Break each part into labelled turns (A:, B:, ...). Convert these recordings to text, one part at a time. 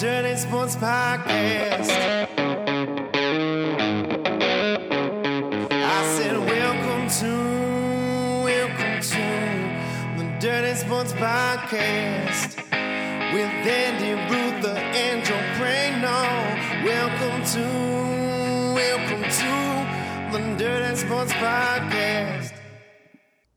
A: Ones podcast. I said, Welcome to, welcome to the Dirty Sports Podcast with Andy Ruther and Joe Prano. Welcome to, welcome to the Dirty Sports Podcast.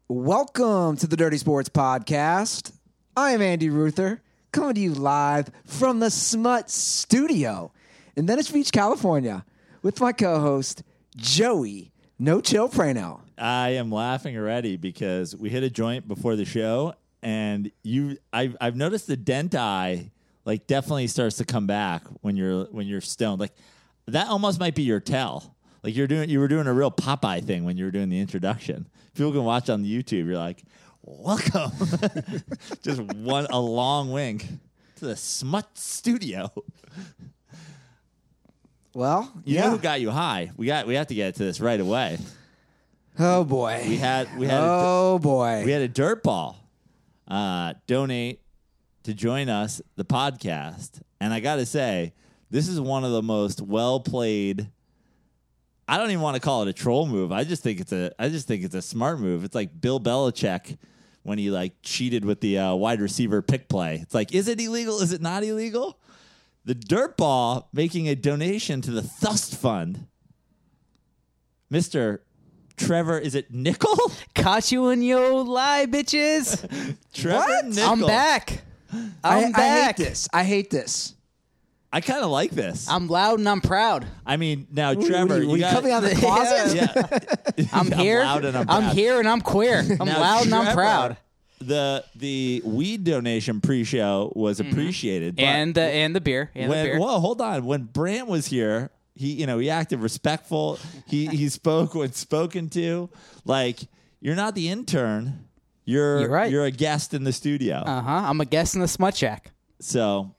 B: Welcome to the Dirty Sports Podcast. I am Andy Ruther, coming to you live from the Smut Studio in Venice Beach, California, with my co host, Joey No Chill Prano.
C: I am laughing already because we hit a joint before the show, and you, I've, I've noticed the dent eye, like definitely starts to come back when you're when you're stoned. Like that almost might be your tell. Like you're doing, you were doing a real Popeye thing when you were doing the introduction. People can watch on YouTube. You're like, welcome, just one a long wink to the Smut Studio.
B: Well,
C: You
B: yeah.
C: know who got you high? We got, we have to get to this right away.
B: oh boy.
C: We had, we had. a-
B: oh boy.
C: We had a dirt ball uh, donate to join us the podcast, and I got to say, this is one of the most well played. I don't even want to call it a troll move. I just think it's a. I just think it's a smart move. It's like Bill Belichick when he like cheated with the uh, wide receiver pick play. It's like, is it illegal? Is it not illegal? The dirt ball making a donation to the Thust Fund, Mister Trevor. Is it Nickel?
D: Caught you in your lie, bitches.
C: Trevor Nickel.
D: I'm back. I'm
B: I, I hate
D: back.
B: this. I hate this.
C: I kind of like this. i
D: I'm loud and I'm proud.
C: mean, now
B: What are you-
C: Trevor,
B: what are you,
C: you,
B: what are you
C: got-
B: coming out of the closet?
C: Yeah,
D: I'm here.
C: loud and I'm, proud.
D: here and I'm queer. I'm
C: Now,
D: loud and I'm
C: Trevor,
D: proud.
C: The the weed donation pre-show was appreciated, but
D: Mm-hmm. And the and the beer and
C: when
D: the beer.
C: whoa, hold on, when Brant was here, he you know he acted respectful. He he spoke when spoken to. Like you're not the intern. You're
D: You're right.
C: a guest in the studio.
D: Uh huh. I'm a guest in the smut shack.
C: so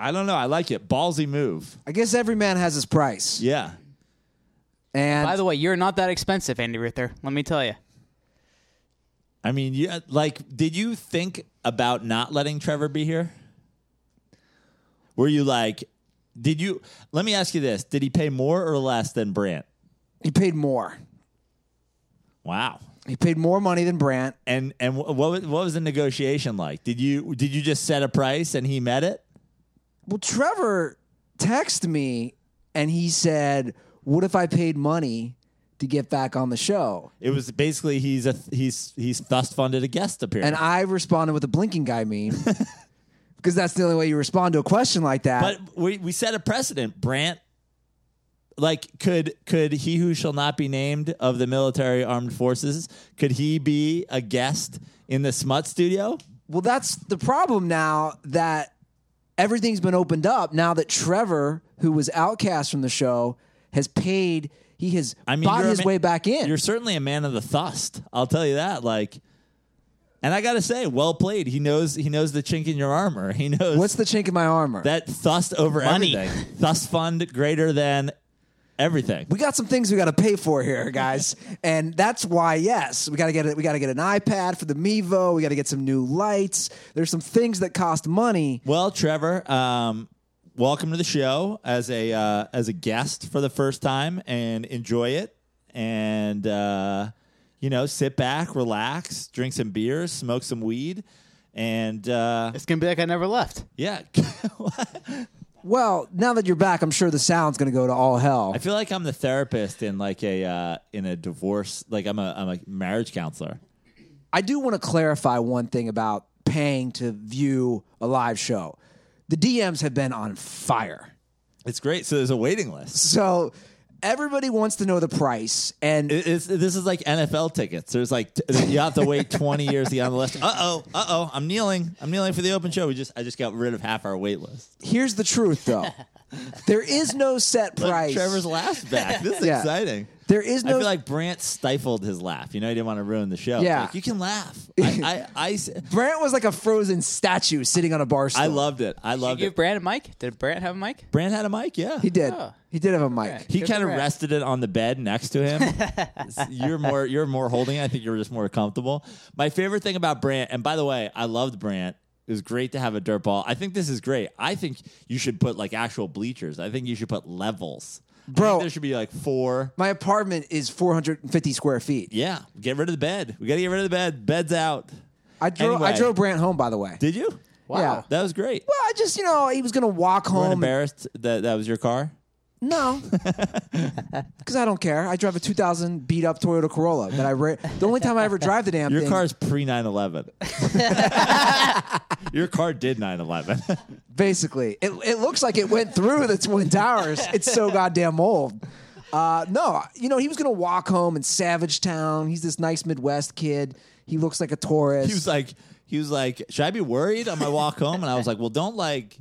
C: I don't know. I like it. Ballsy move.
B: I guess every man has his price.
C: Yeah.
B: And
D: By the way, you're not that expensive, Andy Ruther. Let me tell you.
C: I mean, you uh, like, did you think about not letting Trevor be here? Were you like, did you? Let me ask you this: Did he pay more or less than Brandt?
B: he paid more.
C: Wow.
B: He paid more money than Brandt.
C: And and wh- what was- what was the negotiation like? Did you did you just set a price and he met it?
B: Well, Trevor texted me and he said, "What if I paid money to get back on the show?"
C: It was basically he's a he's he's thus funded a guest appearance.
B: And I responded with a blinking guy meme because that's the only way you respond to a question like that.
C: but we we set a precedent, Brandt. Like could could he who shall not be named of the military armed forces could he be a guest in the smut studio?
B: well, that's the problem now that everything's been opened up. Now that Trevor, who was outcast from the show, has paid, he has
C: I mean,
B: bought
C: you're a
B: his
C: ma-
B: way back in.
C: You're certainly a man of the thust. I'll tell you that. Like, and I gotta say, well played. He knows he knows the chink in your armor. He knows
B: What's the chink in my armor?
C: that thust over
D: Money.
C: everything. thust fund greater than everything.
B: we got some things we got to pay for here, guys, and that's why. Yes, we got to get it. We got to get an iPad for the Mevo. We got to get some new lights. There's some things that cost money.
C: Well, Trevor, um, welcome to the show as a uh, as a guest for the first time, and enjoy it. And uh, you know, sit back, relax, drink some beers, smoke some weed, and uh,
D: It's gonna be like I never left.
C: yeah.
B: Well, now that you're back, I'm sure the sound's going to go to all hell.
C: I feel like I'm the therapist in like a uh, in a divorce. Like I'm a I'm a marriage counselor.
B: I do want to clarify one thing about paying to view a live show. The DMs have been on fire.
C: It's great. So there's a waiting list.
B: So everybody wants to know the price and
C: It- It's, this is like NFL tickets. There's like t- you have to wait 20 years to get on the list. Uh oh, uh oh. I'm kneeling. I'm kneeling for the open show. We just I just got rid of half our wait list.
B: here's the truth though. there is no set
C: Look,
B: price.
C: Trevor's laughs back. This is
B: Yeah.
C: exciting.
B: there is
C: I
B: no
C: feel like Brant stifled his laugh. You know, he didn't want to ruin the show.
B: Yeah.
C: Like, you can laugh. I, I, I, s-
B: Brant was like a frozen statue sitting on a bar stool.
C: I loved it. I
D: Did you
C: loved
D: give
C: it.
D: Brand a mic? Did Brand have a mic?
C: Brant had a mic. Yeah,
B: He did.
D: Oh.
B: He did have a mic.
D: Right.
C: He
D: Good for
C: kind of
D: Brad.
C: rested it on the bed next to him. you're more you're more holding. it. I think you're just more comfortable. My favorite thing about Brant, and by the way, I loved Brant. It was great to have a dirt ball. I think this is great. I think you should put like actual bleachers. I think you should put levels. I think
B: Bro.
C: there should be like four.
B: My apartment is 450 square feet.
C: Yeah, get rid of the bed. We got to get rid of the bed. Bed's out.
B: I drove. I
C: Anyway.
B: drove Brant home, by the way.
C: Did you?
D: Wow.
B: Yeah.
C: That was great.
B: well, I just you know he was gonna walk
C: You weren't
B: home. and-
C: embarrassed that that was your car?
B: No, because I don't care. I drive a 2000 beat up Toyota Corolla. That I ra- the only time I ever drive the damn
C: Your
B: thing.
C: car's pre 9 11. Your car did 9 11.
B: Basically, it, it looks like it went through the Twin Towers. It's so goddamn old. Uh, no, you know, he was going to walk home in Savage Town. He's this nice Midwest kid. He looks like a tourist.
C: he was like, he was like, should I be worried on my walk home? And I was like, well, don't like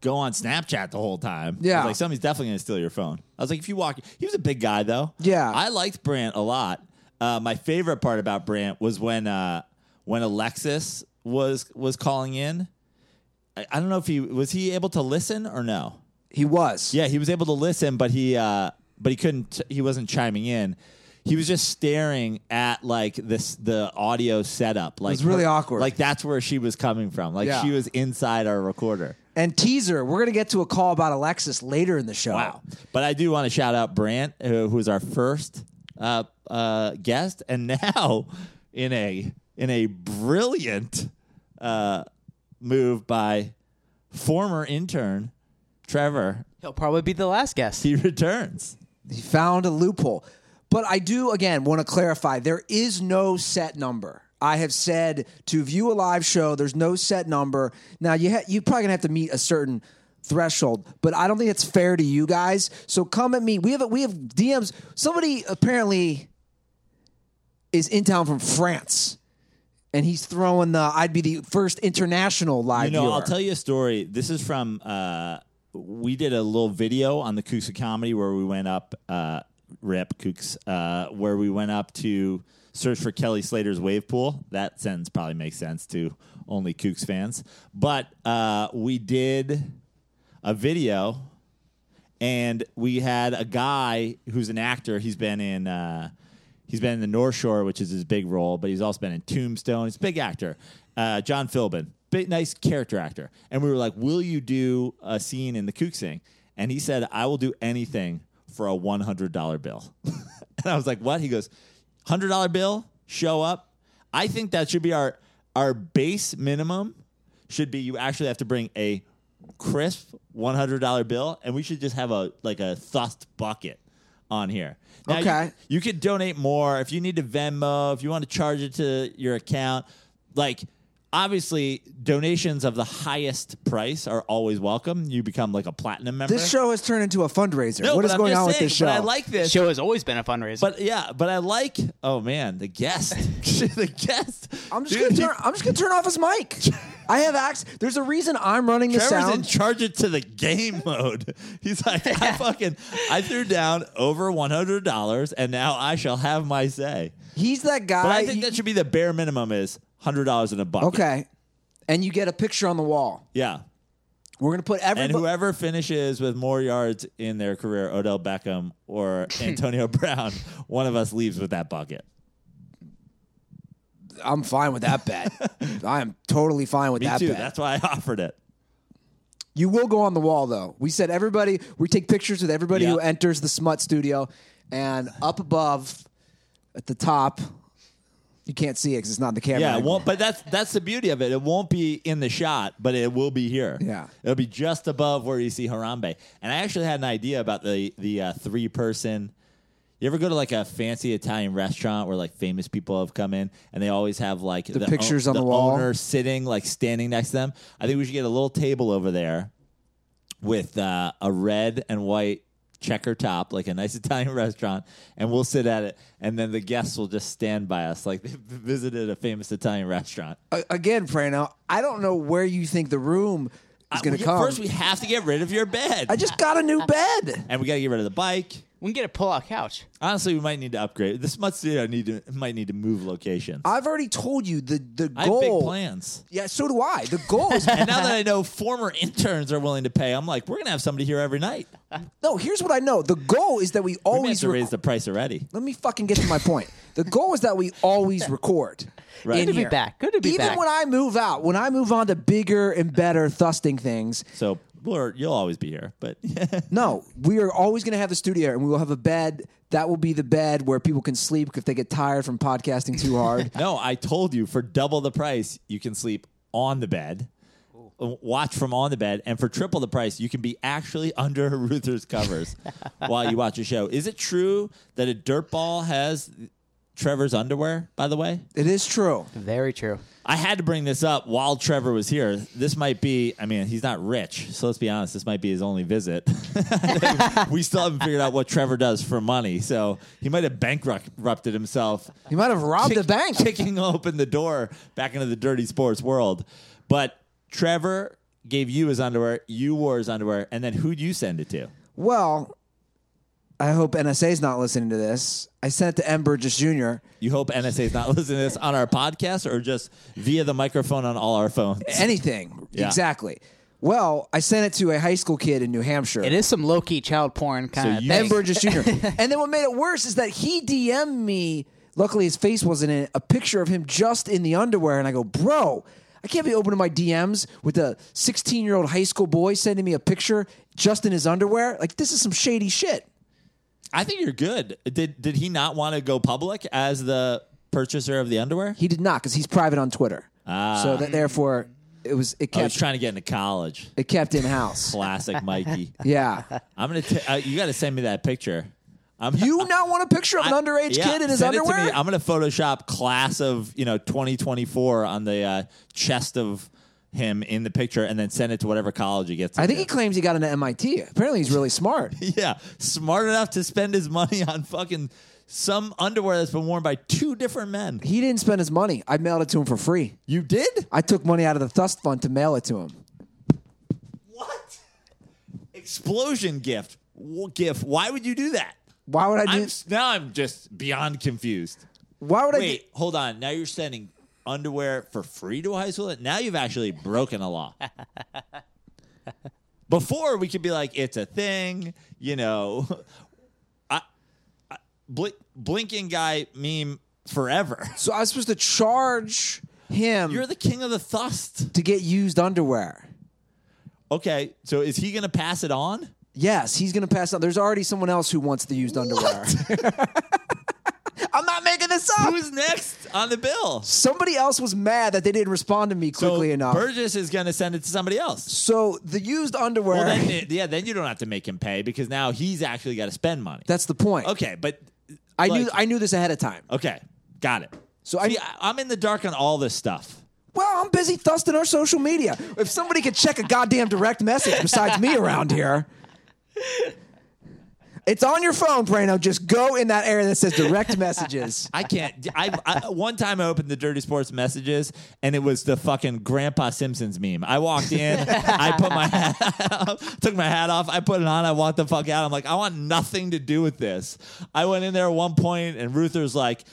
C: go on Snapchat the whole time. I was
B: Yeah.
C: like somebody's definitely gonna steal your phone. I was like, if you walk, he was a big guy though.
B: Yeah.
C: I liked Brandt a lot. Uh, my favorite part about Brandt was when uh, when Alexis was was calling in. I, I don't know if he was he able to listen or no.
B: he was.
C: Yeah, he was able to listen, but he uh, but he couldn't. He wasn't chiming in. He was just staring at like this the audio setup. Like
B: was really
C: her-
B: awkward.
C: Like that's where she was coming from. Like
B: Yeah.
C: she was inside our recorder.
B: And teaser, we're going to get to a call about Alexis later in the show.
C: Wow. But I do want to shout out Brandt, who, who was our first uh, uh, guest, and now in a in a brilliant uh, move by former intern Trevor,
D: He'll probably be the last guest.
C: he returns.
B: He found a loophole. But I do, again, want to clarify there is no set number. I have said to view a live show, there's no set number. Now, you ha- you're probably going to have to meet a certain threshold, but I don't think it's fair to you guys. So come at me. We have, we have DMs. Somebody apparently is in town from France. And he's throwing the I'd be the first international live
C: You know,
B: viewer.
C: I'll tell you a story. This is from uh, we did a little video on the Kooks of Comedy where we went up uh, rep Kooks uh, where we went up to search for Kelly Slater's wave pool. That sentence probably makes sense to only Kooks fans, but uh, we did a video and we had a guy who's an actor. He's been in uh, he's been in the North Shore, which is his big role, but he's also been in Tombstone. He's a big actor, uh, John Philbin, big nice character actor. And we were like, "Will you do a scene in the Kook Sing?" And he said, "I will do anything for a one hundred dollar bill." and I was like, "What?" He goes, 100 dollar bill, show up." I think that should be our our base minimum. Should be you actually have to bring a crisp one hundred dollar bill, and we should just have a like a thust bucket on here. Now, you-
B: Okay.
C: you, could donate more if you need to Venmo, if you want to charge it to your account. Like, obviously, donations of the highest price are always welcome. You become like a platinum member.
B: this show has turned into a fundraiser.
C: No,
B: what
C: but
B: is
C: I'm
B: going
C: just
B: on with
C: saying,
B: this show?
C: But I like
D: The
C: this.
D: show has always been a fundraiser.
C: But yeah, but I like. Oh man, the guest, the guest.
B: I'm just
C: Dude,
B: gonna turn. I'm just gonna turn off his mic. I have access. There's a reason I'm running the
C: Trevor's in
B: sound.
C: charge it to the game mode. He's like, I fucking, I threw down over one hundred dollars, and now I shall have my say.
B: He's that guy.
C: But I, think that should be the bare minimum is hundred dollars in a bucket.
B: okay. And you get a picture on the wall.
C: yeah.
B: We're gonna put every.
C: And whoever finishes with more yards in their career, Odell Beckham or Antonio Brown, one of us leaves with that bucket.
B: I'm fine with that bet. I am totally fine with
C: Me
B: that
C: too.
B: bet.
C: That's why I offered it.
B: you will go on the wall though. We said everybody. We take pictures with everybody who
C: Yeah.
B: enters the Smut Studio, and up above, at the top, you can't see it because it's not in the camera.
C: Yeah, it
B: angle.
C: won't, but that's that's the beauty of it. It won't be in the shot, but it will be here.
B: Yeah.
C: it'll be just above where you see Harambe. And I actually had an idea about the the uh, three person. You ever go to like a fancy Italian restaurant where like famous people have come in and they always have like the,
B: pictures on the wall?
C: owner sitting like standing next to them? I think we should get a little table over there with uh, a red and white checker top, like a nice Italian restaurant, and we'll sit at it, and then the guests will just stand by us, like they visited a famous Italian restaurant.
B: A- again, Prano. I don't know where you think the room is
C: Uh,
B: gonna
C: we- Uh,
B: come.
C: First, we have to get rid of your bed,
B: I just got a new bed.
C: and we got to get rid of the bike.
D: We can get a pull-out couch.
C: Honestly, we might need to upgrade. This much studio need to might need to move locations.
B: I've already told you the the
C: I have big
B: goal.
C: plans.
B: yeah, so do I. The goal is
C: And now that I know former interns are willing to pay, I'm like, we're gonna have somebody here every night.
B: no. Here's what I know. The goal is that we
C: We may have
B: always
C: to
B: rec-
C: raise the price already.
B: let me fucking get to my point. The goal is that we always record.
C: Right.
B: in
C: Good to
D: be
B: here.
D: back. Good to be
B: Even
D: back.
B: when I move out, when I move on to bigger and better thusting things,
C: So Blur, you'll always be here, but
B: No, we are always going to have the studio, and we will have a bed that will be the bed where people can sleep if they get tired from podcasting too hard.
C: no, I told you for double the price, you can sleep on the bed, uh, watch from on the bed, and for triple the price, you can be actually under Ruther's covers while you watch a show. Is it true that a dirt ball has Trevor's underwear? By the way,
B: it is true.
D: Very true.
C: I had to bring this up while Trevor was here. This might be, I mean, he's not rich, so let's be honest, this might be his only visit. we still haven't figured out what Trevor does for money, so he might have bankrupted himself
B: You might have robbed the
C: kick-
B: bank.
C: kicking open the door back into the dirty sports world. But Trevor gave you his underwear, you wore his underwear, and then who'd you send it to?
B: Well, I hope NSA is not listening to this. I sent it to M. Burgess Jr.
C: You hope NSA's not listening to this on our podcast or just via the microphone on all our phones.
B: Anything
C: Yeah.
B: exactly. Well, I sent it to a high school kid in New Hampshire.
D: It is some low-key child porn kind of
C: you-
B: M.
D: thing.
B: Burgess Jr. and then what made it worse is that he DM'd me. Luckily, his face wasn't in it. A picture of him just in the underwear, and I go, bro. I can't be opening my DMs with a 16 year old high school boy sending me a picture just in his underwear. Like, this is some shady shit.
C: I think you're good. Did did he not want to go public as the purchaser of the underwear?
B: He did not because he's private on Twitter.
D: Ah.
B: So that therefore, it
D: Oh,
B: was it
C: I was
B: kept
C: Oh, trying to get into college.
B: it kept in house.
C: Classic Mikey.
B: Yeah,
C: I'm gonna. T- uh, you got to send me that picture. I'm
B: you not want a picture of an
C: I-
B: underage
C: yeah,
B: kid in his
C: send it to
B: underwear?
C: me. I'm going to Photoshop class of you know 2024 on the uh, chest of him in the picture, and then send it to whatever college he gets.
B: I think he
C: into.
B: claims he got into MIT. Apparently, he's really smart.
C: yeah, smart enough to spend his money on fucking some underwear that's been worn by two different men.
B: He didn't spend his money. I mailed it to him for free.
C: You did
B: I took money out of the Thust Fund to mail it to him.
C: what? Explosion gift. Wh- Gift. Why would you do that?
B: Why would I do?
C: I'm, s- now I'm just beyond confused.
B: why would
C: Wait, hold on. Now you're sending underwear for free to a high school. Now you've actually broken a law. Before we could be like, it's a thing, you know. I, I bl- blinking guy meme forever.
B: I? So I was supposed to charge him
C: You're the king of the thust.
B: to get used underwear.
C: Okay, so is he gonna pass it on?
B: Yes, he's going to pass out. There's already someone else who wants the used underwear. I'm not making this up.
C: Who's next on the bill?
B: Somebody else was mad that they didn't respond to me quickly
C: so
B: enough.
C: Burgess is gonna send it to somebody else.
B: so the used underwear.
C: Well, then, it- yeah, then you don't have to make him pay because now he's actually got to spend money.
B: that's the point.
C: okay, but
B: I knew
C: like-
B: I knew this ahead of time.
C: Okay, got it.
B: So
C: So
B: I-
C: I, I'm in the dark on all this stuff.
B: Well, I'm busy thusting our social media. If somebody could check a goddamn direct message besides me around here. It's on your phone, Brano. Just go in that area that says direct messages.
C: I can't. I, I one time I opened the Dirty Sports messages and it was the fucking Grandpa Simpsons meme. I walked in, I put my hat, up, took my hat off, I put it on, I walked the fuck out. I'm like, I want nothing to do with this. I went in there at one point and Ruther's like.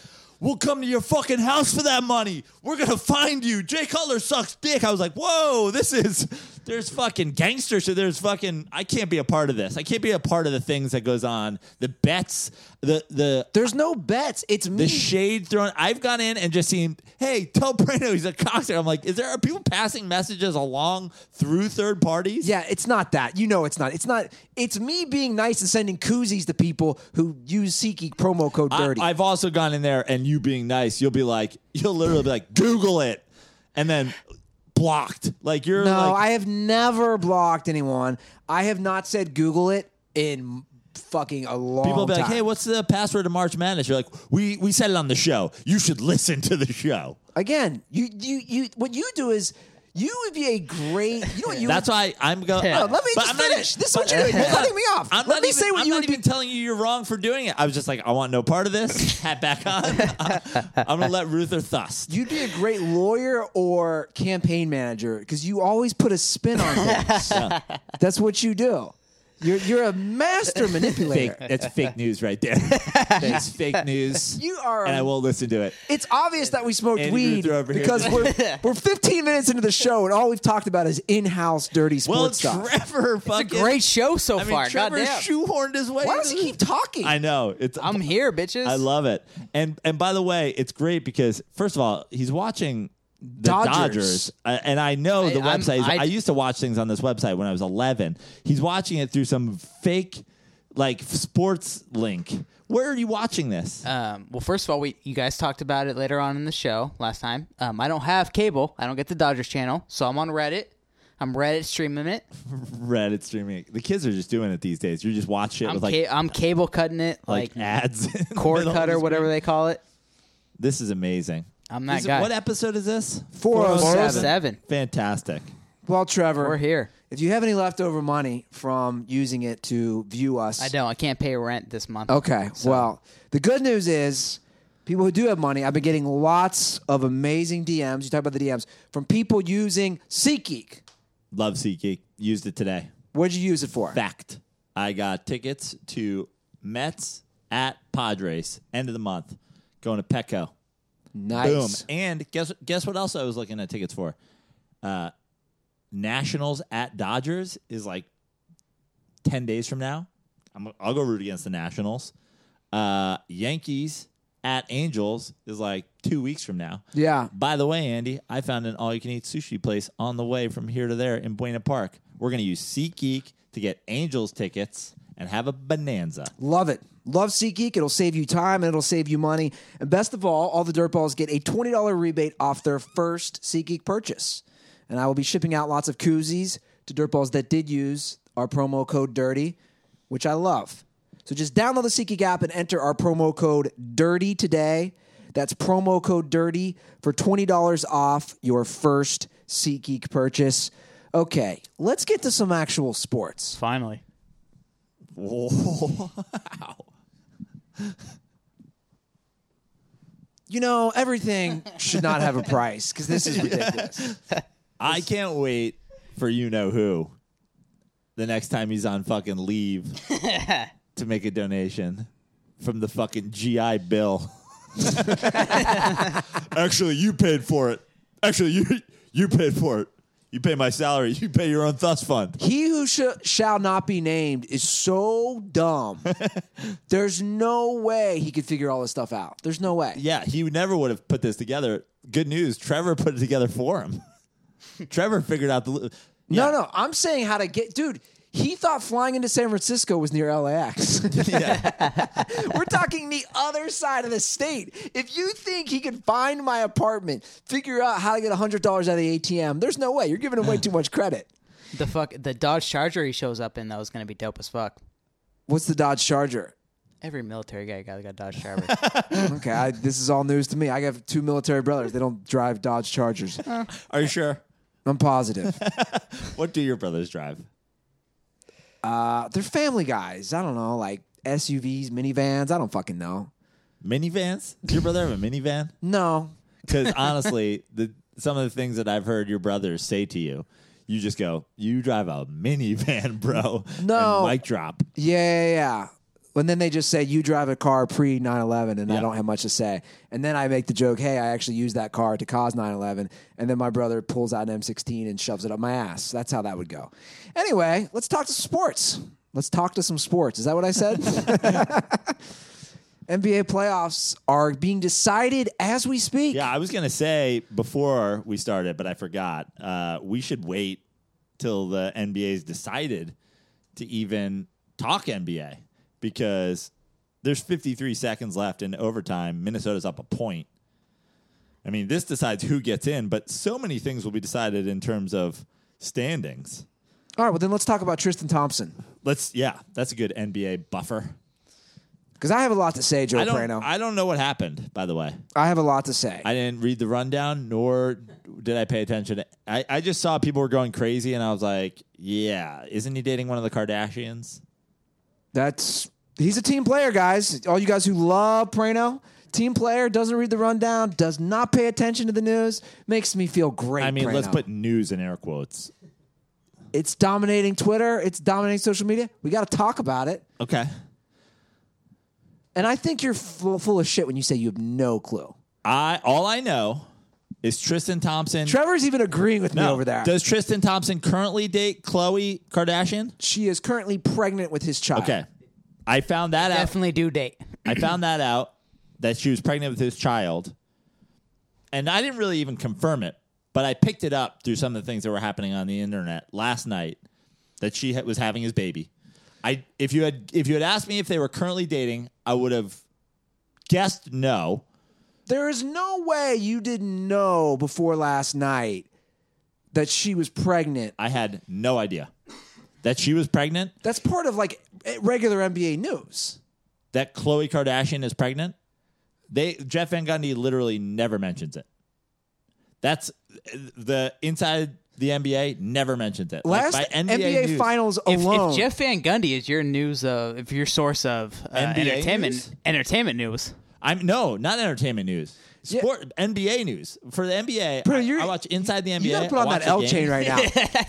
C: We'll come to your fucking house for that money. We're gonna find you. Jay Cutler sucks dick. I was like, whoa, this is there's fucking gangster shit. There's fucking I can't be a part of this. I can't be a part of the things that goes on. The bets, the the
B: There's no bets. It's me.
C: the shade thrown. I've gone in and just seen, hey, tell Breno he's a cocksucker. I'm like, is there are people passing messages along through third parties?
B: yeah, it's not that. You know, it's not. It's not. It's me being nice and sending koozies to people who use SeatGeek promo code
C: I,
B: dirty.
C: I've also gone in there and you being nice, you'll be like, you'll literally be like, Google it, and then blocked. Like you're
B: no,
C: like,
B: I have never blocked anyone. I have not said Google it in fucking a long
C: people be
B: time.
C: like, hey, what's the password to March Madness? You're like, we we said it on the show. You should listen to the show.
B: Again, you you you what you do is you would be a great you know what you
C: That's
B: would, Oh,
C: why I'm going.
D: Yeah.
B: let me just finish. this is what you're doing. You're cutting me off.
C: I'm
B: let
C: not
B: me
C: even,
B: say what
C: I'm
B: you
C: not
B: would
C: even
B: be
C: telling you you're wrong for doing it. I was just like, I want no part of this. Hat back on. I'm gonna let Ruther thust.
B: You'd be a great lawyer or campaign manager because you always put a spin on things. That's what you do. You're you're a master
C: Fake,
B: manipulator.
C: that's fake news right there. That's fake news.
B: You are.
C: and I will luther listen to it.
B: it's obvious that we smoked
C: Andy
B: weed
C: Ruther over here.
B: because we're we're 15 minutes into the show and all we've talked about is in-house dirty sports
C: Well,
B: stuff.
C: Trevor,
D: It's a
C: fucking,
D: great show so
C: I mean,
D: far.
C: Trevor
D: Goddamn.
C: shoehorned his way.
B: Why does he
C: into
B: keep talking?
C: I know. It's
D: I'm here, bitches.
C: I love it. And and by the way, it's great because first of all, he's watching the
B: Dodgers.
C: Dodgers, I- and I know the
D: I- I'm-
C: website. Is, I,
D: I-
C: used to watch things on this website when I was 11. He's watching it through some fake like sports link. Where are you watching this?
D: Um, well, first of all, we you guys talked about it later on in the show last time. Um, I don't have cable. I don't get the Dodgers channel, so I'm on Reddit. I'm Reddit streaming it.
C: Reddit streaming. The kids are just doing it these days. You just watch it
D: I'm
C: with like
D: ca- I'm cable cutting it,
C: like,
D: like,
C: ads, in the
D: cord
C: middle of
D: cutter,
C: the
D: whatever
C: screen.
D: they call it.
C: This is amazing.
D: I'm that
C: This is-
D: guy.
C: What episode is this?
B: 407.
D: 407.
C: Fantastic.
B: Well, Trevor,
D: We're here.
B: If you have any leftover money from using it to view us,
D: I don't. I can't pay rent this month.
B: Okay. Well, the good news is people who do have money, I've been getting lots of amazing DMs. You talk about the DMs from people using SeatGeek.
C: Love SeatGeek. Used it today.
B: What'd you use it for?
C: Fact. I got tickets to Mets at Padres end of the month. Going to Petco. Boom.
B: Nice.
C: And guess guess what else I was looking at tickets for? Uh, Nationals at Dodgers is like ten days from now. I'm, I'll go root against the Nationals. Uh, Yankees at Angels is like two weeks from now.
B: Yeah.
C: By the way, Andy, I found an all you can eat sushi place on the way from here to there in Buena Park. We're going to use SeatGeek to get Angels tickets and have a bonanza.
B: Love it. Love SeatGeek. It'll save you time and it'll save you money. And best of all, all the dirtballs get a $20 rebate off their first SeatGeek purchase. And I will be shipping out lots of koozies to dirtballs that did use our promo code DIRTY, which I love. So just download the SeatGeek app and enter our promo code DIRTY today. That's promo code DIRTY for $20 off your first SeatGeek purchase. Okay, let's get to some actual sports.
D: finally.
C: Wow.
B: you know, everything should not have a price because this is ridiculous.
C: I can't wait for you know who the next time he's on fucking leave to make a donation from the fucking GI Bill. Actually, you paid for it. Actually, you you paid for it. You pay my salary. You pay your own thus fund.
B: he who sh- shall not be named is so dumb. There's no way he could figure all this stuff out. There's no way.
C: Yeah, he would never would have put this together. Good news, Trevor put it together for him. Trevor figured out the. li-
B: No, no. I'm saying how to get, dude. He thought flying into San Francisco was near LAX.
C: Yeah.
B: We're talking the other side of the state. If you think he could find my apartment, figure out how to get $100 out of the ATM, there's no way. You're giving him way too much credit.
D: The fuck the Dodge Charger he shows up in though is gonna be dope as fuck.
B: What's the Dodge Charger?
D: Every military guy got got a Dodge Charger.
B: Okay, I, this is all news to me. I have two military brothers. They don't drive Dodge Chargers.
C: Are you sure?
B: I'm positive.
C: What do your brothers drive?
B: Uh, they're family guys. I don't know, like SUVs, minivans. I don't fucking know.
C: Minivans? Does your brother have a minivan?
B: No.
C: Because honestly, the some of the things that I've heard your brothers say to you, you just go, "You drive a minivan, bro."
B: No.
C: and mic drop.
B: Yeah, yeah, yeah. And then they just say, you drive a car pre 9 11, and I
C: Yeah.
B: don't have much to say. And then I make the joke, hey, I actually used that car to cause 9 11. And then my brother pulls out an M16 and shoves it up my ass. That's how that would go. Anyway, let's talk to sports. Let's talk to some sports. Is that what I said? NBA playoffs are being decided as we speak.
C: Yeah, I was gonna say before we started, but I forgot. Uh, we should wait till the NBA's decided to even talk NBA because there's 53 seconds left in overtime. Minnesota's up a point. I mean, this decides who gets in, but so many things will be decided in terms of standings.
B: All right, well, then let's talk about Tristan Thompson.
C: Let's yeah, that's a good NBA buffer.
B: Because I have a lot to say, Joe
C: I don't
B: Prano. I,
C: I don't know what happened, by the way.
B: have a lot to say.
C: I didn't read the rundown nor did I pay attention. to- I, I just saw people were going crazy and I was like, Yeah, isn't he dating one of the Kardashians?
B: That's he's a team player, guys. All you guys who love Prano, team player, doesn't read the rundown, does not pay attention to the news, makes me feel great.
C: I mean, let's
B: Prano.
C: put news in air quotes.
B: It's dominating Twitter. It's dominating social media. We got to talk about it.
C: Okay.
B: And I think you're full, full of shit when you say you have no clue.
C: I all I know is Tristan Thompson.
B: Trevor's even agreeing with me
C: No.
B: over there.
C: Does Tristan Thompson currently date Khloe Kardashian?
B: she is currently pregnant with his child.
C: Okay. I found that out.
D: Definitely due date.
C: I found that out that she was pregnant with his child. And I didn't really even confirm it, but I picked it up through some of the things that were happening on the internet last night that she ha- was having his baby. I if you had if you had asked me if they were currently dating, I would have guessed no.
B: There is no way you didn't know before last night that she was pregnant.
C: I had no idea that she was pregnant,
B: That's part of like eh, regular NBA news.
C: that Khloe Kardashian is pregnant. They Jeff Van Gundy literally never mentions it. That's the inside the NBA never mentions it.
B: Last
C: Like, by
B: NBA,
C: news-
B: Finals
D: If,
B: alone,
D: if Jeff Van Gundy is your news of, if your source of uh,
C: NBA
D: entertainment
C: news?
D: entertainment news,
C: I'm no, not entertainment news.
B: Yeah.
C: Sport NBA news for the NBA.
B: Bro,
C: I-
B: you're-
C: I watch Inside the NBA.
B: you got to put
C: I
B: on
C: watch
B: that
C: the
B: L
C: game.
B: chain right now.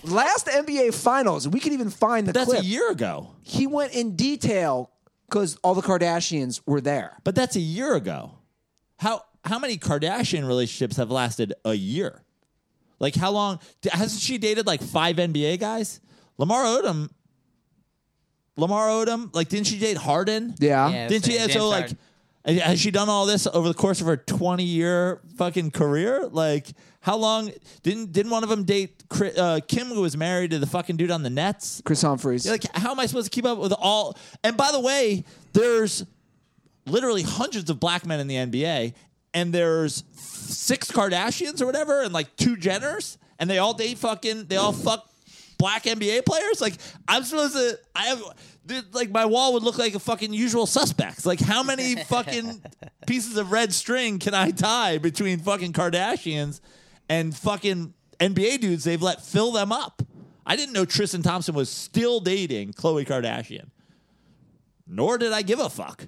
B: last NBA Finals, we could even find the
C: That's
B: clip.
C: a year ago,
B: He went in detail because all the Kardashians were there.
C: but that's a year ago. How how many Kardashian relationships have lasted a year? Like how long d- hasn't she dated like five NBA guys? Lamar Odom. Lamar Odom, like didn't she date Harden?
B: Yeah.
D: Yeah.
C: Didn't she?
D: James
C: so like,
D: Harden.
C: has she done all this over the course of her twenty year fucking career? Like, how long didn't didn't one of them date Chri- uh, Kim, who was married to the fucking dude on the Nets?
B: Chris Humphries.
C: Like, how am I supposed to keep up with all? And by the way, there's literally hundreds of black men in the NBA, and there's six Kardashians or whatever, and like two Jenners, and they all date fucking, they all fuck black NBA players. Like, I'm supposed to, I have, dude, like, my wall would look like a fucking usual suspects. Like, how many fucking pieces of red string can I tie between fucking Kardashians and fucking NBA dudes they've let fill them up? I didn't know Tristan Thompson was still dating Khloe Kardashian nor did I give a fuck.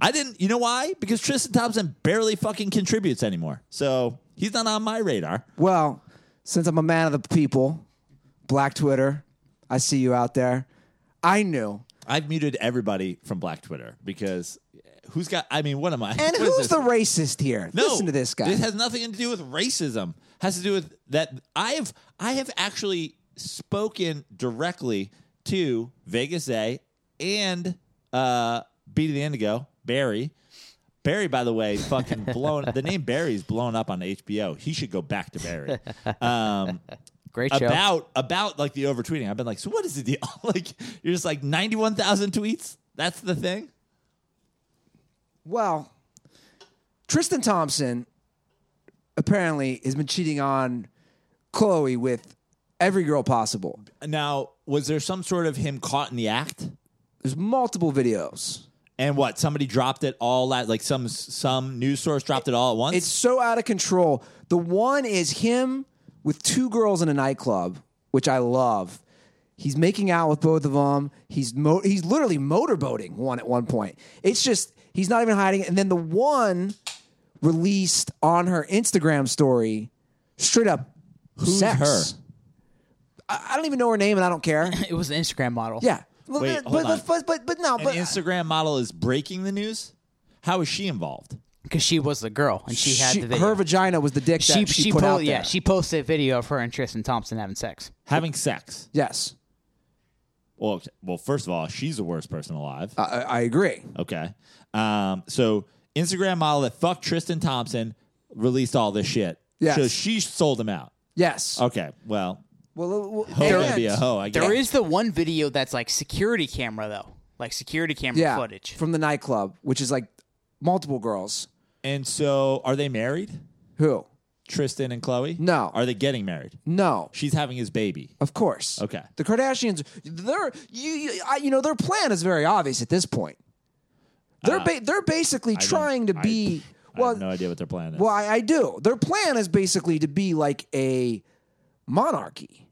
C: I didn't, you know why? Because Tristan Thompson barely fucking contributes anymore. So he's not on my radar.
B: Well, since I'm a man of the people, Black Twitter, I see you out there. I knew.
C: I've muted everybody from Black Twitter because who's got, I mean, what am I?
B: And
C: what is
B: who's
C: this?
B: the racist here?
C: No,
B: Listen to this guy.
C: This has nothing to do with racism. Has to do with that I've I have actually spoken directly to Vegas A and uh Beat of the Indigo, Barry. Barry, by the way, fucking blown the name Barry's blown up on HBO. He should go back to Barry. Um
D: great show.
C: about about like the overtweeting. I've been like, so what is the deal? like you're just like ninety one thousand tweets? That's the thing?
B: well, Tristan Thompson apparently has been cheating on Chloe with every girl possible.
C: Now, was there some sort of him caught in the act?
B: There's multiple videos.
C: And what? Somebody dropped it all at like some some news source dropped it all at once.
B: It's so out of control. The one is him with two girls in a nightclub, which I love. He's making out with both of them. He's mo- he's literally motorboating one at one point. It's just he's not even hiding. it. And then the one released on her Instagram story, straight up, who's sex.
C: her?
B: I, I don't even know her name, and I don't care.
D: it was an Instagram model.
B: Yeah, Well,
C: Wait,
B: but,
C: hold on.
B: but, but but but no,
C: An
B: but
C: Instagram model is breaking the news. How is she involved?
D: because she was the girl and she, had
B: she-
D: the video.
B: her vagina was the dick
D: she
B: that she, put
D: po-
B: out there.
D: yeah she posted a video of her and Tristan Thompson having sex.
C: Having sex.
B: yes,
C: Well, okay. well, first of all, she's the worst person alive.
B: I- I, I agree.
C: Okay. Um, so Instagram model that fucked Tristan Thompson released all this shit.
B: Yes.
C: So she sold him out.
B: Yes.
C: Okay. Well,
B: Well, uh, well
C: hoe
B: and-
C: gonna be a hoe. I guess.
D: There is the one video that's like security camera though, like security camera
B: yeah,
D: footage.
B: from the nightclub, which is like multiple girls.
C: And so, are they married?
B: Who?
C: Tristan and Chloe?
B: No.
C: Are they getting married?
B: No,
C: She's having his baby.
B: of course.
C: Okay.
B: The Kardashians, they're you, you, I, you know, their plan is very obvious at this point. They're ba- they're basically
C: don't-
B: trying to
C: Uh, I-
B: be
C: I
B: well.
C: have no idea what their plan is.
B: well, I, I do. Their plan is basically to be like a monarchy.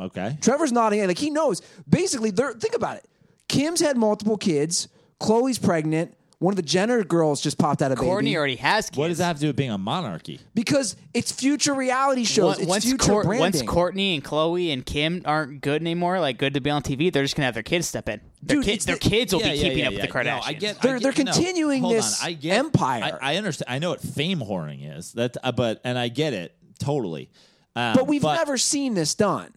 C: okay.
B: Trevor's nodding like he knows. Basically, they're think about it. Kim's had multiple kids. Chloe's pregnant. One of the Jenner girls just popped out of baby.
D: Courtney already has kids.
C: What does that have to do with being a monarchy?
B: because it's future reality shows.
D: Once-
B: it's
D: once,
B: future
D: Cour-
B: branding.
D: once Courtney and Chloe and Kim aren't good anymore, like good to be on TV, they're just gonna have their kids step in. Their,
B: Dude,
D: kid-
B: it's
D: their
B: the-
D: kids will
C: Yeah,
D: be
C: yeah,
D: keeping
C: yeah,
D: up
C: yeah.
D: with the
C: No,
D: Kardashians.
C: I get, I
B: They're-
C: get-
B: they're
C: no,
B: continuing
C: hold
B: this
C: on. I get,
B: empire.
C: I, I understand. I know what fame whoring is. That, uh, but and I get it totally. Uh,
B: but we've never seen this done.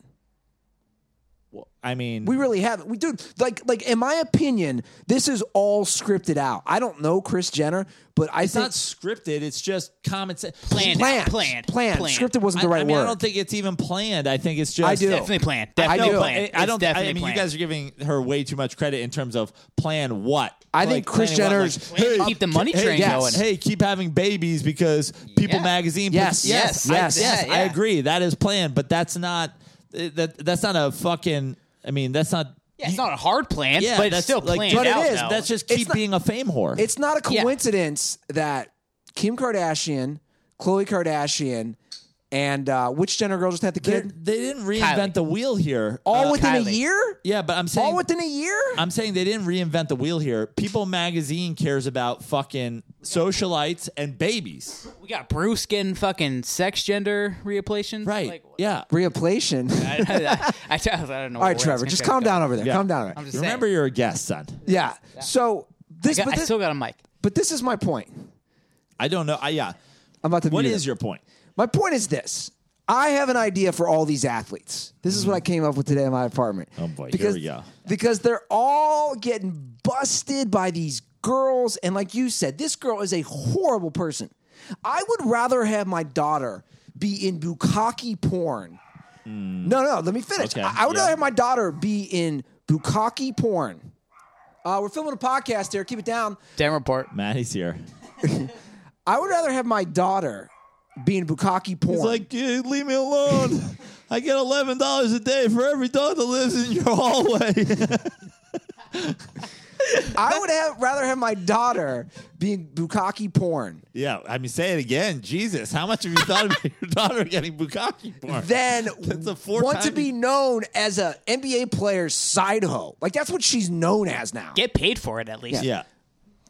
C: I mean,
B: We really haven't. We dude, like like in my opinion, this is all scripted out. I don't know Chris Jenner, but I
C: it's
B: think
C: not scripted. It's just common sense.
D: Planned.
B: planned,
D: planned,
B: planned.
D: planned.
B: Scripted wasn't
C: I,
B: the right
C: I mean,
B: word.
C: I don't think it's even planned. I think it's just.
B: I do.
D: definitely planned.
B: I
D: Definitely
B: know.
D: planned.
C: I don't.
D: It's definitely
C: I mean,
D: planned.
C: you guys are giving her way too much credit in terms of plan what.
B: I
C: Like,
B: think Chris
C: planning what,
B: Jenner's-
C: like,
D: Way to keep the money
C: hey,
D: train
B: yes.
D: going.
C: Hey, keep having babies because People
D: Yeah.
C: Magazine.
B: Yes.
C: yes,
B: Yes.
C: I-
B: Yes.
C: yes,
D: Yeah,
C: I
D: yeah.
C: agree. That is planned, but that's not. That that's not a fucking. I mean, that's not.
D: Yeah, it's not a hard plan,
C: Yeah,
D: but
C: that's
D: it's still
C: like-
D: planned.
B: But it
D: out,
B: is.
D: though.
C: That's just keep
B: not-
C: being a fame whore.
B: It's not a
D: Yeah.
B: coincidence that Kim Kardashian, Khloe Kardashian, and uh, which Jenner girl just had the
C: They're-
B: kid?
C: they didn't reinvent
D: Kylie.
C: the wheel here.
B: all
C: Uh,
B: within a
D: Kylie. Uh,
B: year?
C: yeah, but I'm saying
B: All within a year?
C: I'm saying they didn't reinvent the wheel here. People Magazine cares about fucking socialites and babies.
D: we got Bruce getting fucking sex gender reaplations.
C: Right.
D: Like,
C: yeah.
B: Reaplation.
D: I, I, I, I don't know.
B: all right, Trevor, just calm down over there.
C: Yeah.
B: Calm down. Over there.
D: I'm just saying.
C: Remember you're a guest, son.
B: Yeah. So this,
D: I, got,
B: but
D: I
B: this,
D: still got a mic.
B: but this is my point.
C: I don't know. I, yeah.
B: I'm about to.
C: What
B: mute
C: is
B: it.
C: your point?
B: My point is this. I have an idea for all these athletes. This is what I came up with today in my apartment.
C: Mm. Oh, boy. Here we go.
B: Because they're all getting busted by these girls. And like you said, this girl is a horrible person. I would rather have my daughter be in bukkake porn. No, no, let me finish.
C: Mm. Okay,
B: I, I would
C: yeah.
B: rather have my daughter be in bukkake porn. Uh, we're filming a podcast here. Keep it down.
D: Damn report.
C: Maddie's here.
B: I would rather have my daughter be in bukkake porn.
C: He's like, "Dude, leave me alone. I get eleven dollars a day for every dog that lives in your hallway.
B: I would have rather have my daughter being bukkake porn
C: yeah, I mean, say it again. Jesus, how much have you thought about your daughter getting bukkake porn?
B: than
C: That's a four
B: want to
C: time-
B: be known as a NBA player's side hoe. Like that's what she's known as now.
D: Get paid for it at least.
C: yeah,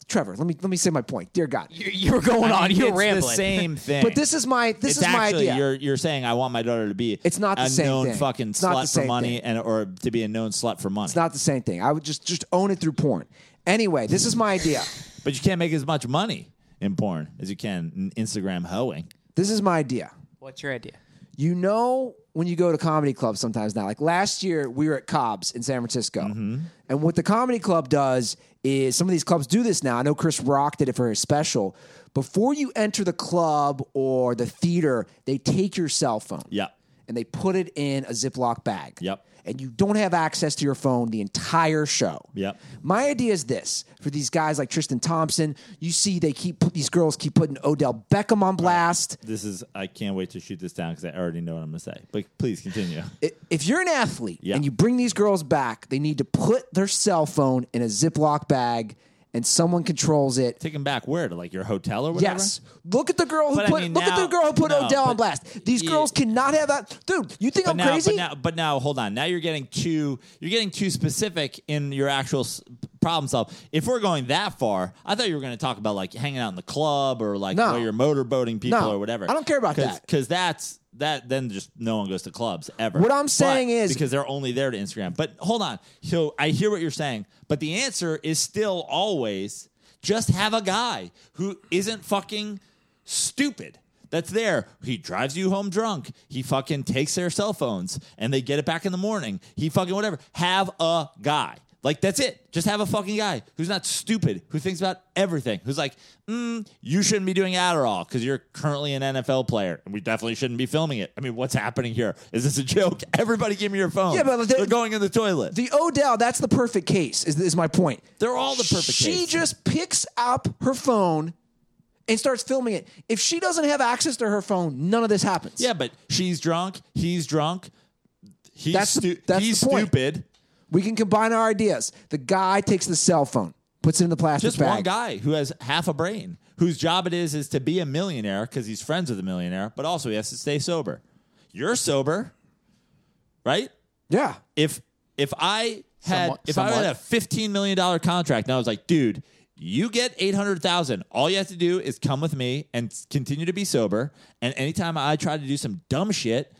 B: Trevor, let me let me say my point. Dear God.
D: You, you were going on.
C: It's
D: You're
C: the
D: rambling.
C: same thing.
B: But this is my this
C: it's
B: is my
C: actually
B: idea.
C: you're you're saying I want my daughter to be
B: It's not the
C: a
B: same
C: known
B: thing.
C: fucking
B: It's
C: slut
B: not the
C: for
B: same
C: money
B: thing.
C: and or to be a known slut for money.
B: it's not the same thing. I would just just own it through porn. Anyway, this is my idea.
C: but you can't make as much money in porn as you can in Instagram hoeing.
B: this is my idea.
D: What's your idea?
B: You know when you go to comedy clubs sometimes now. Like last year, we were at Cobb's in San Francisco,
C: Mm-hmm.
B: and what the comedy club does is some of these clubs do this now. I know Chris Rock did it for his special. Before you enter the club or the theater, they take your cell phone.
C: Yep.
B: And they put it in a Ziploc bag.
C: Yep.
B: And you don't have access to your phone the entire show.
C: Yep.
B: My idea is this for these guys like Tristan Thompson, you see they keep put these girls keep putting Odell Beckham on blast.
C: This is I can't wait to shoot this down because I already know what I'm gonna say. But please continue.
B: I- if you're an athlete
C: Yeah.
B: and you bring these girls back, they need to put their cell phone in a Ziploc bag and someone controls it.
C: Take him back where to like your hotel or whatever.
B: Yes. Look at the girl who
C: But I
B: put
C: mean,
B: look at
C: now-
B: the girl who put
C: no,
B: Odell on
C: but-
B: blast. These
C: yeah.
B: girls cannot have that. Dude, you think
C: But
B: I'm
C: now,
B: crazy?
C: but now, but now, hold on. Now you're getting too you're getting too specific in your actual s- problem solve. If we're going that far, I thought you were going to talk about like hanging out in the club or like
B: No.
C: where you're motorboating people
B: No.
C: or whatever.
B: I don't care about that.
C: because that's that. Then just no one goes to clubs ever.
B: What I'm
C: But-
B: saying is-
C: because they're only there to Instagram. But hold on. So I hear what you're saying, but the answer is still always just have a guy who isn't fucking stupid. That's there. He drives you home drunk. He fucking takes their cell phones and they get it back in the morning. He fucking whatever. Have a guy. Like that's it. Just have a fucking guy who's not stupid, who thinks about everything, who's like, mm, you shouldn't be doing Adderall because you're currently an NFL player, and we definitely shouldn't be filming it. I mean, what's happening here? Is this a joke? Everybody, give me your phone.
B: Yeah, but they-
C: they're going in the toilet.
B: the Odell, that's the perfect case, is, is my point.
C: They're all the perfect
B: She
C: case.
B: just picks up her phone and starts filming it. If she doesn't have access to her phone, none of this happens.
C: yeah, but she's drunk. He's drunk. He's
B: That's the-
C: stu-
B: that's
C: he's
B: the point.
C: stupid.
B: We can combine our ideas. The guy takes the cell phone, puts it in the plastic
C: just
B: bag.
C: one guy who has half a brain, whose job it is is to be a millionaire because he's friends with a millionaire, but also he has to stay sober. You're sober, right?
B: Yeah.
C: If if I had
D: Somewhat-
C: if I had
D: somewhat.
C: a fifteen million dollar contract and I was like, dude, You get 800,000. All you have to do is come with me and s- continue to be sober. And anytime I try to do some dumb shit,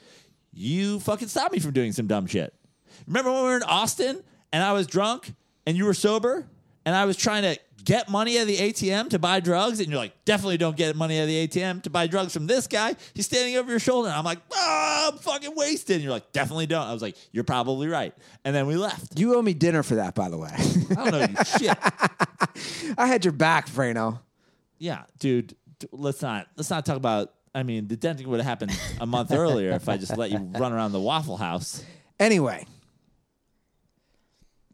C: you fucking stop me from doing some dumb shit. Remember when we were in Austin and I was drunk and you were sober and I was trying to get money out of the ATM to buy drugs and you're like, definitely don't get money out of the ATM to buy drugs from this guy. He's standing over your shoulder. And I'm like, ah, I'm fucking wasted. And you're like, definitely don't. I was like, you're probably right. And then we left.
B: You owe me dinner for that, by the way.
C: I don't know you shit.
B: I had your back, Frano.
C: Yeah, dude. d- Let's not let's not talk about. I mean, the denting would have happened a month earlier if I just let you run around the Waffle House.
B: Anyway,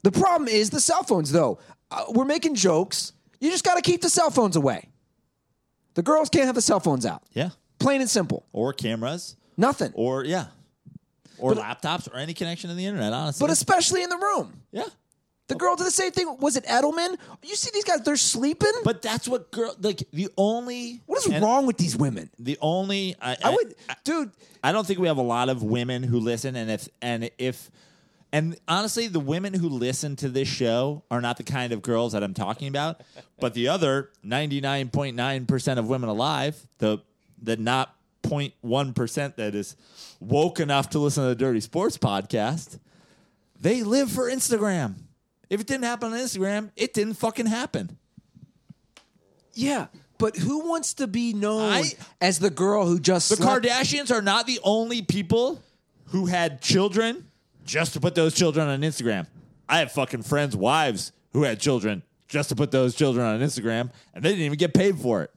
B: the problem is the cell phones, though. Uh, we're making jokes. You just got to keep the cell phones away. The girls can't have the cell phones out.
C: Yeah,
B: Plain and simple.
C: or cameras,
B: Nothing.
C: or yeah, or laptops, or any connection to the internet. Honestly,
B: but especially in the room.
C: yeah.
B: The girl did the same thing. Was it Edelman? You see these guys, they're sleeping?
C: But that's what girl like the only
B: what is
C: and
B: wrong with these women?
C: The only I,
B: I would, dude,
C: I don't think we have a lot of women who listen, and if and if and honestly, the women who listen to this show are not the kind of girls that I'm talking about. But the other 99.9 percent of women alive, the the not 0.1 percent that is woke enough to listen to the Dirty Sports podcast, they live for Instagram. If it didn't happen on Instagram, it didn't fucking happen.
B: yeah. But who wants to be known
C: I-
B: as the girl who just
C: The
B: slept?
C: Kardashians are not the only people who had children just to put those children on Instagram. I have fucking friends' wives who had children just to put those children on Instagram, and they didn't even get paid for it.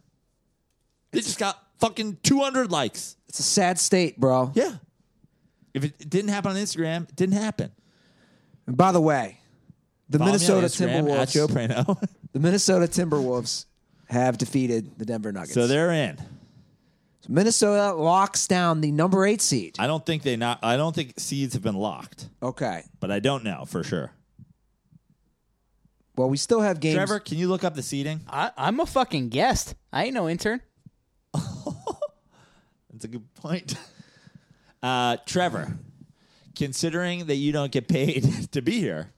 C: They just got fucking 200 likes.
B: It's a sad state, bro.
C: Yeah. If it didn't happen on Instagram, it didn't happen.
B: And by the way, the
C: Follow me on
B: Minnesota
C: Instagram, at
B: Timberwolves.
C: Joe Prano.
B: The Minnesota Timberwolves have defeated the Denver Nuggets.
C: so they're in.
B: Minnesota locks down the number eight seed.
C: I don't think they not. I don't think seeds have been locked,
B: Okay.
C: but I don't know for sure.
B: Well, we still have games.
C: Trevor, can you look up the seeding?
D: I, I'm a fucking guest. I ain't no intern.
C: That's a good point. Uh, Trevor, considering that you don't get paid to be here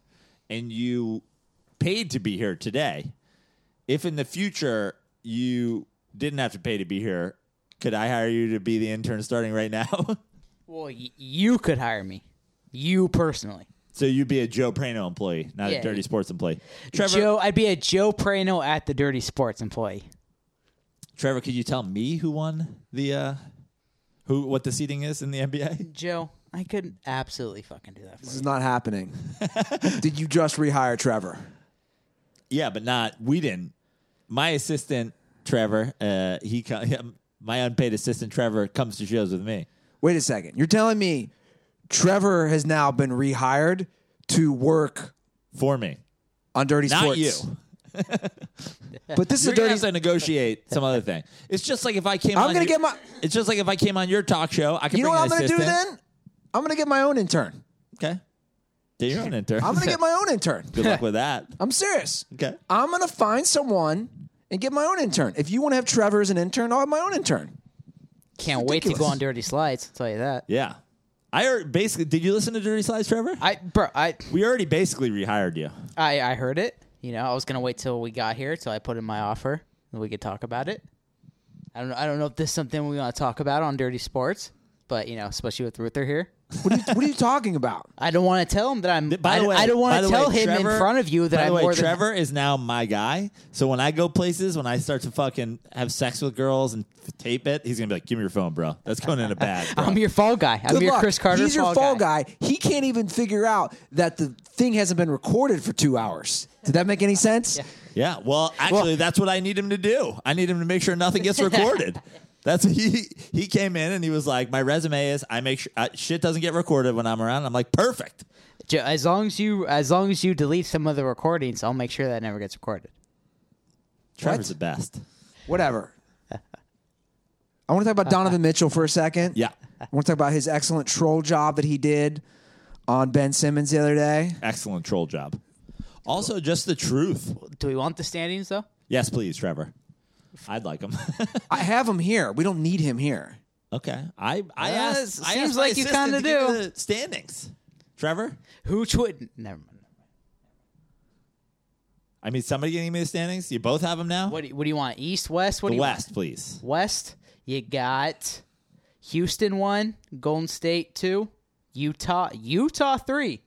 C: and you paid to be here today, if in the future you didn't have to pay to be here, could I hire you to be the intern starting right now?
D: Well, y- you could hire me. You personally.
C: so you'd be a Joe Prano employee, not
D: Yeah.
C: a Dirty Sports employee. Trevor,
D: Joe, I'd be a Joe Prano at the Dirty Sports employee.
C: Trevor, could you tell me who won the uh, who what the seating is in the NBA?
D: Joe, I could absolutely fucking do that for
B: This
D: you.
B: is not happening. Did you just rehire Trevor?
C: Yeah, but not we didn't. My assistant Trevor, uh, he co- my unpaid assistant Trevor comes to shows with me.
B: Wait a second. You're telling me Trevor has now been rehired to work
C: For me,
B: on Dirty
C: not
B: Sports?
C: you.
B: But this
C: You're
B: is
C: gonna
B: Dirty.
C: have to negotiate some other thing. It's just like if I came.
B: I'm
C: on
B: gonna
C: your-
B: get my-
C: It's just like if I came on your talk show. I could.
B: you know
C: bring
B: what I'm
C: an
B: going to do
C: assistant.
B: then? I'm going to get my own intern.
C: Okay. Get your own intern.
B: I'm going to get my own intern.
C: Good luck with that.
B: I'm serious.
C: Okay.
B: I'm going to find someone and get my own intern. If you want to have Trevor as an intern, I'll have my own intern.
D: Can't wait to go on Dirty Slides. I'll tell you that.
C: Yeah. I alre- basically did. You listen to Dirty Slides, Trevor?
D: I, bro, I,
C: we already basically rehired you.
D: I, I heard it. You know, I was gonna wait till we got here, till I put in my offer, and we could talk about it. I don't, know, I don't know if this is something we want to talk about on Dirty Sports, but you know, especially with Ruther here,
B: What are you, what are you talking about?
D: I don't want to tell him that I'm.
C: Th- By the
D: I,
C: way,
D: I don't
C: by
D: want
C: the
D: to tell
C: way,
D: him
C: Trevor-
D: in front of you that
C: by the
D: I'm
C: way,
D: more than
C: Trevor is now my guy. So when I go places, when I start to fucking have sex with girls and f- tape it, he's gonna be like, "Give me your phone, bro. That's going in a bag." bro."
D: I'm your fall guy. I'm
B: Good
D: your
B: luck.
D: Chris Carter.
B: He's your fall guy. He can't even figure out that the thing hasn't been recorded for two hours. Did that make any sense?
C: yeah. Well, actually, that's what I need him to do. I need him to make sure nothing gets recorded. That's he. He came in and he was like, "My resume is I make sure uh, shit doesn't get recorded when I'm around." I'm like, "Perfect."
D: Joe, as long as you, as long as you delete some of the recordings, I'll make sure that never gets recorded.
C: Trevor's the best.
B: Whatever. I want to talk about Donovan Mitchell for a second.
C: Yeah.
B: I want to talk about his excellent troll job that he did on Ben Simmons the other day.
C: Excellent troll job. Also, just the truth.
D: Do we want the standings though?
C: Yes, please, Trevor. I'd like him.
B: I have him here. We don't need him here.
C: Okay, I I
D: Yeah,
C: asked.
D: it
C: I
D: seems
C: asked my
D: like you
C: assistant
D: kinda
C: to give
D: do.
C: me the standings. Trevor,
D: Who would? Never mind.
C: I mean, somebody getting me the standings. You both have them now.
D: What do you, what do you want? East, West? What
C: the
D: do you want?
C: West, please.
D: West, you got Houston one, Golden State two, Utah Utah three,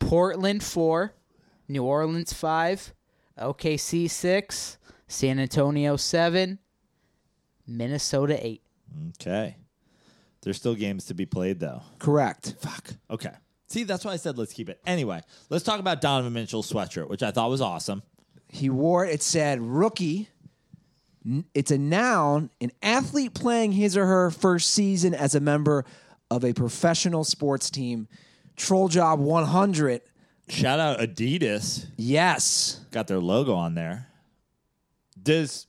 D: Portland four, New Orleans five, OKC six, San Antonio seven, Minnesota eight.
C: Okay. There's still games to be played, though.
B: Correct.
C: Fuck. Okay. See, that's why I said let's keep it. Anyway, let's talk about Donovan Mitchell's sweatshirt, which I thought was awesome.
B: He wore it. It said rookie. N- It's a noun, an athlete playing his or her first season as a member of a professional sports team. Troll Job 100.
C: Shout out Adidas.
B: Yes.
C: Got their logo on there. Does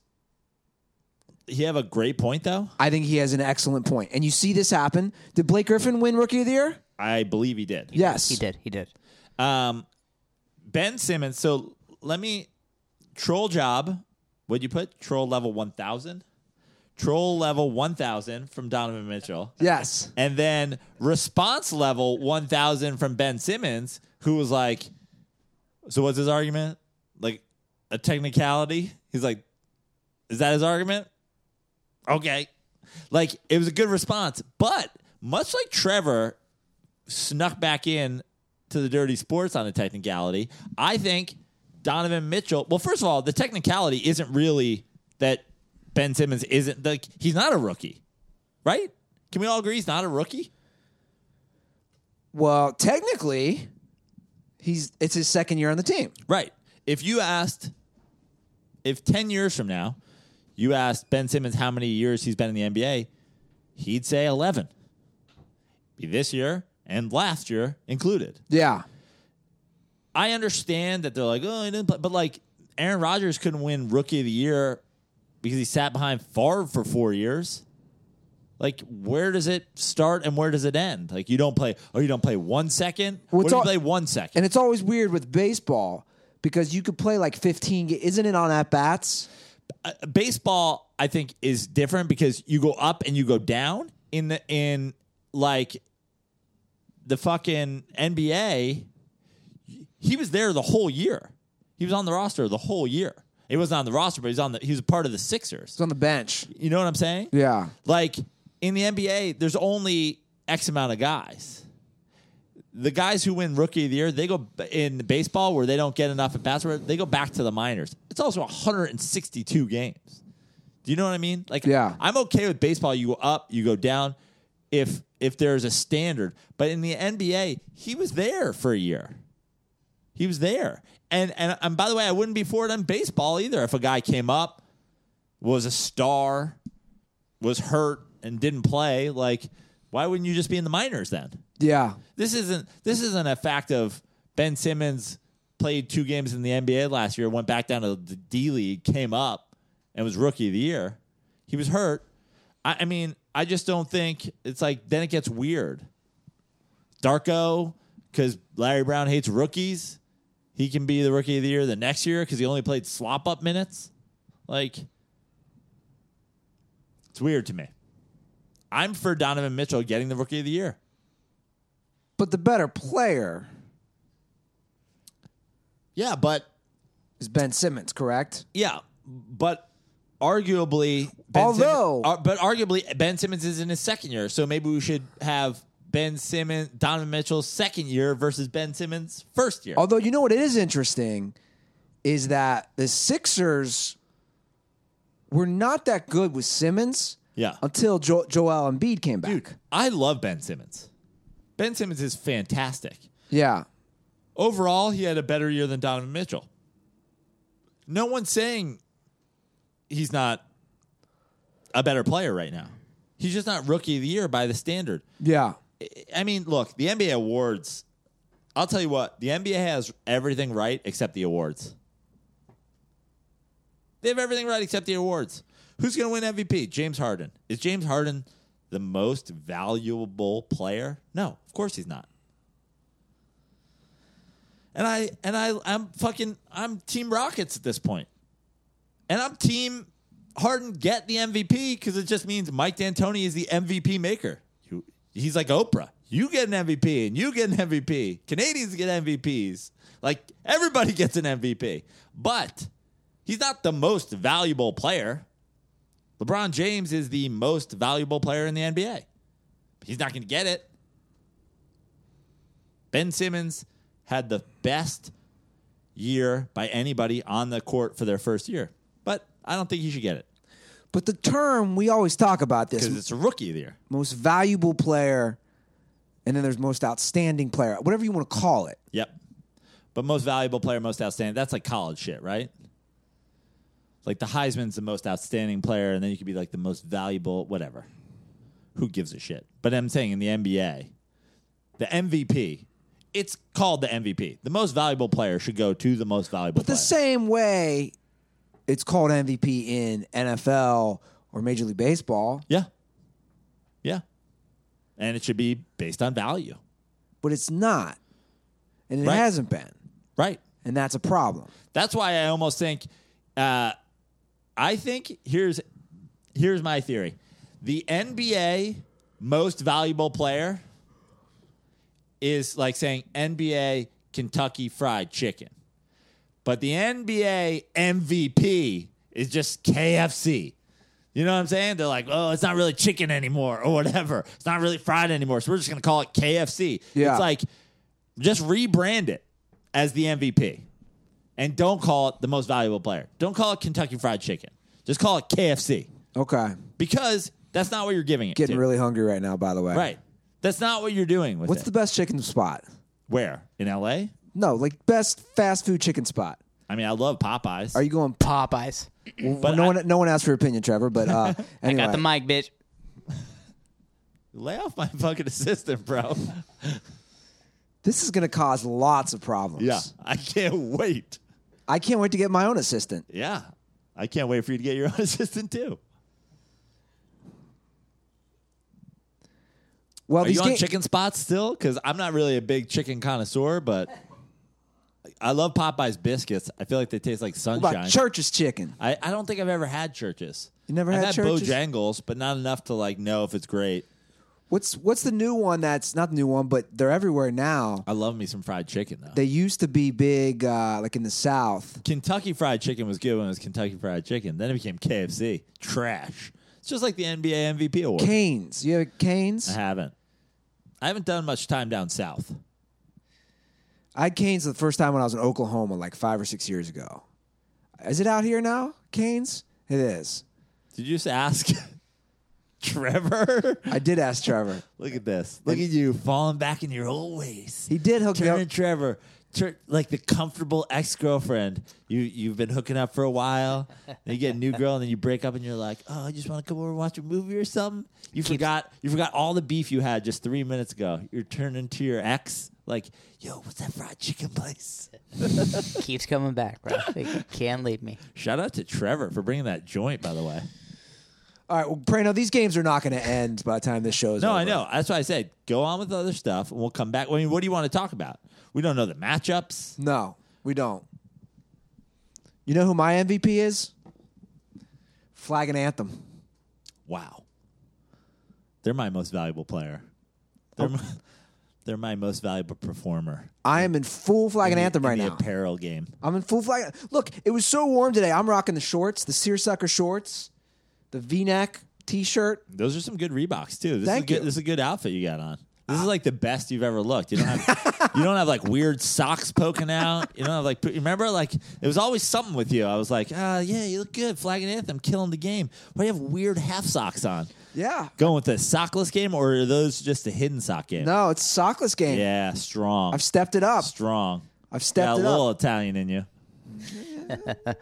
C: he have a great point, though?
B: I think he has an excellent point. And you see this happen. Did Blake Griffin win Rookie of the Year?
C: I believe he did.
B: Yes.
D: He did. He did.
C: Um, ben Simmons. So let me troll job. What'd you put? Troll level 1000? Troll level 1000 from Donovan Mitchell.
B: Yes.
C: And then response level 1000 from Ben Simmons, who was like, So what's his argument? Like a technicality? He's like, Is that his argument? Okay. Like it was a good response. But much like Trevor snuck back in to the dirty sports on a technicality, I think Donovan Mitchell, well, first of all, the technicality isn't really that Ben Simmons isn't, like, he's not a rookie right? Can we all agree he's not a rookie?
B: Well, technically, he's it's his second year on the team.
C: Right. If you asked, if 10 years from now, you asked Ben Simmons how many years he's been in the NBA, he'd say 11. Be this year and last year included.
B: Yeah.
C: I understand that they're like, oh, he didn't play. But like, Aaron Rodgers couldn't win rookie of the year because he sat behind Favre for four years. Like, where does it start and where does it end? Like, you don't play, oh, you don't play one second?
B: Well,
C: What
B: it's
C: do you
B: all-
C: play one second?
B: And it's always weird with baseball because you could play like 15 ga- isn't it on at bats?
C: baseball I think is different because you go up and you go down in the in like the fucking NBA he was there the whole year. He was on the roster the whole year. He wasn't on the roster, but he's on the he was part of the Sixers.
B: It's on the bench.
C: You know what I'm saying?
B: Yeah.
C: Like in the NBA, there's only X amount of guys. The guys who win Rookie of the Year, they go in baseball where they don't get enough at bats. where They go back to the minors. It's also 162 games. Do you know what I mean? Like,
B: Yeah.
C: I'm okay with baseball. You go up, you go down. If if there's a standard, but in the NBA, he was there for a year. He was there, and and and by the way, I wouldn't be for it on baseball either. If a guy came up, was a star, was hurt and didn't play, like why wouldn't you just be in the minors then?
B: Yeah.
C: This isn't this isn't a fact of Ben Simmons played two games in the NBA last year, went back down to the D League, came up and was rookie of the year. He was hurt. I, I mean, I just don't think it's like then it gets weird. Darko, because Larry Brown hates rookies, he can be the rookie of the year the next year because he only played slop up minutes. Like, it's weird to me. I'm for Donovan Mitchell getting the rookie of the year.
B: But the better player
C: Yeah, but
B: is Ben Simmons, correct?
C: yeah, but arguably, ben
B: Although-
C: Simmons, uh, but arguably Ben Simmons is in his second year, so maybe we should have Ben Simmons, Donovan Mitchell's second year versus Ben Simmons' first year.
B: Although you know what it is interesting is that the Sixers were not that good with Simmons
C: Yeah.
B: until jo- Joel Embiid came back.
C: Dude, I love Ben Simmons. Ben Simmons is fantastic.
B: Yeah.
C: Overall, he had a better year than Donovan Mitchell. No one's saying he's not a better player right now. He's just not rookie of the year by the standard.
B: Yeah.
C: I mean, look, the NBA awards. I'll tell you what, the NBA has everything right except the awards. They have everything right except the awards. Who's going to win MVP? James Harden. Is James Harden the most valuable player? No, of course he's not. And I and I I'm fucking I'm team Rockets at this point. And I'm team Harden get the MVP because it just means Mike D'Antoni is the MVP maker. You, he's like Oprah. You get an MVP and you get an MVP. Canadians get MVPs. Like everybody gets an MVP. But he's not the most valuable player. LeBron James is the most valuable player in the NBA. He's not going to get it. Ben Simmons had the best year by anybody on the court for their first year, but I don't think he should get it
B: But the term we always talk about this
C: because it's a rookie of the year.
B: most valuable player, and then there's most outstanding player, whatever you want to call it.
C: Yep. But most valuable player, most outstanding. That's like college shit, right? Like the Heisman's the most outstanding player, and then you could be like the most valuable, whatever. Who gives a shit? But I'm saying in the NBA, the MVP, it's called the MVP. The most valuable player should go to the most valuable
B: But the
C: player.
B: same way it's called MVP in NFL or Major League Baseball,
C: yeah. Yeah. And it should be based on value.
B: but it's not. And it
C: Right.
B: hasn't been.
C: Right.
B: And that's a problem.
C: That's why I almost think. Uh, I think here's here's my theory: the NBA most valuable player is like saying NBA Kentucky Fried Chicken, but the NBA MVP is just KFC. You know what I'm saying? They're like, oh, it's not really chicken anymore or whatever. It's not really fried anymore. So we're just going to call it KFC.
B: Yeah.
C: It's like, just rebrand it as the MVP and don't call it the most valuable player. Don't call it Kentucky Fried Chicken. Just call it KFC
B: Okay.
C: because that's not what you're giving it.
B: Getting
C: to.
B: really hungry right now, by the way.
C: right. That's not what you're doing with
B: What's
C: it.
B: the best chicken spot?
C: Where in LA?
B: No, like best fast food chicken spot.
C: I mean, I love Popeyes.
B: Are you going?
D: Popeyes.
B: But no one, no one asked for your opinion, Trevor. But uh, anyway,
D: Got the mic, bitch.
C: Lay off my fucking assistant, bro.
B: this is going to cause lots of problems.
C: I can't wait.
B: I can't wait to get my own assistant.
C: Yeah, I can't wait for you to get your own assistant too.
B: Well,
C: Are
B: these
C: you on
B: ga-
C: chicken spots still? Because I'm not really a big chicken connoisseur, but I love Popeyes biscuits. I feel like they taste like
B: what
C: sunshine.
B: about church's chicken?
C: I, I don't think I've ever had churches.
B: You never
C: I've
B: had churches?
C: Bojangles, but not enough to like know if it's great.
B: What's what's the new one? That's not the new one, but they're everywhere now.
C: I love me some fried chicken though.
B: They used to be big, uh, like in the South.
C: Kentucky Fried Chicken was good when it was Kentucky Fried Chicken. Then it became KFC. Trash. It's just like the NBA MVP award.
B: Canes, you have
C: I
B: Canes.
C: haven't. I haven't done much time down south.
B: I had Canes the first time when I was in Oklahoma, like five or six years ago. Is it out here now? Canes? It is.
C: Did you just ask Trevor?
B: I did ask Trevor.
C: Look at this. Look at you falling back in your old ways.
B: He did hook me up.
C: Turning Trevor, tur- like the comfortable ex girlfriend. You you've been hooking up for a while. Then you get a new girl, and then you break up, and you're like, oh, I just want to come over and watch a movie or something. You forgot you forgot all the beef you had just three minutes ago. You're turning to your ex, like, yo, what's that fried chicken place?
D: Keeps coming back, bro. It can't leave me.
C: Shout out to Trevor for bringing that joint, by the way.
B: All right, well, Prano, these games are not going to end by the time this show's
C: No,
B: over.
C: I know. That's why I said go on with other stuff, and we'll come back. I mean, what do you want to talk about? We don't know the matchups.
B: No, we don't. You know who my MVP is? Flag and Anthem.
C: Wow. They're my most valuable player.
B: Oh.
C: They're, my, they're my most valuable performer.
B: I am in full Flag and
C: in the-
B: Anthem
C: in
B: right
C: the
B: now.
C: apparel game.
B: I'm in full Flag. Look, it was so warm today. I'm rocking the shorts, the seersucker shorts, the V-neck t-shirt.
C: Those are some good Reeboks too. This
B: Thank
C: is a good,
B: you. Ah.
C: This is a good outfit you got on. This is like the best you've ever looked. You don't have you don't have like weird socks poking out. You don't have like remember like it was always something with you. I was like, ah, yeah, you look good. Flag and anthem, killing the game. Why do you have weird half socks on?
B: Yeah.
C: Going with the sockless game or are those just a hidden sock game?
B: No, it's a sockless game.
C: Yeah, strong.
B: I've stepped it up.
C: strong.
B: I've
C: Got
B: stepped
C: a
B: it
C: little
B: up.
C: Italian in you.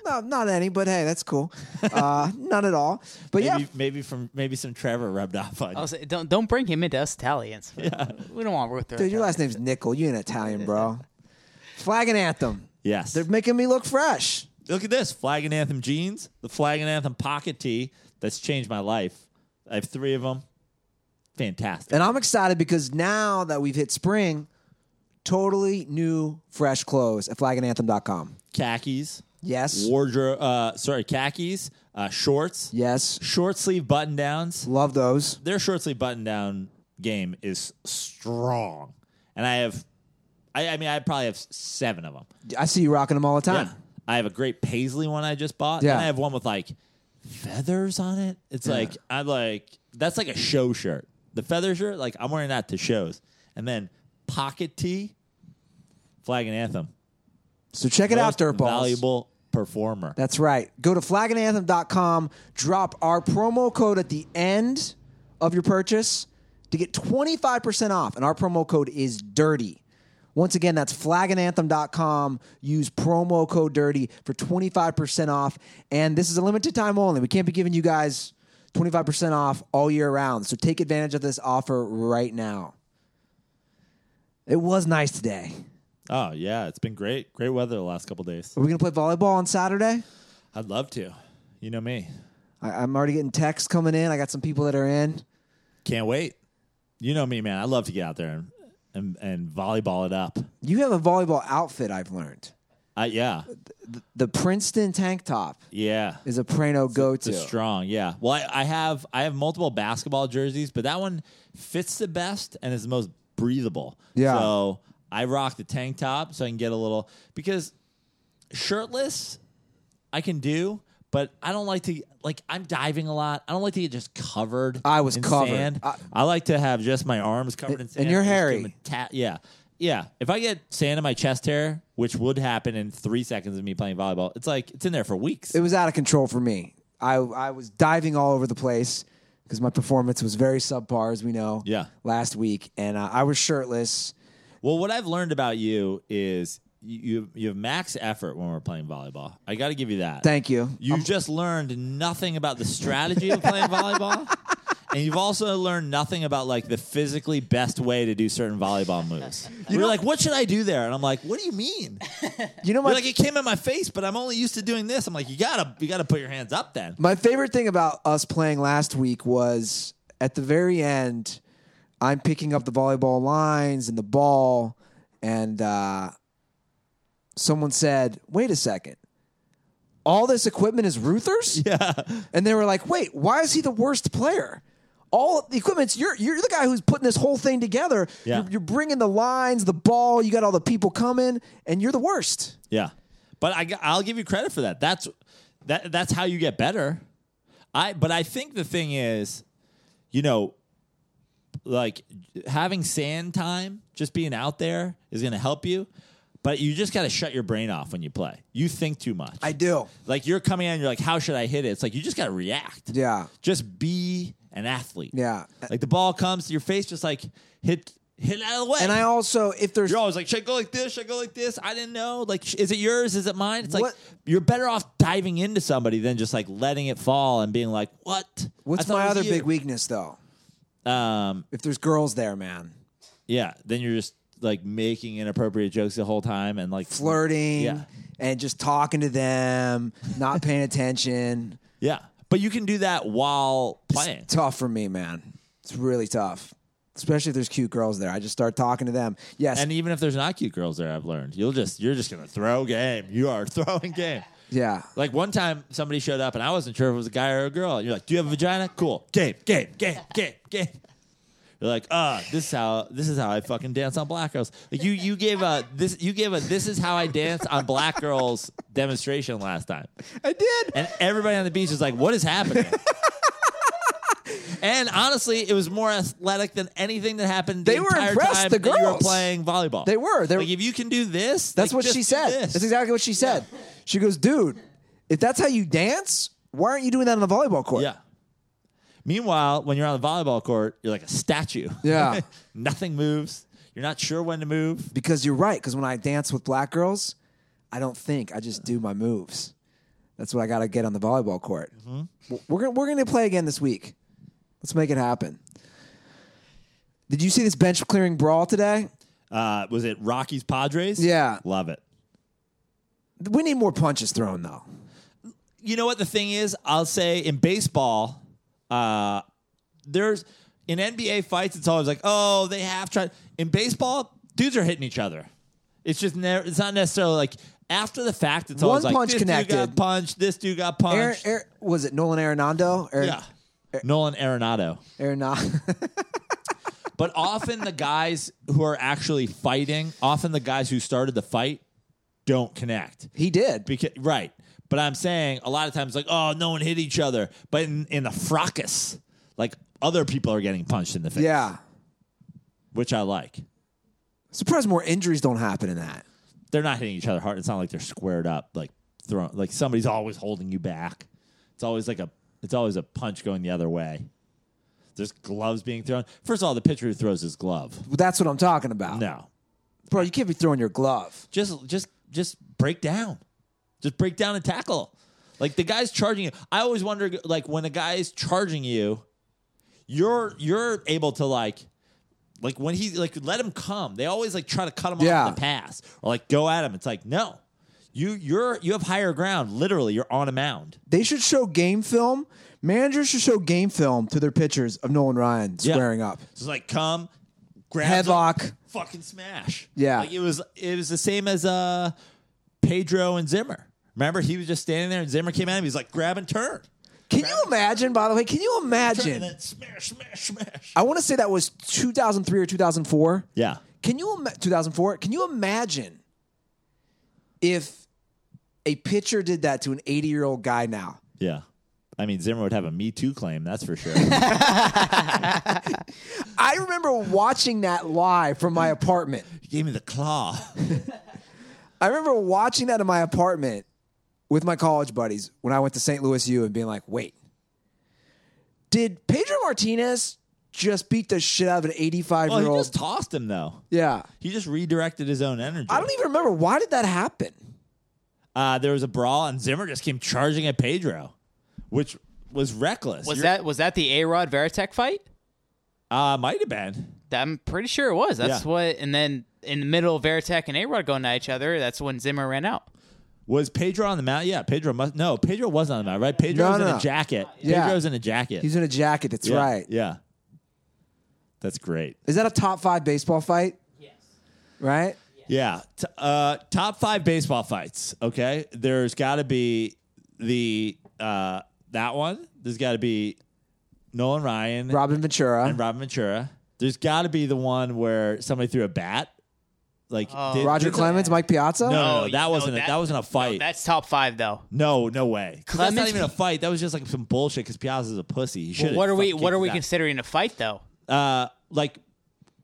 B: No, not any, but hey, that's cool. Uh, none at all. But
C: Maybe,
B: yeah,
C: maybe from maybe some Trevor rubbed off on
D: I
C: you.
D: was like, don't don't bring him into us Italians. We don't want Ruther.
B: dude, your last name's Nickel. You ain't Italian, bro. Flag and Anthem.
C: Yes.
B: They're making me look fresh.
C: Look at this flag and anthem jeans, the flag and anthem pocket tee. That's changed my life. I have three of them. Fantastic.
B: And I'm excited because now that we've hit spring, totally new, fresh clothes at flagandanthem.com.
C: Khakis,
B: Yes.
C: wardrobe. Uh, sorry, khakis, uh, shorts,
B: Yes.
C: short sleeve button downs.
B: Love those.
C: Their short sleeve button down game is strong, and I have, I, I mean, I probably have s- seven of them.
B: I see you rocking them all the time.
C: Yeah. I have a great paisley one I just bought.
B: Yeah.
C: And I have one with like feathers on it. It's like I like that's like a show shirt. The feather shirt, like I'm wearing that to shows. And then pocket tee, flag and anthem.
B: So check it out,
C: Most
B: Dirtballs.
C: Valuable performer.
B: That's right. Go to flagandanthem.com, drop our promo code at the end of your purchase to get 25% off. And our promo code is DIRTY. Once again, that's flagandanthem.com. Use promo code DIRTY for 25% off. And this is a limited time only. We can't be giving you guys 25% off all year round. So take advantage of this offer right now. It was nice today.
C: oh yeah, it's been great. Great weather the last couple days.
B: Are we going to play volleyball on Saturday?
C: I'd love to. You know me.
B: I, I'm already getting texts coming in. I got some people that are in.
C: Can't wait. You know me, man. I love to get out there and and, and volleyball it up.
B: You have a volleyball outfit. I've learned
C: Uh, yeah.
B: the Princeton tank top
C: Yeah.
B: is a Prano go-to.
C: It's a strong, yeah. Well, I, I have I have multiple basketball jerseys, but that one fits the best and is the most breathable.
B: Yeah.
C: So I rock the tank top so I can get a little because shirtless I can do, but I don't like to like I'm diving a lot. I don't like to get just covered.
B: I was
C: in
B: covered.
C: Sand.
B: I-
C: I, like to have just my arms covered in
B: And-
C: sand.
B: and you're
C: just
B: hairy.
C: give 'em a ta- yeah. Yeah, if I get sand in my chest hair, which would happen in three seconds of me playing volleyball, it's like it's in there for weeks.
B: It was out of control for me. I I was diving all over the place because my performance was very subpar, as we know.
C: Yeah.
B: Last week, and uh, I was shirtless.
C: Well, what I've learned about you is you you, you have max effort when we're playing volleyball. I got to give you that.
B: Thank you.
C: You just learned nothing about the strategy of playing volleyball. And you've also learned nothing about like the physically best way to do certain volleyball moves. You're like, what should I do there? And I'm like, what do you mean?
B: You know
C: You're
B: my
C: like, it came in my face, but I'm only used to doing this. I'm like, you gotta, you gotta put your hands up then.
B: My favorite thing about us playing last week was at the very end, I'm picking up the volleyball lines and the ball, and uh, someone said, Wait a second. All this equipment is Ruther's?
C: Yeah,
B: And they were like, Wait, why is he the worst player? All the equipment's you're you're the guy who's putting this whole thing together.
C: Yeah.
B: You're, you're bringing the lines, the ball. You got all the people coming, and you're the worst.
C: yeah. But I, I'll give you credit for that. That's that. That's how you get better. I but I think the thing is, you know, like having sand time, just being out there is going to help you. But you just got to shut your brain off when you play. You think too much.
B: I do.
C: like you're coming in, you're like, how should I hit it? It's like you just got to react.
B: Yeah.
C: Just be an athlete.
B: Yeah.
C: Like the ball comes to your face, just like hit hit it out of the way.
B: And I also, if there's
C: You're always like, should I go like this? Should I go like this? I didn't know. Like, sh- is it yours? Is it mine? It's like
B: What-
C: you're better off diving into somebody than just like letting it fall and being like, what? I
B: What's
C: thought
B: my
C: it was
B: other
C: you.
B: big weakness, though?
C: Um,
B: If there's girls there, man,
C: yeah. Then you're just like making inappropriate jokes the whole time and like
B: flirting
C: Yeah.
B: and just talking to them, not paying attention.
C: Yeah, but you can do that while playing.
B: It's tough for me, man. It's really tough, especially if there's cute girls there. I just start talking to them. Yes,
C: And even if there's not cute girls there, I've learned you'll just you're just gonna throw game. You are throwing game.
B: yeah.
C: Like one time, somebody showed up and I wasn't sure if it was a guy or a girl. You're like, "Do you have a vagina?" Cool. Game, game, game, game, game. You're like, "Ah, this is how this is how I fucking dance on black girls." Like you you gave a this you gave a this is how I dance on black girls demonstration last time,
B: I did.
C: and everybody on the beach is like, "What is happening?" and honestly, it was more athletic than anything that happened. The
B: They were
C: entire
B: impressed,
C: Time
B: the
C: that you were
B: girls.
C: playing volleyball.
B: They were. They were-
C: like, if you can do this,
B: That's
C: like,
B: what
C: just
B: she
C: do
B: said.
C: this.
B: That's exactly what she said. She goes, dude, if that's how you dance, why aren't you doing that on the volleyball court?
C: Yeah. Meanwhile, when you're on the volleyball court, you're like a statue.
B: Yeah.
C: Nothing moves. You're not sure when to move.
B: Because you're right. Because when I dance with black girls, I don't think I just do my moves. That's what I got to get on the volleyball court. W- We're gonna, we're going to play again this week. Let's make it happen. Did you see this bench clearing brawl today?
C: Uh, was it Rockies Padres?
B: Yeah.
C: Love it.
B: We need more punches thrown though.
C: You know what the thing is? I'll say in baseball, uh, there's in NBA fights, it's always like, oh, they have tried. In baseball, dudes are hitting each other. It's just never. It's not necessarily like after the fact. It's always
B: One
C: like
B: punch
C: this
B: connected.
C: dude got punched. This dude got punched.
B: Aaron, Aaron- was it Nolan Arenado? Aaron,
C: yeah. Nolan Arenado.
B: Arenado.
C: But often the guys who are actually fighting, often the guys who started the fight don't connect.
B: He did.
C: Because right. But I'm saying a lot of times like, oh, no one hit each other. But in, in the fracas, like other people are getting punched in the face.
B: yeah.
C: Which I like.
B: Surprised more injuries don't happen in that.
C: They're not hitting each other hard. It's not like they're squared up, like throwing like somebody's always holding you back. It's always like a it's always a punch going the other way. There's gloves being thrown. First of all, the pitcher who throws his glove.
B: That's what I'm talking about.
C: No.
B: Bro, you can't be throwing your glove.
C: just just just break down just break down and tackle like the guy's charging you i always wonder like when a guy's charging you you're you're able to like like when he like let him come they always like try to cut him
B: Yeah.
C: off in the pass or like go at him it's like no you you're you have higher ground literally you're on a mound
B: They should show game film. Managers should show game film to their pitchers of Nolan Ryan
C: Yeah.
B: squaring up.
C: it's like come grab
B: Headlock.
C: fucking smash.
B: Yeah.
C: like it was it was the same as uh Pedro and Zimmer. Remember, he was just standing there, and Zimmer came at him. He's like, grab and turn,
B: Can you imagine, by the way? Can you
C: turn, and
B: imagine?
C: then smash, smash, smash.
B: I want to say that was 2003 or 2004.
C: Yeah,
B: Can you ima- 2004? Can you imagine if a pitcher did that to an 80 year old guy now?
C: yeah. I mean, Zimmer would have a Me Too claim, that's for sure.
B: I remember watching that live from my apartment.
C: he gave me the claw.
B: I remember watching that in my apartment with my college buddies when I went to St. Louis U and being like, wait, did Pedro Martinez just beat the shit out of an 85
C: Well,
B: year
C: he
B: old?
C: just tossed him though.
B: yeah.
C: He just redirected his own energy.
B: I don't e even remember. Why did that happen?
C: uh, there was a brawl, and Zimmer just came charging at Pedro, which was reckless.
D: Was
C: You're-
D: that was that the A Rod Veritek fight?
C: Uh, might have been.
D: That- I'm pretty sure it was. That's
C: Yeah.
D: what. And then in the middle, Veritek and A Rod going at each other. That's when Zimmer ran out.
C: Was Pedro on the mound? Yeah, Pedro must. No, Pedro was on the mound, right? Pedro
B: No,
C: was
B: no,
C: in
B: no.
C: a jacket.
B: Yeah.
C: Pedro's in a jacket.
B: He's in a jacket. That's
C: Yeah,
B: right.
C: Yeah. That's great.
B: Is that a top five baseball fight? Yes. Right?
C: Yeah. T- uh, top five baseball fights. Okay. There's got to be the uh, that one. There's got to be Nolan Ryan
B: Robin Ventura.
C: and Robin Ventura. There's got to be the one where somebody threw a bat. Like did-
B: Roger
C: did-
B: Clemens, Mike Piazza?
C: No, no,
D: Oh,
C: that
D: no,
C: wasn't a,
D: that-
C: that wasn't a
D: Oh,
C: fight.
D: that's top five though.
C: No, no way. 'Cause That's not
D: Clemens-
C: even a fight. That was just like some bullshit. Because Piazza's a pussy. He should.
D: what are we What are we considering a fight though?
C: Uh, like,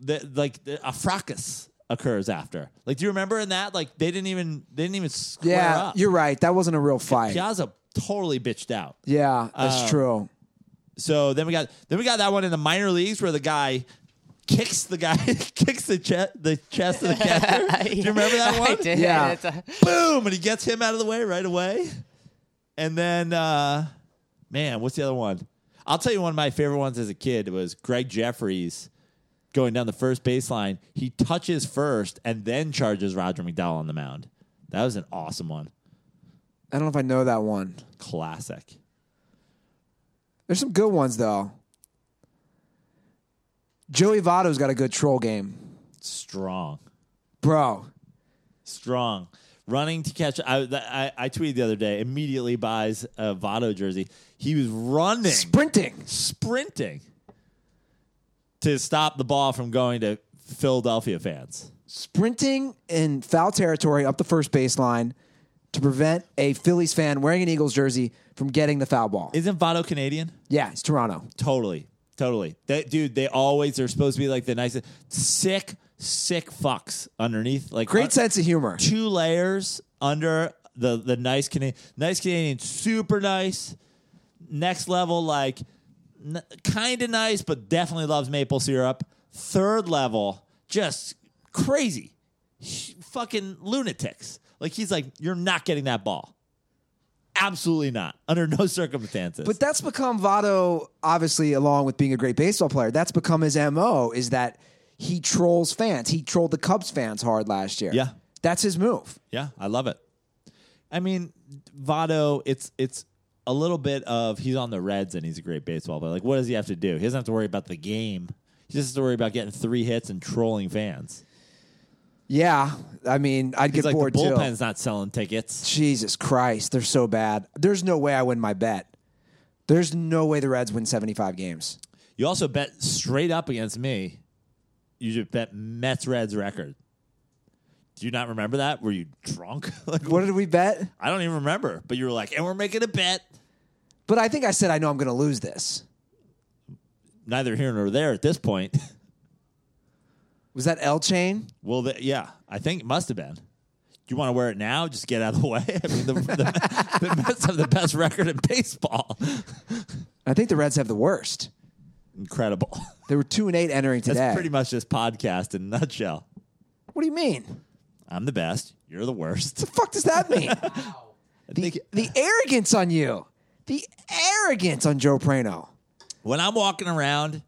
C: the, like the, a fracas occurs after. Like, do you remember in that? Like, they didn't even they didn't even square
B: yeah,
C: up.
B: you're right. That wasn't a real fight.
C: Piazza Oh. totally bitched out.
B: Yeah, that's true.
C: So then we got then we got that one in the minor leagues where the guy kicks the guy kicks the chest the chest of the catcher. do you remember that one?
D: I did.
B: Yeah.
D: It's a-
C: boom, and he gets him out of the way right away. And then, uh, man, what's the other one? I'll tell you one of my favorite ones as a kid was Greg Jeffries going down the first baseline. He touches first and then charges Roger McDowell on the mound. That was an awesome one.
B: I don't know if I know that one.
C: Classic.
B: There's some good ones though. Joey Votto's got a good troll game,
C: Strong.
B: bro.
C: Strong. Running to catch. I, I, I tweeted the other day, immediately buys a Votto jersey. He was running.
B: Sprinting.
C: sprinting to stop the ball from going to Philadelphia fans.
B: sprinting in foul territory up the first baseline to prevent a Phillies fan wearing an Eagles jersey from getting the foul ball.
C: Isn't Votto Canadian?
B: yeah, it's Toronto.
C: Totally. Totally. That dude, they always they are supposed to be like the nicest sick, sick fucks underneath. Like uh,
B: Great
C: un-
B: sense of humor.
C: two layers under the the nice Canadian nice Canadian, super nice. Next level, like n- kind of nice, but definitely loves maple syrup. Third level, just crazy, Sh- fucking lunatics. Like he's like, you're not getting that ball. Absolutely not. Under no circumstances.
B: But that's become Votto, obviously, along with being a great baseball player, that's become his MO is that he trolls fans. He trolled the Cubs fans hard last year.
C: Yeah.
B: That's his move.
C: Yeah, I love it. I mean, Votto, it's it's a little bit of he's on the Reds and he's a great baseball player. Like, what does he have to do? He doesn't have to worry about the game. He just has to worry about getting three hits and trolling fans.
B: Yeah. I mean, I'd
C: He's
B: get
C: like
B: bored
C: the
B: too.
C: bullpen's not selling tickets.
B: Jesus Christ, they're so bad. There's no way I win my bet. There's no way the Reds win 75 games.
C: You also bet straight up against me you should bet Mets Reds record. Do you not remember that? Were you drunk? like,
B: What did we bet?
C: I don't even remember. But you were like, and we're making a bet.
B: But I think I said I know I'm going to lose this.
C: Neither here nor there at this point.
B: Was that L chain?
C: Well, the, yeah, I think it must have been. Do you want to wear it now? Just get out of the way. I mean, the, the, the Mets have the best record in baseball.
B: I think the Reds have the worst.
C: Incredible.
B: They were two and eight entering
C: That's
B: today.
C: pretty much this podcast in a nutshell.
B: what do you mean?
C: I'm the best. You're the worst.
B: The fuck does that mean?
C: I
B: the,
C: think
B: the arrogance on you. The arrogance on Joe Prano.
C: when I'm walking around,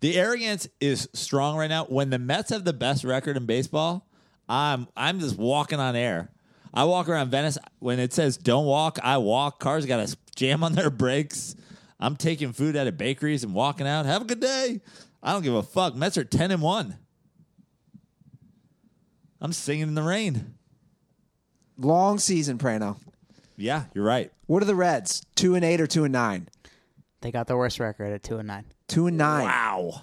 C: the arrogance is strong right now. When the Mets have the best record in baseball, I'm I'm just walking on air. I walk around Venice when it says don't walk, I walk. Cars got to jam on their brakes. I'm taking food out of bakeries and walking out. Have a good day. I don't give a fuck. Mets are 10 and 1. I'm singing in the rain.
B: Long season, Prano.
C: Yeah, you're right.
B: What are the Reds? Two and eight or two and nine?
D: They got the worst record at two and nine.
B: Two and nine.
C: Wow.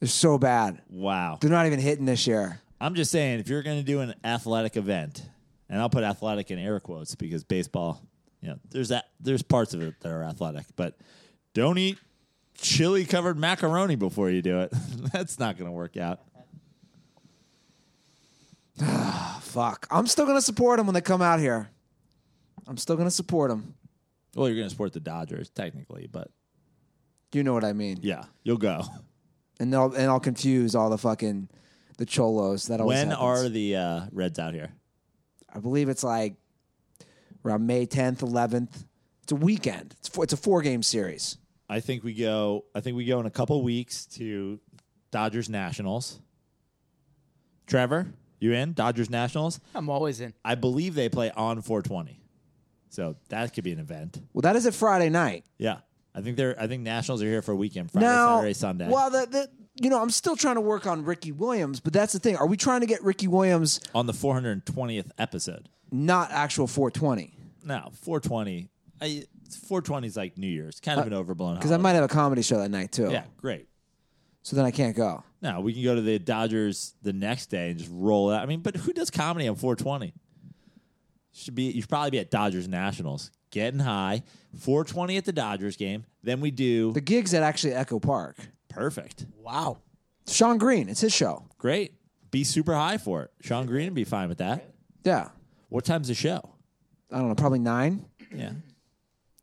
B: They're so bad.
C: Wow.
B: They're not even hitting this year.
C: I'm just saying, if you're going to do an athletic event, and I'll put athletic in air quotes because baseball, you know, there's that there's parts of it that are athletic, but don't eat chili covered macaroni before you do it. That's not going to work out.
B: Fuck. I'm still going to support them when they come out here. I'm still going to support them.
C: Well, you're going to support the Dodgers technically, but
B: You know what I mean.
C: yeah, you'll go.
B: And they'll and I'll confuse all the fucking the cholos. That always
C: when
B: happens.
C: are the uh, Reds out here?
B: I believe it's like around May 10th, 11th. It's a weekend. It's four, it's a four game series.
C: I think we go. I think we go in a couple weeks to Dodgers Nationals. Trevor, you in Dodgers Nationals?
D: I'm always in.
C: I believe they play on 420. So that could be an event.
B: Well, that is a Friday night.
C: Yeah. I think they're I think Nationals are here for a weekend, Friday,
B: now,
C: Saturday, Sunday.
B: Well, the, the, you know, I'm still trying to work on Ricky Williams, but that's the thing. Are we trying to get Ricky Williams
C: on the 420th episode.
B: not actual 420?
C: No, 420. I, 420 is like New Year's, kind of an overblown
B: Because Uh, I might have a comedy show that night too.
C: Uh, Yeah, great.
B: So then I can't go.
C: No, we can go to the Dodgers the next day and just roll out. I mean, but who does comedy on 420? Should be you should probably be at Dodgers Nationals, getting high. 420 at the Dodgers game. Then we do
B: The gig's at actually Echo Park.
C: perfect.
D: Wow.
B: Sean Green, it's his show.
C: Great. Be super high for it. Sean Green would be fine with that.
B: Yeah.
C: What time's the show?
B: I don't know, probably nine.
C: Yeah.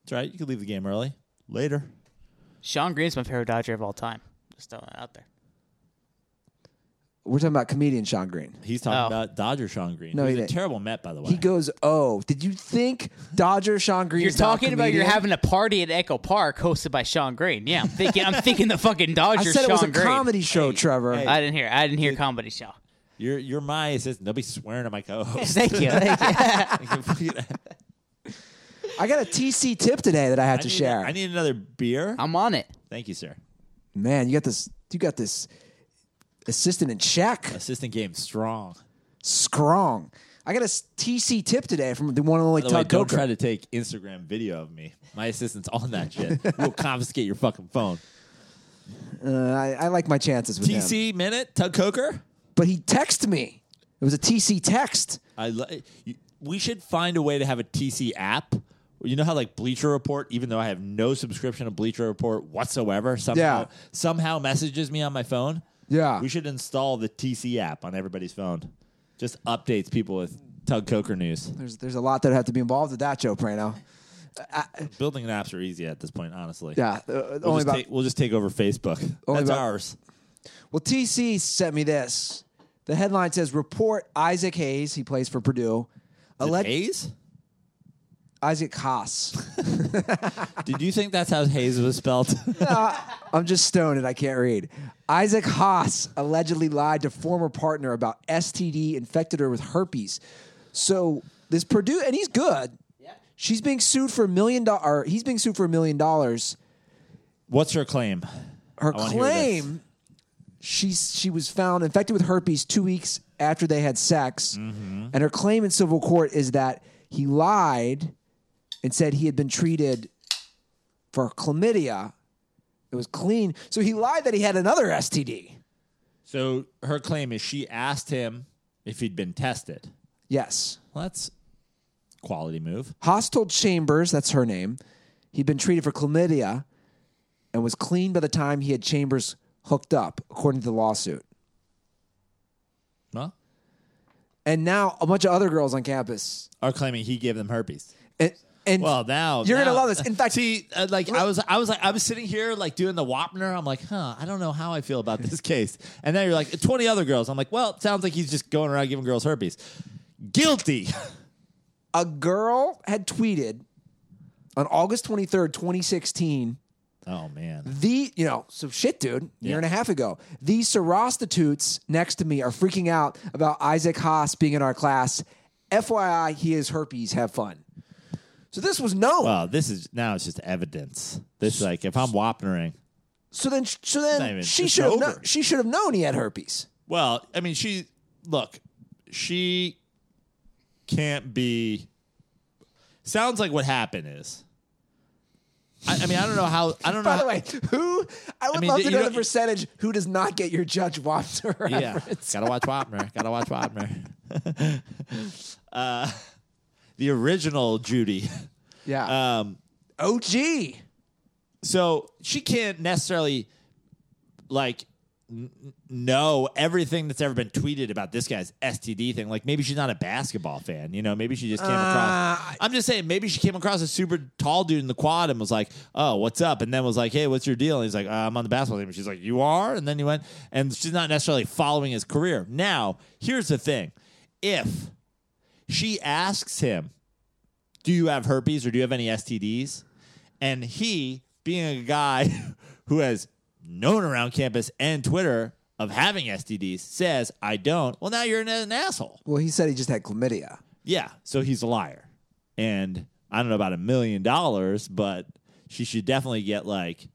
C: That's right. You could leave the game early. Later.
D: Sean Green's my favorite Dodger of all time. Just throwing it out there.
B: We're talking about comedian Sean Green.
C: He's talking
D: Oh.
C: about Dodger Sean Green.
B: No,
C: No,
B: he
C: he's a
B: didn't.
C: terrible Met, by the way.
B: He goes, Oh, did you think Dodger Sean Green
D: You're
B: is not a
D: talking about you're
B: comedian?"
D: having a party at Echo Park hosted by Sean Green. Yeah, I'm thinking I'm thinking the fucking
B: I
D: Dodgers.
B: said it was
D: Sean
B: a
D: Green.
B: comedy show, Trevor.
C: hey.
D: I didn't hear. I didn't hear comedy show.
C: you're you're my assistant. They'll be swearing at my co-host.
D: Thank you. Thank you.
C: I
B: I got a TC tip today that I have to
C: need-
B: share.
C: I need another beer.
D: I'm on it.
C: Thank you, sir.
B: Man, you got this. You got this assistant in check.
C: Assistant game strong.
B: Strong. I got a s- TC tip today from the one and only
C: By the way,
B: Todd
C: don't
B: Coker.
C: try to take Instagram video of me. My assistant's on that shit. We'll confiscate your fucking phone.
B: Uh, I, I like my chances with him.
C: TC minute, Tug Coker.
B: But he texted me. It was a TC text.
C: I lo- you- we should find a way to have a TC app. You know how like Bleacher Report, even though I have no subscription to Bleacher Report whatsoever, somehow
B: Yeah.
C: somehow messages me on my phone.
B: Yeah.
C: we should install the TC app on everybody's phone. Just updates people with Tug Coker news.
B: There's there's a lot that have to be involved with that, Joe Prano.
C: Building apps are easy at this point, honestly.
B: Yeah, uh,
C: we'll
B: only
C: just,
B: about
C: take, we'll just take over Facebook.
B: Only
C: That's
B: about-
C: ours.
B: Well, TC sent me this. The headline says report Isaac Hayes, he plays for Purdue.
C: Is it
B: Alleg-
C: Hayes?
B: Isaac Haas.
C: Did you think that's how Hayes was spelled?
B: I'm just stoned and I can't read. Isaac Haas allegedly lied to former partner about STD, infected her with herpes. So this Purdue, and he's good. Yeah. She's being sued for a million dollars. He's being sued for a million dollars.
C: What's her claim?
B: Her
C: I wanna hear this.
B: claim, she she was found infected with herpes two weeks after they had sex,
C: Mm-hmm.
B: and her claim in civil court is that he lied and said he had been treated for chlamydia. It was clean, so he lied that he had another STD.
C: So her claim is she asked him if he'd been tested.
B: Yes.
C: Well, that's quality move.
B: Haas told Chambers, that's her name, he'd been treated for chlamydia and was clean by the time he had Chambers hooked up, according to the lawsuit.
C: Well,
B: And now a bunch of other girls on campus.
C: are claiming he gave them herpes.
B: And, and
C: Well, now
B: You're gonna
C: now-
B: love this. In fact-
C: see, uh, like I was, I was like, I was sitting here like doing the Wapner. I'm like, huh, I don't know how I feel about this case. And now you're like, 20 other girls. I'm like, well, it sounds like he's just going around giving girls herpes. Guilty.
B: a girl had tweeted on August 23rd, 2016,
C: Oh man.
B: the, you know, so shit, dude, a year
C: Yeah.
B: and a half ago, these prostitutes next to me are freaking out about Isaac Haas being in our class. FYI, he has herpes. Have fun. So this was known.
C: Well, this is now it's just evidence. This like if I'm Wapnering.
B: So then, so
C: not
B: then
C: even-
B: she
C: it's
B: should have
C: over.
B: kno- she should have known he had herpes.
C: Well, I mean, she look, she can't be. Sounds like what happened is. I, I mean, I don't know how. I don't know.
B: By the
C: how-
B: way, who I would
C: mean,
B: love
C: you
B: to know the
C: don't-
B: percentage who does not get your Judge Wapner
C: yeah,
B: reference.
C: gotta watch Wapner. Gotta watch Wapner. uh, the original Judy.
B: Yeah.
C: Um,
B: OG.
C: so she can't necessarily like n- n- know everything that's ever been tweeted about this guy's STD thing. Like maybe she's not a basketball fan, you know. Maybe she just came
B: Uh,
C: across. I'm just saying, maybe she came across a super tall dude in the quad and was like, "Oh, what's up?" And then was like, "Hey, what's your deal?" And he's like, uh, "I'm on the basketball team." And she's like, "You are?" And then he went, and she's not necessarily following his career. Now, here's the thing: if she asks him, Do you have herpes or do you have any STDs? And he, being a guy who has known around campus and Twitter of having STDs, says, I don't. Well, now you're an, an asshole.
B: Well, he said he just had chlamydia.
C: Yeah. So he's a liar. And I don't know about a million dollars, but she should definitely get like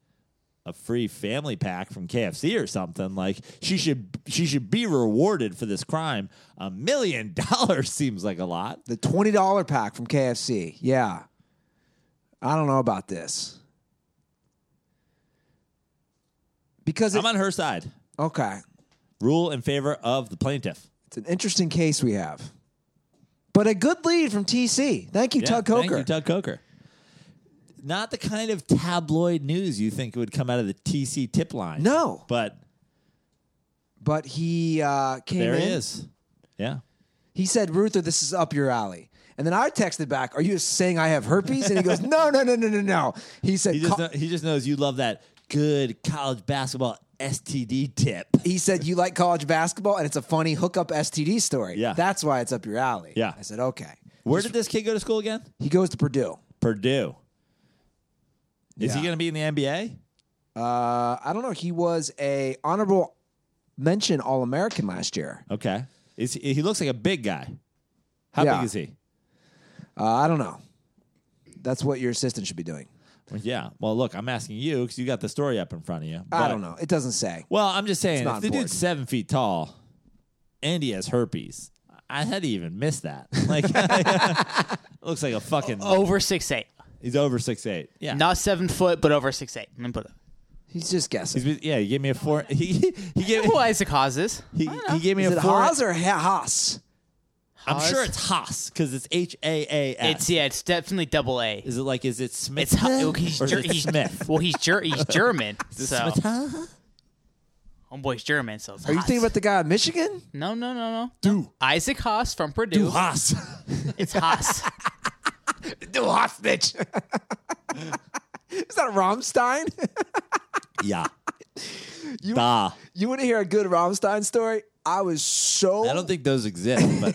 C: a free family pack from KFC or something. Like she should she should be rewarded for this crime. A million dollars seems like a lot.
B: The twenty dollar pack from KFC. Yeah. I don't know about this because it,
C: I'm on her side.
B: okay,
C: Rule in favor of the plaintiff.
B: it's an interesting case we have, but a good lead from TC. Thank you,
C: Yeah,
B: Tug
C: thank
B: Coker.
C: you, Tug Coker. Not the kind of tabloid news you think would come out of the TC tip line.
B: No.
C: But
B: but he uh, came
C: there
B: in.
C: it is. Yeah.
B: He said, Ruther, this is up your alley. And then I texted back, Are you saying I have herpes? And he goes, No, no, no, no, no, no. He said,
C: He just,
B: "Co-
C: kno- he just knows you love that good college basketball STD tip.
B: He said, You like college basketball and it's a funny hookup STD story.
C: Yeah.
B: That's why it's up your alley.
C: Yeah.
B: I said, Okay.
C: Where did this kid go to school again?
B: He goes to Purdue.
C: Purdue. Is he
B: Yeah.
C: going to be in the NBA?
B: Uh, I don't know. He was a honorable mention All American last year.
C: Okay. Is he, he looks like a big guy. How
B: Yeah.
C: big is he?
B: Uh, I don't know. That's what your assistant should be doing.
C: Well, yeah. Well, look, I'm asking you because you got the story up in front of you.
B: I
C: But-
B: don't know. It doesn't say.
C: Well, I'm just saying,
B: not
C: if the
B: important.
C: dude's seven feet tall and he has herpes, I had to even miss that. Like, looks like a fucking.
B: Oh.
D: Over six eight,
C: He's over six eight. Yeah.
D: not seven foot, but over six eight. Let me put it.
B: He's just
C: He's
B: guessing.
C: been- yeah, he gave me a four. He he gave
D: Who Isaac Haas is?
C: he, he gave me
B: Is
C: a
B: it
C: four.
B: Haas or Ha- Haas?
C: I'm
D: Haas?
C: sure it's Haas because it's H A A S.
D: It's yeah, it's definitely double A.
C: Is it like is it Smith?
D: It's Haas.
B: Oh,
D: he's,
C: or is
D: Ger-
C: it
D: he's
C: Smith.
D: Well, he's Ger- he's German. so
C: Smith?
D: homeboy's German. So it's
B: Are you
D: Haas.
B: thinking about the guy in Michigan?
D: No, no, no, no. Do Isaac Haas from Purdue?
C: Ooh, Haas.
D: It's Haas.
B: Do Haas, bitch. Is that Rammstein?
C: yeah. da.
B: you want to hear a good Rammstein story? I was so
C: I don't think those exist, but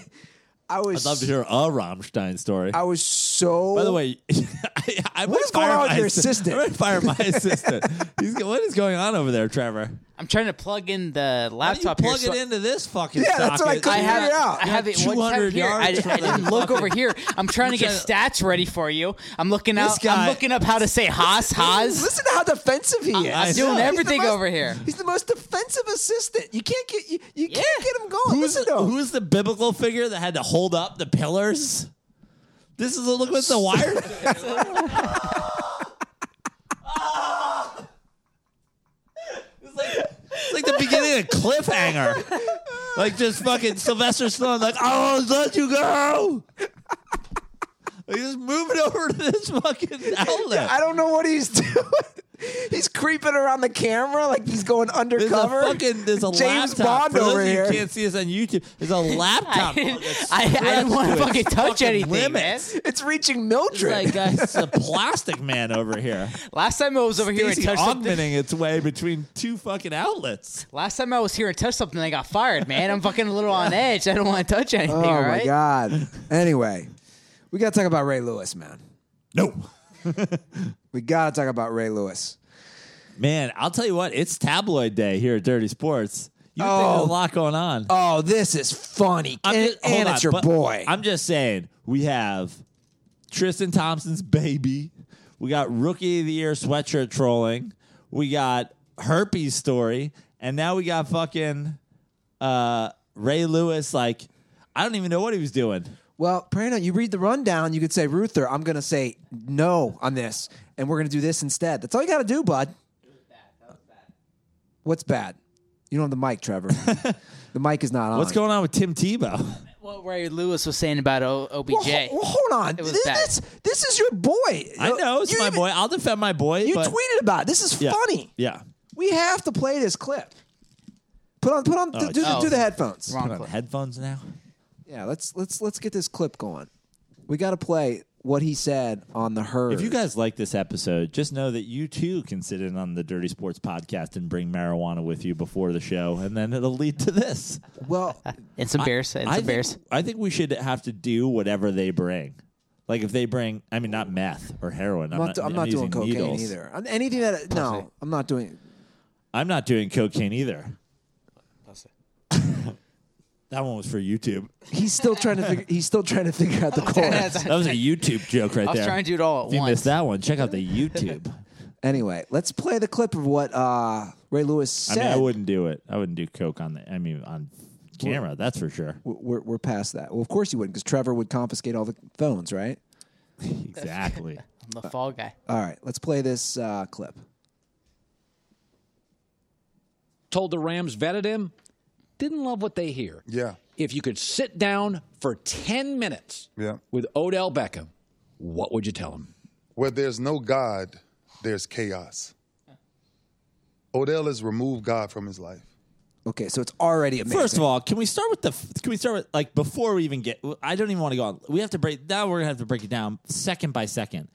B: I was
C: I'd love to hear a Rammstein story.
B: I was so
C: By the way, I, I
B: What
C: might
B: is going
C: fire
B: on with
C: my
B: your
C: assi-
B: assistant?
C: I might fire my assistant. He's go- what is going on over there, Trevor?
D: I'm trying to plug in the
C: How do you
D: laptop.
C: plug
D: here, so-
C: it into this fucking
B: Yeah, that's what I
C: socket?
B: couldn't
D: I have
B: Figure it out.
D: I
B: You
D: have
C: got
D: it. What's
C: 200
D: here? I, I
C: yards from
D: didn't
C: the
D: look
C: fucking-
D: over here. I'm trying to
C: You're
D: get
C: trying
D: stats ready for you. I'm looking out.
C: guy-
D: I'm looking up how to say Haas Haas.
B: Listen to how defensive he is.
C: I
D: I'm
C: know.
D: doing
C: He's the
D: everything
B: most-
D: over here.
B: He's the most defensive assistant. You can't get you, you can't
D: Yeah.
B: get him going.
C: Who's,
B: Listen to him.
C: who's the biblical figure that had to hold up the pillars? This is a look what the wire. It's like, it's like the beginning of cliffhanger. Like just fucking Sylvester Stallone, like, oh, let you go. Like just move it over to this fucking outlet.
B: I don't know what he's doing. He's creeping around the camera like he's going
C: There's
B: undercover.
C: a fucking there's a
B: James
C: laptop.
B: Bond
C: For those
B: over
C: of you
B: here.
C: who can't see us on YouTube. There's a
D: I
C: laptop.
D: didn't, I, I didn't want to fucking touch anything, man.
C: limits.
B: it's reaching
C: It's
B: Mildred.
C: like uh, it's a plastic man over here.
D: Last time I was over here and
C: Stacey
D: touched something.
C: augmenting its way between two fucking outlets.
D: Last time I was here and touched something, I got fired, man. I'm fucking a little on edge. I don't want to touch anything.
B: oh
D: all
B: my
D: right.
B: god. Anyway, we gotta talk about Ray Lewis, man.
C: No.
B: We gotta talk about Ray Lewis.
C: Man, I'll tell you what, it's tabloid day here at Dirty Sports. You would think
B: Oh.
C: there's a lot going on.
B: Oh, this is funny,
C: I'm
B: and,
C: just- hold
B: and
C: on,
B: it's your
C: but
B: boy.
C: I'm just saying, we have Tristan Thompson's baby. We got rookie of the year sweatshirt trolling. We got herpes story, and now we got fucking uh, Ray Lewis. Like, I don't even know what he was doing.
B: well, Prana, you read the rundown. You could say, Ruther, I'm gonna say no on this, and we're gonna do this instead. That's all you gotta do, bud. What's bad? You don't have the mic, Trevor. the mic is not on.
C: What's going on with Tim Tebow?
D: What Ray Lewis was saying about o- OBJ.
B: Well, ho- well, hold on.
D: It was
B: this,
D: bad.
B: this, this is your boy.
C: I know it's
B: You
C: my
B: even-
C: boy. I'll defend my boy.
B: You
C: but-
B: tweeted about it. This is
C: Yeah.
B: funny.
C: Yeah.
B: We have to play this clip. Put on, put on,
C: Oh,
B: do, do,
D: geez.
B: do the headphones.
D: Wrong
C: Put on
D: clip.
C: headphones now.
B: Yeah, let's let's let's get this clip going. We got to play what he said on the herd.
C: If you guys like this episode, just know that you too can sit in on the Dirty Sports podcast and bring marijuana with you before the show, and then it'll lead to this.
B: well,
D: It's embarrassing. It's
C: I
D: embarrassing.
C: think, I think we should have to do whatever they bring. Like if they bring, I mean, not meth or heroin. I'm,
B: I'm not, I'm not doing
C: using
B: cocaine
C: needles.
B: either. I'm- Anything that no, I'm not doing.
C: I'm not doing cocaine either. that one was for YouTube.
B: He's still trying to figure. He's still trying to figure out the chorus.
C: That was a YouTube joke right
D: I was
C: there.
D: trying to do it all at
C: if you
D: once.
C: missed that one, check out the YouTube.
B: Anyway, let's play the clip of what uh, Ray Lewis
C: I
B: said.
C: mean, I wouldn't do it. I wouldn't do coke on the. I mean, on camera, that's for sure.
B: we're, we're- we're past that. Well, of course you wouldn't, because Trevor would confiscate all the phones, right?
C: Exactly.
D: I'm the fall guy.
B: All right, let's play this uh, clip.
E: told the Rams vetted him, didn't love what they hear.
F: Yeah.
E: If you could sit down for 10 minutes
F: Yeah.
E: with Odell Beckham, what would you tell him?
F: Where there's no God, there's chaos. Odell has removed God from his life.
B: Okay, so it's already amazing.
C: First of all, can we start with the? f- Can we start with like before we even get? I don't even want to go on. We have to break. Now we're gonna have to break it down second by second.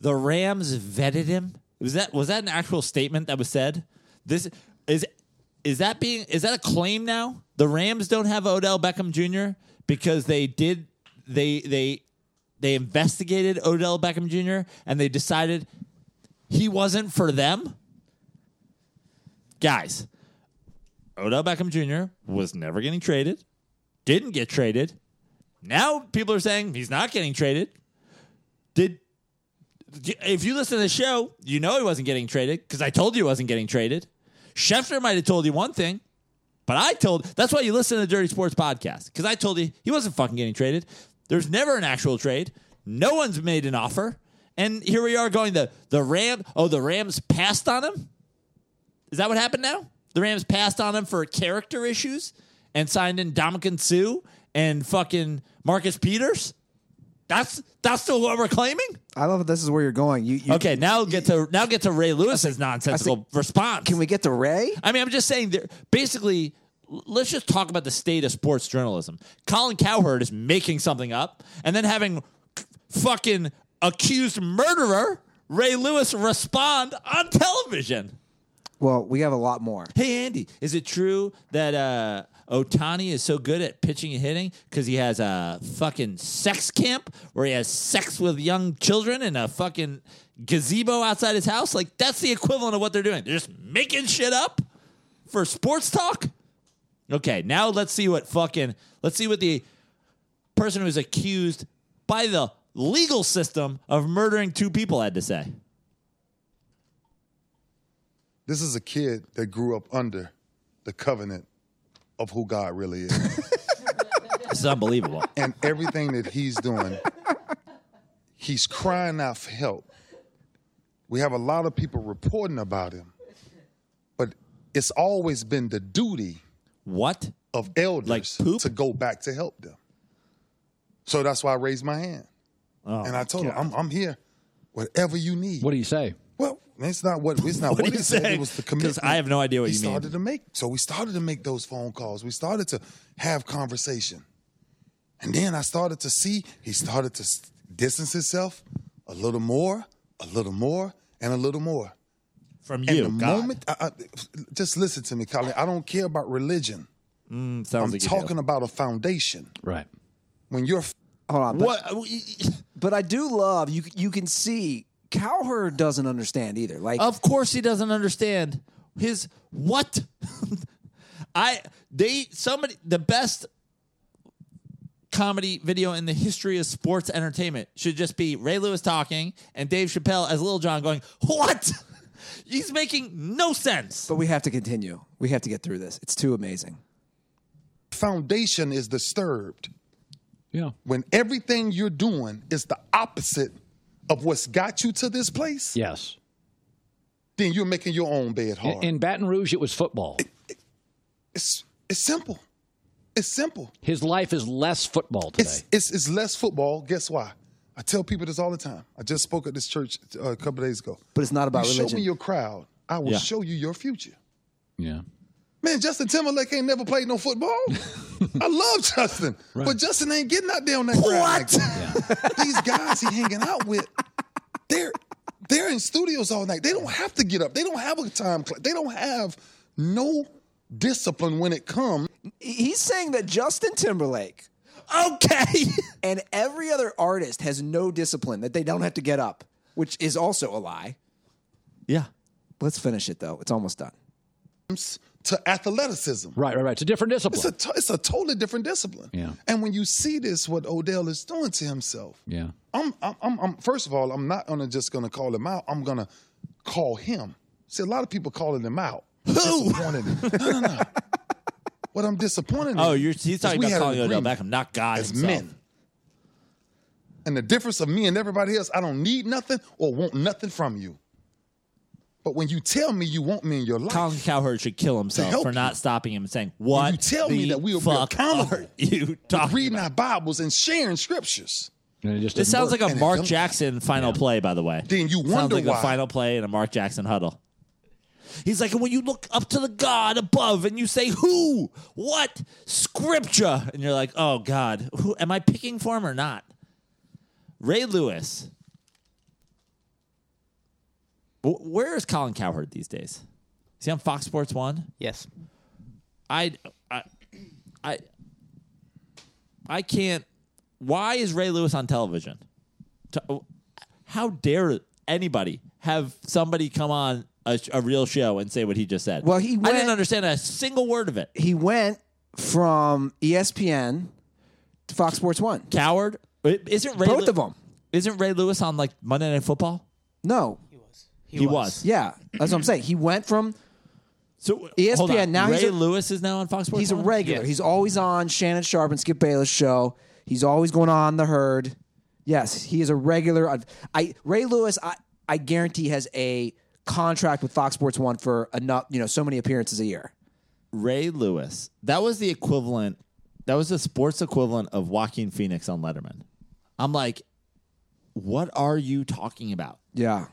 C: The Rams vetted him. Was that was that an actual statement that was said? This is is that being is that a claim now? The Rams don't have Odell Beckham Jr. because they did they they they investigated Odell Beckham Jr. and they decided he wasn't for them. Guys, Odell Beckham Jr. was never getting traded, didn't get traded. Now people are saying he's not getting traded. Did if you listen to the show, you know he wasn't getting traded because I told you he wasn't getting traded. Schefter might have told you one thing, but I told that's why you listen to the Dirty Sports podcast because I told you he wasn't fucking getting traded. There's never an actual trade. No one's made an offer, and here we are going the the Ram. Oh, the Rams passed on him. Is that what happened now? The Rams passed on him for character issues and signed in Dominican Sue and fucking Marcus Peters. That's that's still what we're claiming.
B: I love that this is where you're going. You, you
C: Okay, now get to now get to Ray Lewis's nonsensical response.
B: Can we get to Ray?
C: I mean, I'm just saying. There, basically, l- let's just talk about the state of sports journalism. Colin Cowherd is making something up and then having fucking accused murderer Ray Lewis respond on television.
B: Well, we have a lot more.
C: Hey Andy, is it true that uh, Otani is so good at pitching and hitting because he has a fucking sex camp where he has sex with young children in a fucking gazebo outside his house? Like that's the equivalent of what they're doing. They're just making shit up for sports talk. Okay, now let's see what fucking let's see what the person who's accused by the legal system of murdering two people had to say.
F: This is a kid that grew up under the covenant of who God really is.
C: This is unbelievable.
F: and everything that he's doing, he's crying out for help. We have a lot of people reporting about him, but It's always been the duty
C: What?
F: of elders
C: poop?
F: to go back to help them. So that's why I raised my hand.
C: Oh,
F: and I told him, I'm, I'm here. Whatever you need.
E: What do you say?
F: Well, it's not what it's not
C: What
F: what,
C: do you
F: he said.
C: say?
F: It was the
C: 'Cause
F: commitment.
C: I have no idea what
F: he
C: you mean.
F: started to make. So we started to make those phone calls. We started to have conversation, and then I started to see he started to s- distance himself a little more, a little more, and a little more.
C: From
F: And
C: you,
F: the
C: God.
F: moment, I, I, just listen to me, Colin. I don't care about religion.
C: Mm, sounds
F: I'm
C: like you do.
F: talking about a foundation.
E: Right.
F: When you're f-
B: Hold on. But,
C: What? uh,
B: but I do love you. You can see Cowherd doesn't understand either. Like
C: Of course he doesn't understand his what. I they somebody the best comedy video in the history of sports entertainment should just be Ray Lewis talking and Dave Chappelle as Little John going what. He's making no sense.
B: But we have to continue. We have to get through this. It's too amazing.
F: foundation is disturbed,
E: Yeah.
F: when everything you're doing is the opposite of what's got you to this place,
E: Yes.
F: then you're making your own bed hard.
E: In, in Baton Rouge, it was football.
F: it's it's simple. It's simple.
E: His life is less football today.
F: It's, it's it's less football. Guess why? I tell people this all the time. I just spoke at this church uh, a couple days ago.
B: But it's not about
F: you
B: religion.
F: Show me your crowd. I will
C: Yeah.
F: show you your future.
E: yeah.
F: Man, Justin Timberlake ain't never played no football. I love Justin, but Justin ain't getting out there on that ground. like that. These guys he hanging out with, they're they're in studios all night. They don't have to get up. They don't have a time clock. They don't have no discipline when it comes
B: He's saying that Justin Timberlake
C: Okay.
B: and every other artist has no discipline, that they don't have to get up, which is also a lie.
C: yeah.
B: Let's finish it though. It's almost done.
F: to athleticism.
E: Right, right, right. It's a different discipline.
F: It's a to- it's a totally different discipline.
E: Yeah.
F: And when you see this, what Odell is doing to himself,
E: yeah.
F: I'm, I'm, I'm, I'm first of all, I'm not gonna just gonna call him out. I'm gonna call him. See, a lot of people calling him out. Who? No, no, no. what I'm disappointed. in
C: Oh, you're he's
F: is
C: talking
F: we
C: about
F: had an
C: calling Odell
F: agreement
C: Beckham, not God
F: as
C: himself.
F: men. And the difference of me and everybody else, I don't need nothing or want nothing from you. But when you tell me you want me in your life,
C: Colin Cowherd should kill himself
F: help
C: for
F: you.
C: not stopping him and saying, "What
F: you tell
C: the
F: me that we will be
C: fuck
F: accountable
C: are you talking
F: reading our Bibles and sharing scriptures.
E: And it just
C: This
E: didn't
C: sounds
E: work.
C: like a
F: And it
C: Mark
F: don't-
C: Jackson final play, by the way.
F: Then you
C: sounds
F: wonder
C: like the
F: why.
C: final play in a Mark Jackson huddle. He's like, and when you look up to the God above and you say, "Who? What? Scripture?" and you're like, "Oh God, who am I picking for him or not?" Ray Lewis. W- Where is Colin Cowherd these days? Is he on Fox Sports One?
D: Yes.
C: I, I, I, I can't. Why is Ray Lewis on television? To- How dare anybody have somebody come on a, sh- a real show and say what he just said?
B: Well, he
C: I
B: went-
C: didn't understand a single word of it.
B: He went from E ESPN to Fox Sports One.
C: Coward. I- Isn't Ray
B: Both
C: Lew-
B: of 'em.
C: Isn't Ray Lewis on like Monday Night Football?
B: No.
C: He, was.
B: Yeah. That's what I'm saying. He went from
C: So
B: ESPN,
C: hold on.
B: now
C: Ray
B: he's a-
C: Lewis is now on Fox Sports.
B: he's a
C: One?
B: regular.
D: Yes.
B: He's always on Shannon Sharp and Skip Bayless show. He's always going on the herd. Yes, he is a regular. I, I Ray Lewis. I I guarantee has a contract with Fox Sports One for enough. You know, so many appearances a year.
C: Ray Lewis. That was the equivalent. That was the sports equivalent of Joaquin Phoenix on Letterman. I'm like, what are you talking about?
B: Yeah.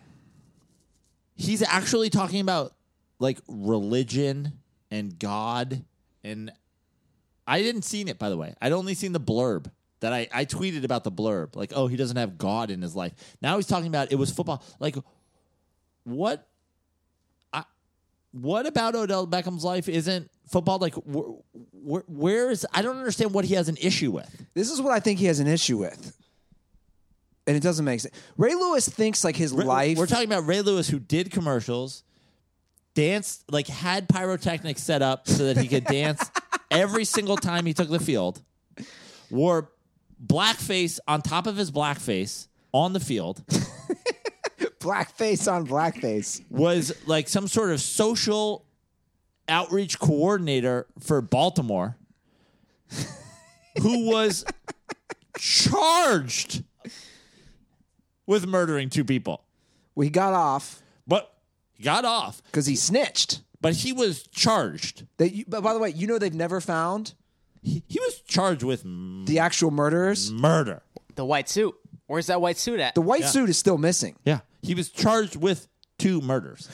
C: He's actually talking about like religion and God. And I didn't seen it, by the way. I'd only seen the blurb that I, I tweeted about the blurb. Like, oh, he doesn't have God in his life. Now he's talking about it was football. Like, what what about Odell Beckham's life isn't football? Like, wh- wh- where is? I don't understand what he has an issue with.
B: This is what I think he has an issue with, and it doesn't make sense. Ray Lewis thinks like his
C: We're-
B: life.
C: We're talking about Ray Lewis, who did commercials, danced like had pyrotechnics set up so that he could dance every single time he took the field. Wore blackface on top of his blackface on the field.
B: blackface on blackface.
C: Was like some sort of social outreach coordinator for Baltimore, who was charged with murdering two people,
B: Well, he got off
C: but got off.
B: because he snitched.
C: but he was charged.
B: That you, but by the way, you know they've never found
C: He, he was charged with m-
B: the actual murderers.
C: murder.
D: The white suit. Where's that white suit at?
B: The white suit is still missing.
C: Yeah, he was charged with two murders,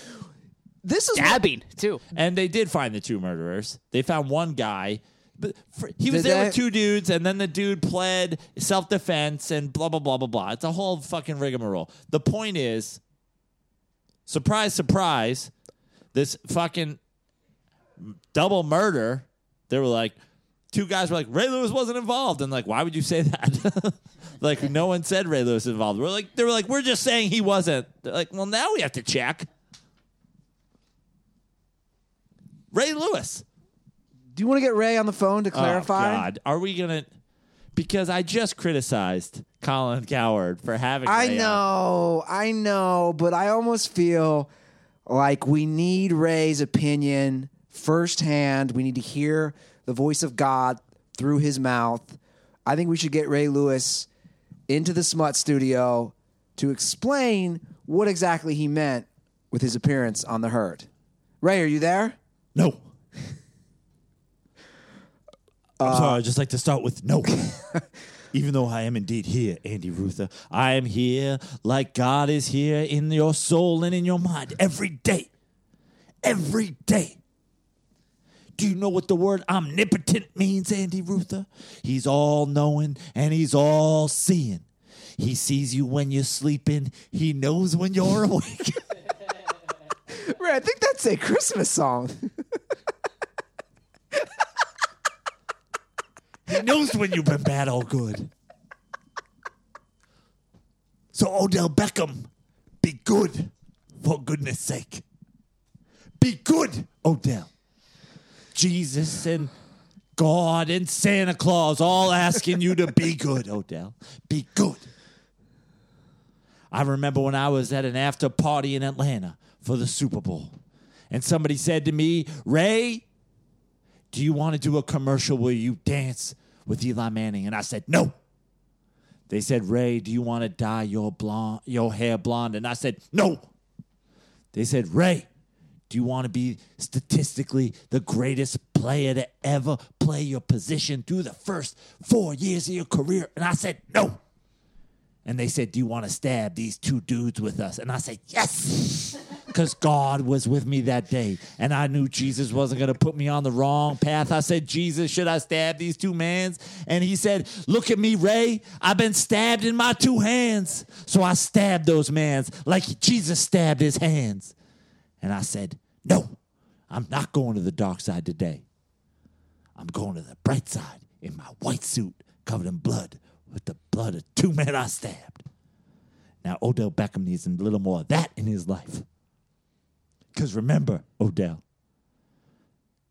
B: This is what,
D: dabbing too.
C: and they did find the two murderers. They found one guy. But for, he was
B: Did
C: there
B: they-
C: with two dudes, and then the dude pled self defense and blah blah blah blah blah. It's a whole fucking rigmarole. The point is, surprise, surprise, this fucking double murder. They were like, two guys were like, Ray Lewis wasn't involved, and like, why would you say that? like, no one said Ray Lewis was involved. We're like, they were like, we're just saying he wasn't. They're like, well, now we have to check. Ray Lewis.
B: do you want to get Ray on the phone to clarify?
C: Oh, God, are we gonna? Because I just criticized Colin Coward for having.
B: I
C: Ray on.
B: know, I know, but I almost feel like we need Ray's opinion firsthand. We need to hear the voice of God through his mouth. I think we should get Ray Lewis into the Smut Studio to explain what exactly he meant with his appearance on the herd. Ray, are you there?
C: No. I'm sorry, I'd just like to start with no. Even though I am indeed here, Andy Ruther, I am here like God is here in your soul and in your mind every day. Every day. Do you know what the word omnipotent means, Andy Ruther? He's all knowing and he's all seeing. He sees you when you're sleeping, he knows when you're awake.
B: Ray, I think that's a Christmas song.
C: He knows when you've been bad or good. So Odell Beckham, be good for goodness sake. Be good, Odell. Jesus and God and Santa Claus all asking you to be good, Odell. Be good. I remember when I was at an after party in Atlanta for the Super Bowl, and somebody said to me, Ray, do you want to do a commercial where you dance with Eli Manning? And I said, no. They said, Ray, do you want to dye your blonde, your hair blonde? And I said, no. They said, Ray, do you want to be statistically the greatest player to ever play your position through the first four years of your career? And I said, no. And they said, do you want to stab these two dudes with us? And I said, yes because God was with me that day. And I knew Jesus wasn't going to put me on the wrong path. I said, Jesus, should I stab these two mans? And he said, Look at me, Ray. I've been stabbed in my two hands. So I stabbed those mans like Jesus stabbed his hands. And I said, No, I'm not going to the dark side today. I'm going to the bright side in my white suit covered in blood with the blood of two men I stabbed. Now, Odell Beckham needs a little more of that in his life. Because remember, Odell,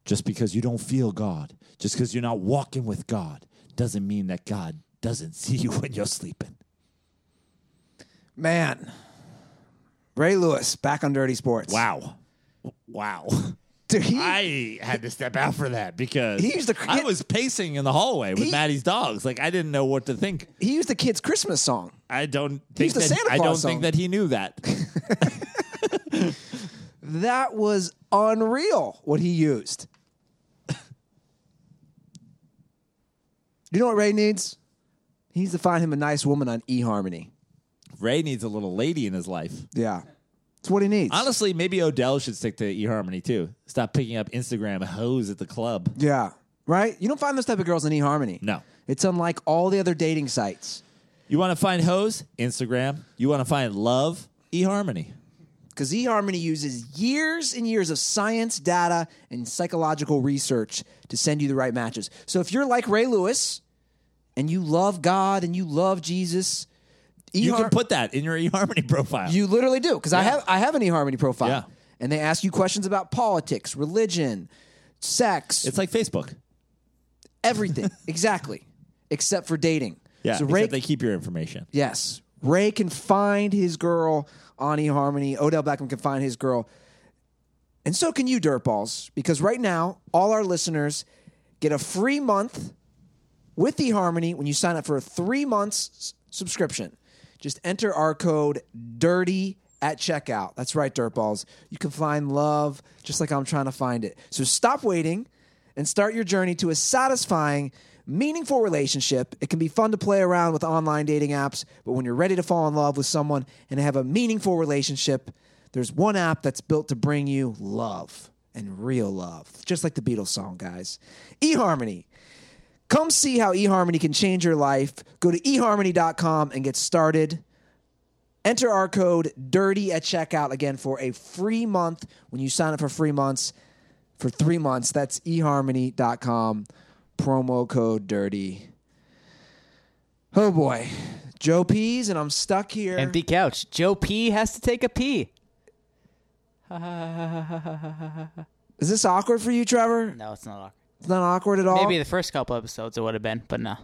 C: just because you don't feel God, just because you're not walking with God, doesn't mean that God doesn't see you when you're sleeping.
B: Man, Ray Lewis back on Dirty Sports.
C: Wow. Wow.
B: Dude, he-
C: I had to step out for that because
B: He used to-
C: I was pacing in the hallway with
B: He-
C: Maddie's dogs. Like I didn't know what to think.
B: he used the kid's Christmas song.
C: I don't think
B: used the
C: that,
B: Santa
C: I don't
B: Claus song.
C: think that he knew that.
B: That was unreal what he used. you know what Ray needs? He needs to find him a nice woman on eHarmony.
C: Ray needs a little lady in his life.
B: Yeah. That's what he needs.
C: Honestly, maybe Odell should stick to eHarmony too. Stop picking up Instagram hoes at the club.
B: Yeah. Right? You don't find those type of girls on eHarmony.
C: No.
B: It's unlike all the other dating sites
C: You want to find hoes? Instagram. You want to find love? eHarmony.
B: because eHarmony uses years and years of science, data, and psychological research to send you the right matches. So if you're like Ray Lewis and you love God and you love Jesus,
C: You
B: eHar-
C: can put that in your eHarmony profile.
B: You literally do because I have I have an eHarmony profile,
C: Yeah.
B: and they ask you questions about politics, religion, sex,
C: it's like Facebook.
B: everything exactly, except for dating.
C: Yeah.
B: So
C: except
B: Ray,
C: they keep your information.
B: yes, Ray can find his girl on eHarmony. Odell Beckham can find his girl, and so can you, dirtballs, because right now all our listeners get a free month with eHarmony when you sign up for a three months s- subscription. Just enter our code DIRTY at checkout. That's right, Dirtballs. You can find love just like I'm trying to find it. So stop waiting and start your journey to a satisfying, meaningful relationship. It can be fun to play around with online dating apps, but when you're ready to fall in love with someone and have a meaningful relationship, there's one app that's built to bring you love and real love, just like the Beatles song, guys. eHarmony. Come see how eHarmony can change your life. Go to eharmony.com and get started. Enter our code DIRTY at checkout again for a free month when you sign up for free months. For three months, that's eharmony.com, promo code DIRTY. Oh boy, Joe Peas, and I'm stuck here.
D: Empty couch. Joe P has to take a pee.
B: Is this awkward for you, Trevor?
D: No, it's not awkward.
B: It's not awkward at all.
D: Maybe the first couple episodes it would have been, but no.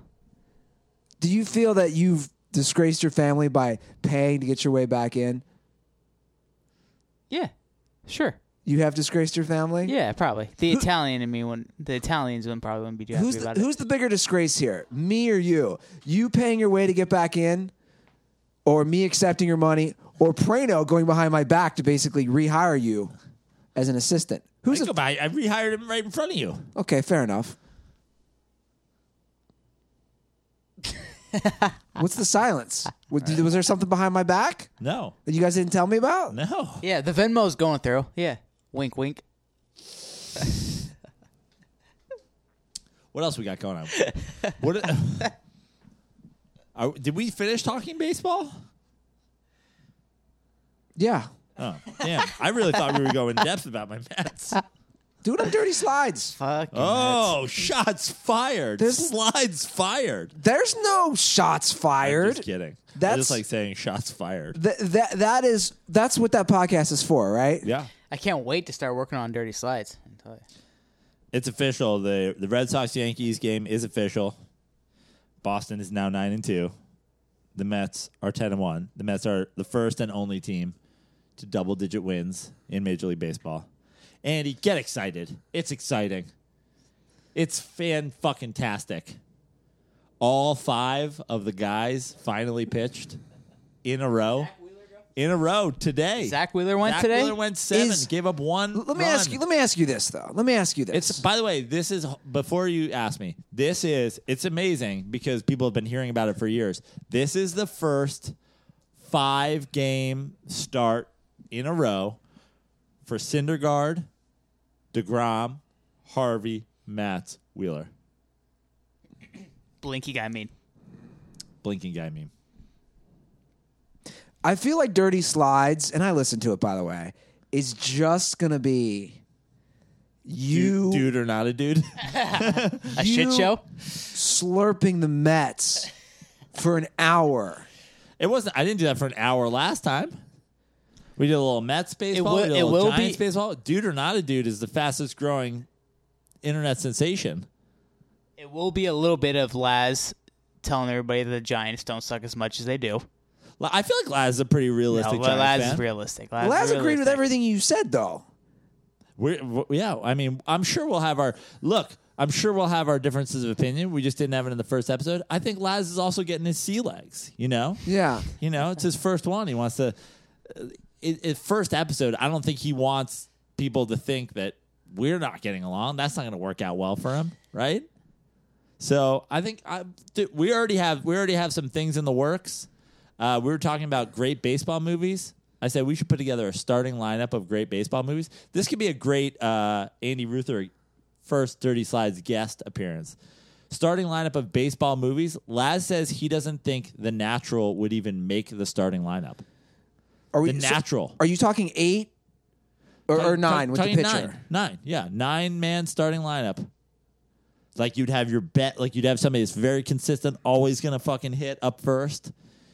B: Do you feel that you've disgraced your family by paying to get your way back in?
D: Yeah, sure.
B: You have disgraced your family?
D: Yeah, probably. The Italian in me wouldn't. The Italians wouldn't probably wouldn't be too happy
B: Who's the,
D: about
B: who's the bigger disgrace here? Me or you? You paying your way to get back in, or me accepting your money, or Prano going behind my back to basically rehire you as an assistant? Who's
C: Think
B: the,
C: about it. I rehired him right in front of you.
B: okay? Fair enough. What's the silence? Was, was there something behind my back
C: No,
B: that you guys didn't tell me about?
C: no.
D: it. Yeah, the Venmo's going through. Yeah, wink, wink.
C: What else we got going on? what are, did we finish talking baseball?
B: Yeah,
C: Oh, damn! I really thought we were going in depth about my Mets.
B: do it on dirty slides.
D: Fuck.
C: Oh, shots fired!
B: There's-
C: Slides fired.
B: There's no shots
C: I'm
B: fired.
C: Just kidding. That's
B: That's-
C: just like saying shots fired.
B: Th- that that is that's what that podcast is for, right?
C: Yeah,
D: I can't wait to start working on dirty slides. I tell ya.
C: it's official. the The Red Sox Yankees game is official. Boston is now nine and two. The Mets are ten and one. The Mets are the first and only team to double digit wins in Major League Baseball. Andy, get excited! It's exciting. It's fan fucking tastic. All five of the guys finally pitched in a row. In a row today.
D: Zach Wheeler went
C: Zach
D: today?
C: Wheeler went seven.
B: Is-
C: gave up one.
B: Let me
C: run.
B: ask you. Let me ask you this though. Let me ask you this.
C: It's by the way, this is before you ask me. This is it's amazing because people have been hearing about it for years. This is the first five game start in a row for Syndergaard, Degrom, Harvey, Matt, Wheeler.
D: Blinky guy mean.
C: Blinking guy meme.
B: I feel like Dirty Slides, and I listened to it by the way, is just gonna be you
C: Dude, dude or not a dude?
D: A
B: You-
D: shit show.
B: slurping the Mets for an hour.
C: it wasn't. I didn't do that for an hour last time. We did a little Mets baseball.
D: will-
C: we did a
D: it
C: little
D: will
C: Giants
D: be-
C: baseball. Dude or not a dude is the fastest growing internet sensation.
D: It will be a little bit of Laz telling everybody the Giants don't suck as much as they do.
C: La- I feel like Laz is a pretty
D: No,
C: realistic. Giants
D: Laz
C: fan.
D: is realistic. Laz,
B: Laz
D: is
B: agreed with
D: realistic.
B: everything you said though.
C: We're, w- yeah, I mean, I'm sure we'll have our look. I'm sure we'll have our differences of opinion. We just didn't have it in the first episode. I think Laz is also getting his sea legs. You know,
B: Yeah.
C: you know, it's his first one. He wants to. uh, It, it, first episode, I don't think he wants people to think that we're not getting along. That's not going to work out well for him, right? So I think I, dude, we already have we already have some things in the works. Uh, we were talking about great baseball movies. I said we should put together a starting lineup of great baseball movies. This could be a great uh, Andy Ruther first Dirty Slides guest appearance. Starting lineup of baseball movies. Laz says he doesn't think The Natural would even make the starting lineup.
B: Are we
C: The
B: so
C: Natural.
B: are you talking eight or, or
C: Talk-
B: nine
C: talk-
B: with the
C: talking
B: pitcher?
C: Nine, nine, yeah, nine man starting lineup. Like you'd have your bet, like you'd have somebody that's very consistent, always gonna fucking hit up first.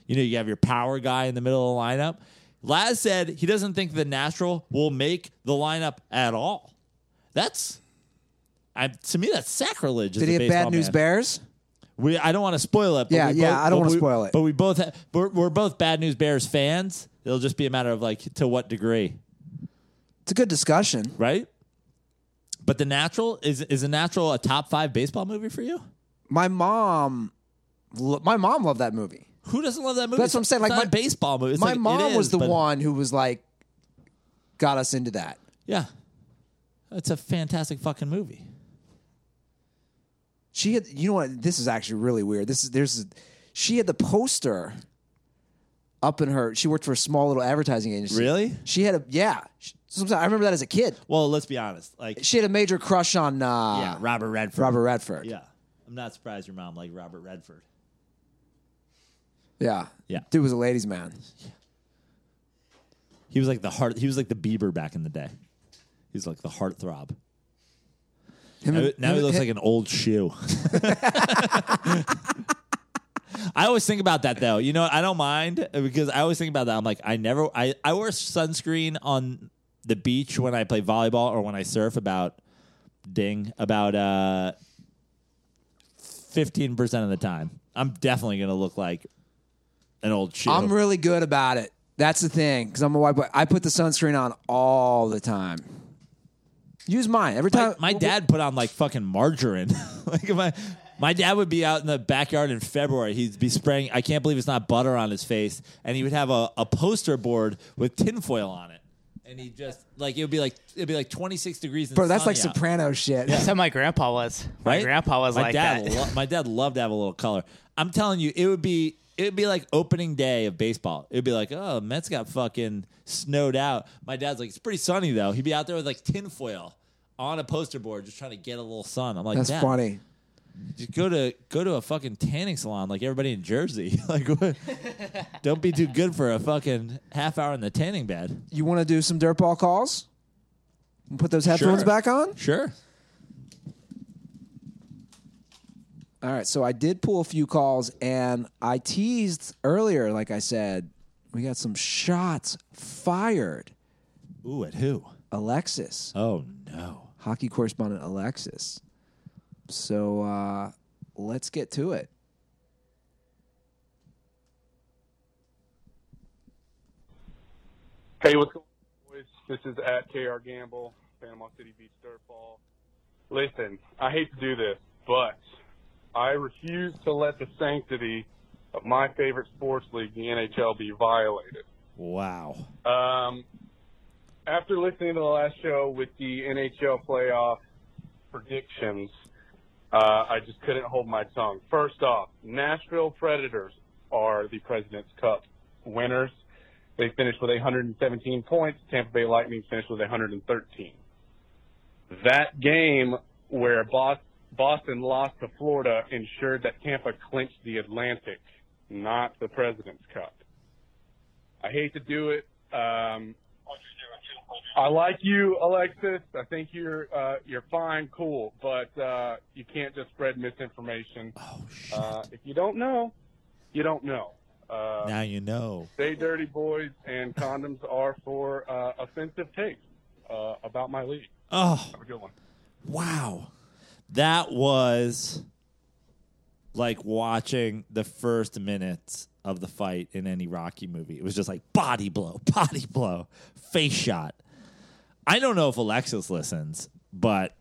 C: You know, you have your power guy in the middle of the lineup. Laz said he doesn't think the natural will make the lineup at all. That's, I, to me, that's sacrilege. as
B: Did he
C: a
B: have
C: baseball
B: bad news
C: man.
B: bears?
C: We, I don't want to spoil it. But
B: Yeah,
C: we
B: yeah,
C: both-
B: I don't
C: but
B: wanna
C: we-
B: spoil it.
C: But we both, ha- we're, we're both bad news Bears fans. It'll just be a matter of like to what degree
B: It's a good discussion.
C: right? But the natural is is a natural a top five baseball movie for you?
B: My mom, lo- my mom loved that movie.
C: Who doesn't love that movie?
B: That's what I'm saying,
C: It's
B: like,
C: not
B: my-
C: a baseball movie. It's
B: My
C: like, it
B: mom was
C: is,
B: the
C: but-
B: one who was like, got us into that.
C: Yeah, it's a fantastic fucking movie.
B: She had, you know what? This is actually really weird. This is there's, she had the poster up in her. She worked for a small little advertising agency.
C: Really?
B: She had a yeah. She, sometimes- I remember that as a kid.
C: Well, let's be honest. Like,
B: She had a major crush on uh,
C: yeah, Robert Redford.
B: Robert Redford.
C: Yeah, I'm not surprised your mom liked Robert Redford.
B: yeah,
C: Yeah.
B: Dude was a ladies' man.
C: He was like the heart. He was like the Bieber back in the day. He's like the heartthrob.
B: Him
C: Now,
B: and-
C: now he
B: him-
C: looks like an old shoe. I always think about that though. You know, I don't mind uh, because I always think about that. I'm like, I never, I, I wear sunscreen on the beach when I play volleyball or when I surf about ding about uh 15% of the time. I'm definitely going to look like an old shoe.
B: I'm really good about it. That's the thing because I'm a white boy. I put the sunscreen on all the time. Use mine every
C: my,
B: time.
C: my dad put on like fucking margarine. like if my my dad would be out in the backyard in February. He'd be spraying. I can't believe it's not butter on his face, and he would have a, a poster board with tinfoil on it, and he just like it would be like it'd be like twenty six degrees. And
B: Bro, that's like
C: sunny out,
B: Soprano shit.
D: That's how my grandpa was. My
C: right?
D: grandpa was
C: my
D: like
C: dad
D: that.
C: lo- my dad loved to have a little color. I'm telling you, it would be. It would be like opening day of baseball. It would be like, oh, Mets got fucking snowed out. My dad's like, it's pretty sunny though. He'd be out there with like tinfoil on a poster board, just trying to get a little sun. I'm like,
B: That's
C: "Dad,
B: funny.
C: just go to go to a fucking tanning salon like everybody in Jersey. like, what? don't be too good for a fucking half hour in the tanning bed.
B: You want to do some dirt ball calls? And put those headphones
C: Sure.
B: back on?
C: Sure.
B: All right, so I did pull a few calls and I teased earlier, like I said, we got some shots fired.
C: Ooh, at who?
B: Alexis,
C: Oh no.
B: hockey correspondent Alexis. So uh, let's get to it.
G: Hey, what's going on, boys? This is at KR Gamble, Panama City Beach Dirtball. Listen, I hate to do this, but I refuse to let the sanctity of my favorite sports league, the NHL, be violated.
C: Wow.
G: Um, after listening to the last show with the NHL playoff predictions, uh, I just couldn't hold my tongue. First off, Nashville Predators are the President's Cup winners. They finished with 117 points. Tampa Bay Lightning finished with 113. That game where Bos- Boston lost to Florida ensured that Tampa clinched the Atlantic, not the President's Cup. I hate to do it. Um, I like you, Alexis. I think you're uh, you're fine, cool, but uh, you can't just spread misinformation.
C: Oh shit.
G: Uh, if you don't know, you don't know. Uh,
C: now you know.
G: Stay dirty, boys, and condoms are for uh, offensive takes uh, about my league.
C: Oh
G: Have a good one.
C: wow. That was like watching the first minutes of the fight in any Rocky movie. It was just like body blow, body blow, face shot. I don't know if Alexis listens, but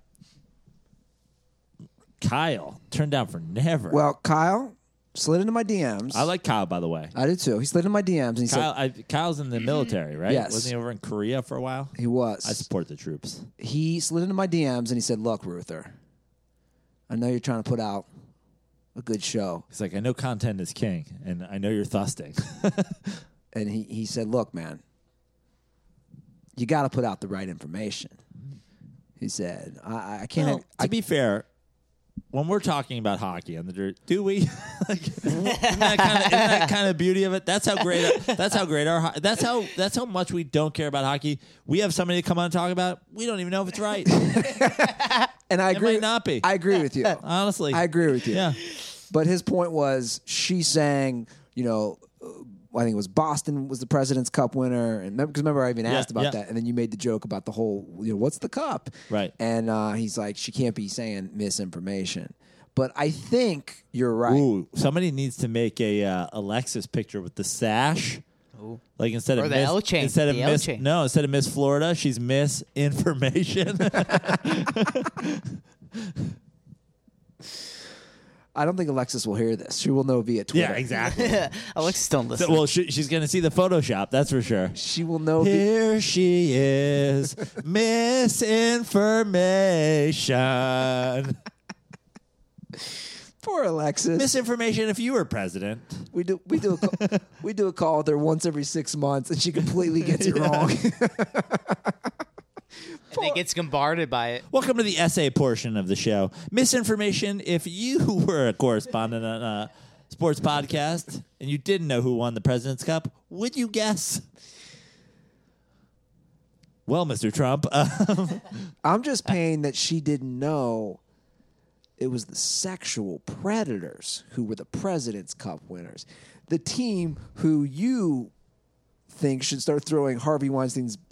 C: Kyle turned down for never.
B: Well, Kyle slid into my DMs.
C: I like Kyle, by the way.
B: I did too. He slid into my DMs and he
C: Kyle,
B: said
C: I, Kyle's in the military, right?
B: Yes.
C: Wasn't he over in Korea for a while?
B: he
C: I
B: was.
C: support the troops.
B: he slid into my DMs and he said, "Look, Ruther, I know you're trying to put out a good show."
C: He's like, I know content is king, and I know you're thusting.
B: and he, he said, Look, man, you got to put out the right information. He said, I- I, I can't.
C: Well,
B: have-
C: to
B: I,
C: be fair, when we're talking about hockey on the dirt, do we? like, isn't that kinda- isn't that kind of beauty of it? That's how great. That's how great our. ho- That's how. That's how much we don't care about hockey. We have somebody to come on and talk about. it. We don't even know if it's right. it
B: and I agree.
C: might not be.
B: I agree with you.
C: Honestly,
B: I agree with you.
C: Yeah,
B: But his point was she sang, you know, uh, I think it was Boston was the President's Cup winner. And because remember, I even
C: Yeah,
B: asked about
C: yeah.
B: that. And then you made the joke about the whole, you know, what's the cup?
C: Right.
B: And uh, he's like, She can't be saying misinformation. But I think you're right.
C: Ooh, somebody needs to make a uh, Alexis picture with the sash. Like instead
D: Or
C: of
D: the
C: Miss,
D: L chain,
C: instead of
D: the L
C: Miss,
D: chain.
C: no, instead of Miss Florida, she's Miss Information.
B: I don't think Alexis will hear this. She will know via Twitter.
C: Yeah, exactly.
D: Alexis, don't listen.
C: So- well, she, she's going to see the Photoshop, that's for sure.
B: She will know. vi-
C: Here she is, misinformation.
B: Poor Alexis.
C: misinformation if you were president.
B: We do we do a call, we do a call with her once every six months, and she completely gets it wrong.
D: and it gets bombarded by it.
C: Welcome to the essay portion of the show. Misinformation if you were a correspondent on a sports podcast and you didn't know who won the President's Cup, would you guess? Well, Mr. Trump, uh,
B: I'm just pained that she didn't know it was the sexual predators who were the President's Cup winners, the team who you think should start throwing Harvey Weinstein's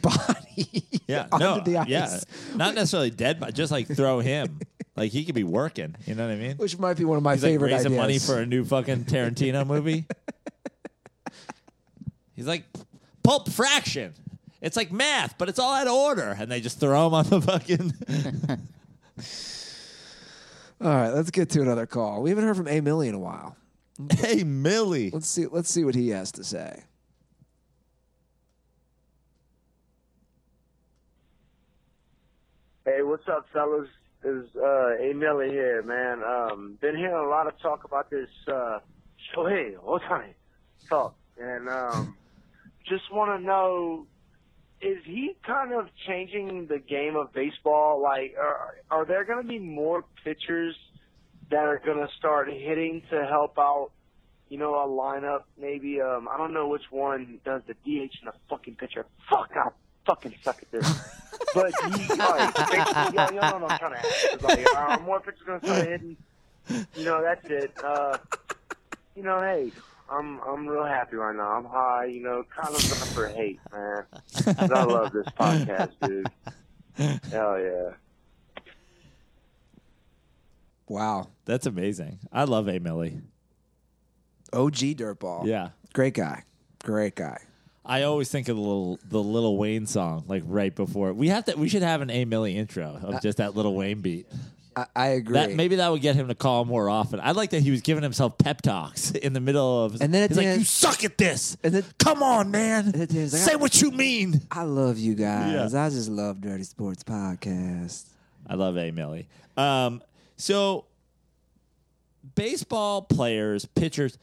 B: body
C: yeah,
B: under
C: no,
B: the ice.
C: yeah, not necessarily dead, but just like throw him, like he could be working. You know what I mean?
B: Which might be one of my
C: He's like
B: favorite
C: raising
B: ideas.
C: money for a new fucking Tarantino movie. He's like pulp fraction. It's like math, but it's all out of order, and they just throw him on the fucking.
B: All right, let's get to another call. We haven't heard from A Millie in a while.
C: hey, Millie.
B: Let's see. Let's see what he has to say.
H: Hey, what's up, fellas? Is uh, A Millie here, man. Um, been hearing a lot of talk about this uh, Shohei Otani talk, and um, just want to know: is he kind of changing the game of baseball? Like, are, are there going to be more pitchers that are going to start hitting to help out? You know, a lineup, maybe. Um, I don't know which one does the DH and the fucking pitcher. Fuck, I fucking suck at this. But you, like, basically, y'all, y'all know what I'm trying to ask. It's Like, uh, more pictures gonna start hitting. You know, that's it. Uh, you know, hey, I'm I'm real happy right now. I'm high. You know, kind of up for hate, man. 'Cause I love this podcast, dude. Hell yeah.
B: Wow,
C: That's amazing. I love A Millie.
B: OG dirtball.
C: Yeah.
B: great guy. Great guy.
C: I always think of the little the little Wayne song, like right before. We have to. We should have an A Millie intro
B: Uh,
C: of just that little Wayne beat.
B: I, I agree.
C: That maybe that would get him to call more often. I like that he was giving himself pep talks in the middle of.
B: And then at
C: he's
B: the
C: like,
B: end-
C: "You suck at this."
B: And then-
C: come on, man,
B: then he's like,
C: say
B: "I-
C: what you mean.
B: I love you guys.
C: Yeah.
B: I just love Dirty Sports Podcast.
C: I love A Millie. Um, so baseball players, pitchers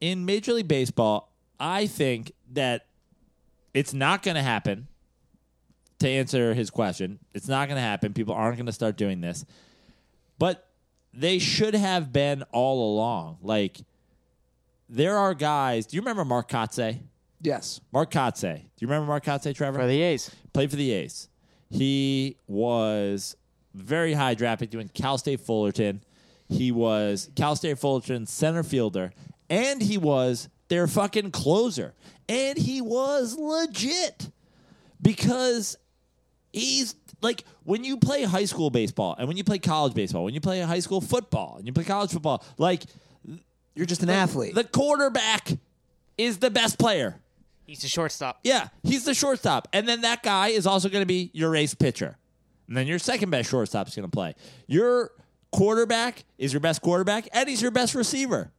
C: in Major League Baseball, I think that it's not going to happen. To answer his question, it's not going to happen. People aren't going to start doing this, but they should have been all along. Like there are guys. Do you remember Mark Kotze?
B: Yes.
C: Mark Kotze. Do you remember Mark Kotze, Trevor?
D: For the A's.
C: played for the A's. He was very high draft pick doing Cal State Fullerton. He was Cal State Fullerton center fielder, and he was their fucking closer. And he was legit because he's like when you play high school baseball and when you play college baseball, when you play high school football and you play college football, like
B: You're just an athlete.
C: the quarterback is the best player.
D: He's a shortstop.
C: Yeah, he's the shortstop. And then that guy is also going to be your ace pitcher. And then your second best shortstop's going to play. Your quarterback is your best quarterback, and he's your best receiver.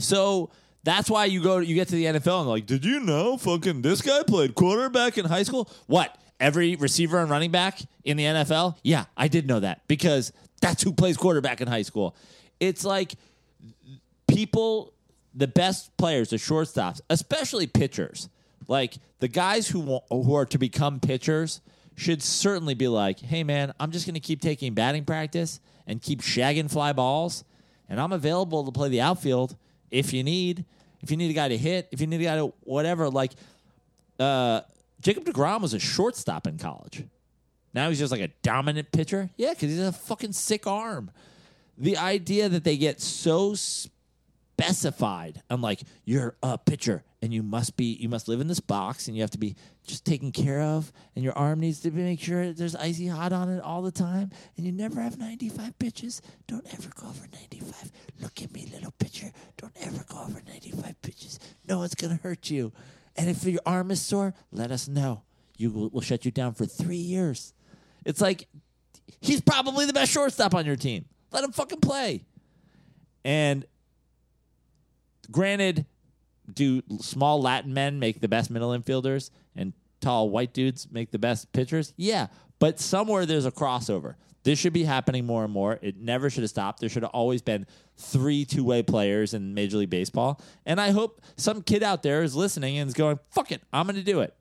C: So that's why you go you get to the NFL and like, did you know fucking this guy played quarterback in high school? What? Every receiver and running back in the NFL? Yeah, I did know that because that's who plays quarterback in high school. It's like people, the best players, the shortstops, especially pitchers, like the guys who want, who are to become pitchers, should certainly be like, "Hey, man, I'm just going to keep taking batting practice and keep shagging fly balls, and I'm available to play the outfield if you need, if you need a guy to hit, if you need a guy to whatever." Like, uh, Jacob Degrom was a shortstop in college. Now he's just like a dominant pitcher. Yeah, because he's a fucking sick arm. The idea that they get so specified. I'm like, you're a pitcher and you must be you must live in this box and you have to be just taken care of and your arm needs to be make sure there's icy hot on it all the time and you never have 95 pitches don't ever go over 95 look at me little pitcher don't ever go over 95 pitches no one's gonna hurt you and if your arm is sore let us know you will, we'll shut you down for three years it's like he's probably the best shortstop on your team. Let him fucking play. And granted, do small Latin men make the best middle infielders and tall white dudes make the best pitchers? Yeah, but somewhere there's a crossover. This should be happening more and more. It never should have stopped. There should have always been three two way players in Major League Baseball. And I hope some kid out there is listening and is going, fuck it, I'm going to do it.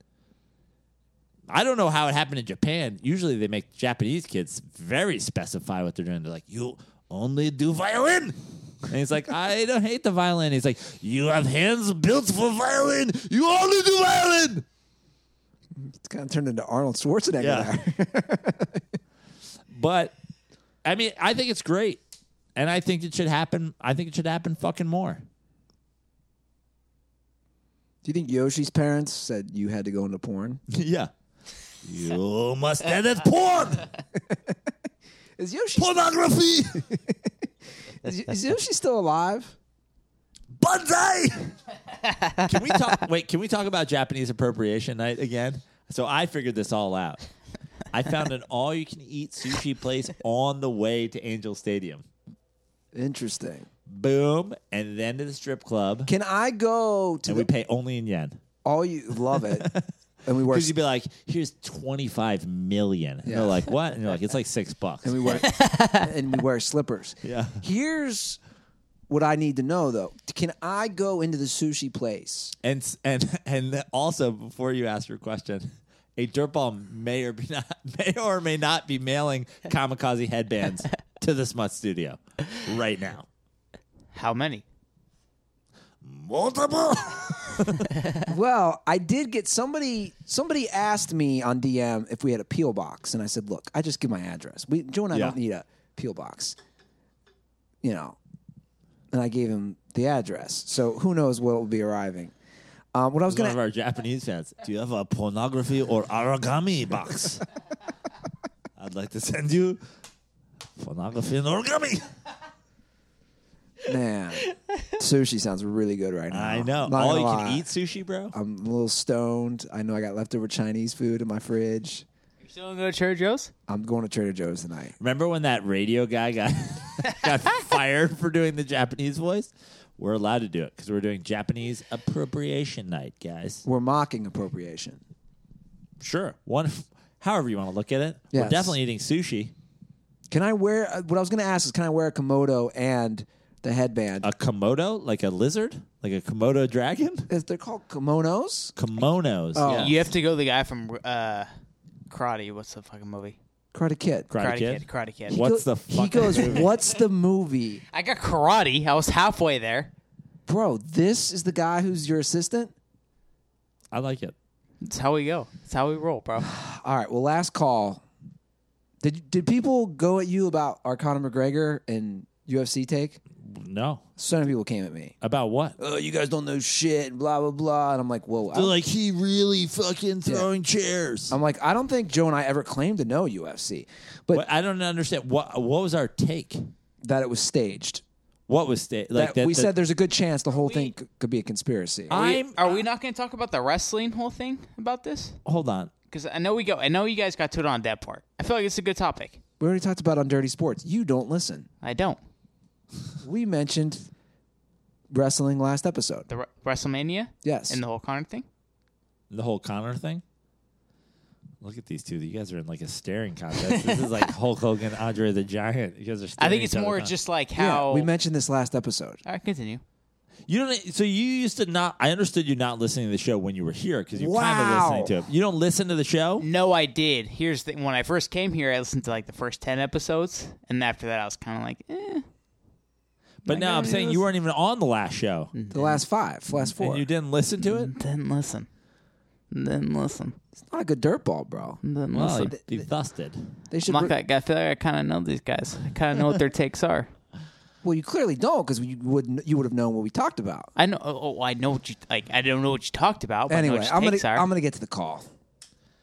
C: I don't know how it happened in Japan. Usually they make Japanese kids very specify what they're doing. They're like, you only do violin. And he's like, I don't hate the violin. He's like, you have hands built for violin. You only do violin.
B: It's kind of turned into Arnold Schwarzenegger
C: Yeah.
B: there.
C: But I mean, I think it's great. And I think it should happen. I think it should happen fucking more.
B: Do you think Yoshi's parents said you had to go into porn?
C: yeah. You must edit porn.
B: Is Yoshi
C: Pornography.
B: is, is Yoshi still alive?
C: Banzai. can we talk? Wait, can we talk about Japanese appropriation night again? So I figured this all out. I found an all-you-can-eat sushi place on the way to Angel Stadium.
B: Interesting.
C: Boom, and then to the strip club,
B: Can I go to
C: and we
B: the,
C: pay only in yen.
B: all you love it? and we work
C: Because you'd be like, "Here's twenty-five million. And
B: Yeah.
C: they're like, "What?" And you're like, "It's like six bucks."
B: and we wear and we wear slippers.
C: Yeah.
B: Here's what I need to know though. Can I go into the sushi place?
C: And and and also before you ask your question, a dirtball may or be not may or may not be mailing kamikaze headbands to the Smut Studio right now.
D: How many?
C: Multiple.
B: Well, I did get somebody. Somebody asked me on DM if we had a peel box, and I said, "Look, I just give my address. We Joe and I
C: Yeah.
B: don't need a peel box, you know." And I gave him the address, so who knows what will be arriving. Um, what I was
C: One
B: going
C: of
B: to
C: our Japanese fans. Do you have a pornography or origami box? I'd like to send you pornography and origami.
B: man, sushi sounds really good right now.
C: I know.
B: Not
C: All
B: gonna
C: you
B: lie.
C: can eat sushi, bro.
B: I'm a little stoned. I know I got leftover Chinese food in my fridge.
D: You still gonna go to Trader Joe's?
B: I'm going to Trader Joe's tonight.
C: Remember when that radio guy got got fired for doing the Japanese voice? We're allowed to do it because we're doing Japanese appropriation night, guys.
B: We're mocking appropriation.
C: Sure, one, however you want to look at it. We're
B: Yes.
C: definitely eating sushi,
B: Can I wear uh, what I was going to ask is can I wear a komodo and the headband?
C: a komodo, like a lizard, like a komodo dragon,
B: Is they're called kimonos?
C: kimonos.
B: Oh.
C: yeah.
D: You have to go. The guy from uh, Karate. What's the fucking movie?
B: Karate Kid.
C: Karate, Kid.
D: Karate Kid.
B: He
C: What's
B: go-
C: the
B: He
C: fucking
B: goes,
C: movie?
B: "What's the movie?"
D: I got karate. I was halfway there.
B: Bro, this is the guy who's your assistant?
C: I like it.
D: That's how we go. That's how we roll, bro.
B: All right, well last call. Did did people go at you about our Conor McGregor and UFC take?
C: No,
B: So many people came at me.
C: about what?
B: Oh, you guys don't know shit and blah blah blah and I'm like, "Whoa." I
C: They're
B: don't-
C: like he really fucking throwing chairs.
B: I'm like, "I don't think Joe and I ever claimed to know UFC, but
C: But I don't understand what what was our take.
B: that it was staged."
C: What was sta- like
B: that, we
C: the-
B: said there's a good chance the whole thing c- could be a conspiracy.
C: I'm
D: Are we not gonna talk about the wrestling whole thing about this?
C: hold on.
D: Because I know we go. I know you guys got to it on that part. I feel like it's a good topic.
B: we already talked about on Dirty Sports. You don't listen.
D: I don't.
B: We mentioned wrestling last episode.
D: The Re- WrestleMania
B: Yes.
D: and the whole Connor thing.
C: the whole Connor thing. Look at these two. You guys are in like a staring contest. this is like Hulk Hogan, Andre the Giant. You guys are. Staring
D: I think it's
C: each other
D: more
C: down.
D: just like
B: Yeah,
D: how
B: we mentioned this last episode.
D: All right, continue.
C: you don't. So you used to not. I understood you not listening to the show when you were here because you kind of
B: Wow.
C: listening to it. You don't listen to the show.
D: No, I did. Here's the when I first came here, I listened to like the first ten episodes, and after that, I was kind of like, eh.
C: But now I'm saying you weren't even on the last show
B: The last five, last four.
C: and you didn't listen to
B: Mm-hmm.
C: it.
D: Then listen. Then listen.
B: It's not a good dirt ball, bro.
D: Then
C: Well,
D: listen.
C: you, you busted.
B: They should.
D: Like,
B: re-
D: I, I feel like I kind of know these guys. I kind of know what their takes are.
B: well, you clearly don't because you would you would have known what we talked about.
D: I know. Oh, oh, I know what you like. I don't know what you talked about. But I know
B: Anyway,
D: what your
B: I'm gonna
D: takes are.
B: I'm gonna get to the call.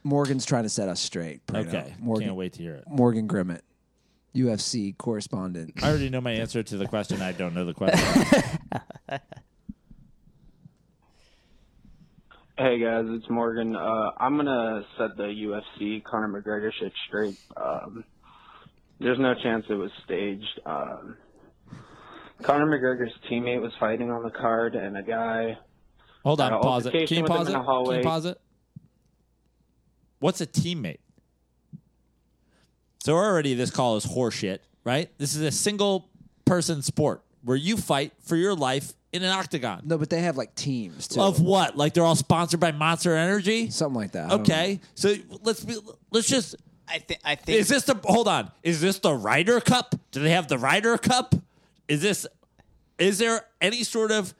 B: Morgan's trying to set us straight. Prito.
C: Okay,
B: Morgan
C: can't wait to hear it.
B: Morgan Grimmett, UFC correspondent.
C: I already know my answer to the question. I don't know the question.
I: Hey guys, it's Morgan. Uh, I'm gonna set the UFC Conor McGregor shit straight. Um, There's no chance it was staged. Um, Conor McGregor's teammate was fighting on the card, and a guy.
C: Hold on,
I: Uh,
C: pause it. Can
I: altercation
C: you
I: with
C: pause it?
I: him in the
C: Can you
I: hallway.
C: pause it? What's a teammate? So already this call is horseshit, right? This is a single person sport where you fight for your life in an octagon.
B: No, but they have like teams too.
C: Of what? Like they're all sponsored by Monster Energy?
B: Something like that. I don't
C: Okay. So let's be, let's just
D: I think I think
C: is this the hold on? Is this the Ryder Cup? Do they have the Ryder Cup? Is this is there any sort of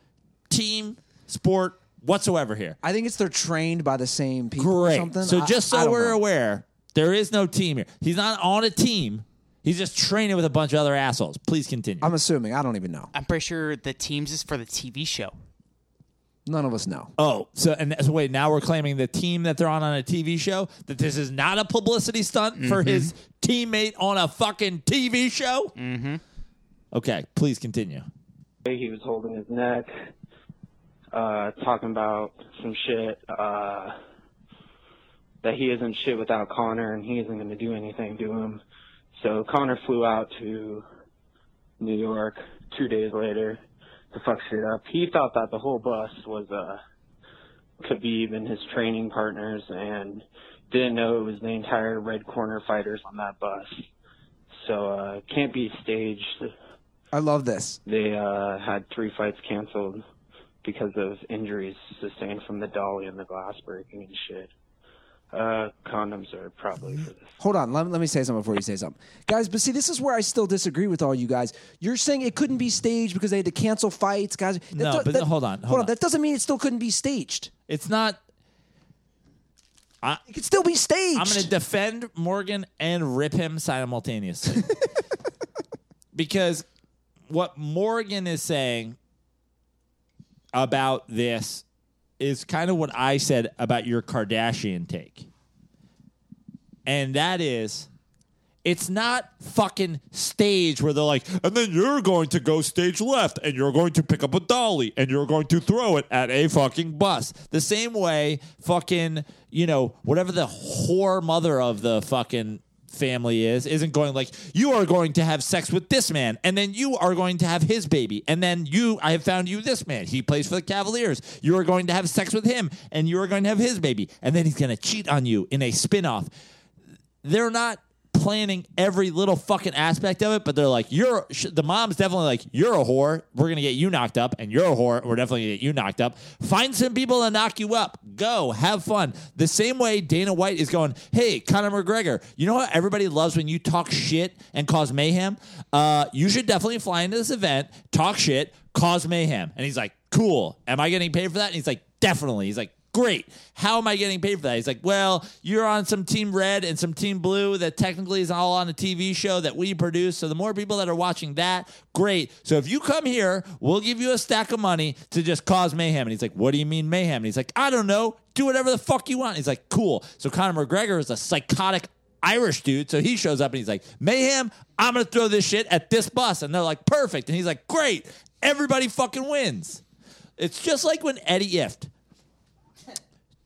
C: team sport whatsoever here?
B: I think it's they're trained by the same people. Or
C: Great.
B: something.
C: So
B: I-
C: just
B: I
C: so
B: don't
C: we're
B: know.
C: aware, there is no team here. He's not on a team. He's just training with a bunch of other assholes. Please continue.
B: I'm assuming. I don't even know.
D: I'm pretty sure the teams is for the TV show.
B: None of us know.
C: oh, so and so wait, now we're claiming the team that they're on on a TV show that this is not a publicity stunt for his teammate on a fucking TV show. Mm-hmm. Okay, please continue.
I: He was holding his neck, uh, talking about some shit uh, that he isn't shit without Connor, and he isn't going to do anything to him. So Connor flew out to New York two days later to fuck shit up. He thought that the whole bus was uh, Khabib and his training partners, and didn't know it was the entire Red Corner fighters on that bus. So uh, can't be staged
B: I love this.
I: they uh, had three fights canceled because of injuries sustained from the dolly and the glass breaking and shit. Uh, condoms are probably for this.
B: Hold on. Let, let me say something before you say something. Guys, but see, this is where I still disagree with all you guys. You're saying it couldn't be staged because they had to cancel fights, guys. That
C: No, but hold on, hold on.
B: That doesn't mean it still couldn't be staged.
C: It's not
B: It could still be staged.
C: I'm going to defend Morgan and rip him simultaneously. because what Morgan is saying about this is kind of what I said about your Kardashian take. And that is it's not fucking stage where they're like, and then you're going to go stage left and you're going to pick up a dolly and you're going to throw it at a fucking bus. The same way, fucking, you know, whatever the whore mother of the fucking family is, isn't going like, you are going to have sex with this man and then you are going to have his baby. And then you, I have found you this man. He plays for the Cavaliers. You are going to have sex with him and you are going to have his baby. And then he's going to cheat on you in a spin off they're not planning every little fucking aspect of it, but they're like, you're sh- the mom's definitely like, you're a whore. We're gonna get you knocked up, and you're a whore. We're definitely gonna get you knocked up. Find some people to knock you up. Go have fun. The same way Dana White is going, hey Conor McGregor, you know what everybody loves when you talk shit and cause mayhem. Uh, you should definitely fly into this event, talk shit, cause mayhem. And he's like, cool. Am I getting paid for that? And he's like, definitely. He's like. Great. How am I getting paid for that? He's like, well, you're on some team red and some team blue that technically is all on a TV show that we produce. So the more people that are watching that, great. So if you come here, we'll give you a stack of money to just cause mayhem. And he's like, what do you mean mayhem? And he's like, I don't know. Do whatever the fuck you want. And he's like, cool. So Conor McGregor is a psychotic Irish dude. So he shows up and he's like, mayhem, I'm going to throw this shit at this bus. And they're like, perfect. And he's like, great. Everybody fucking wins. It's just like when Eddie Ift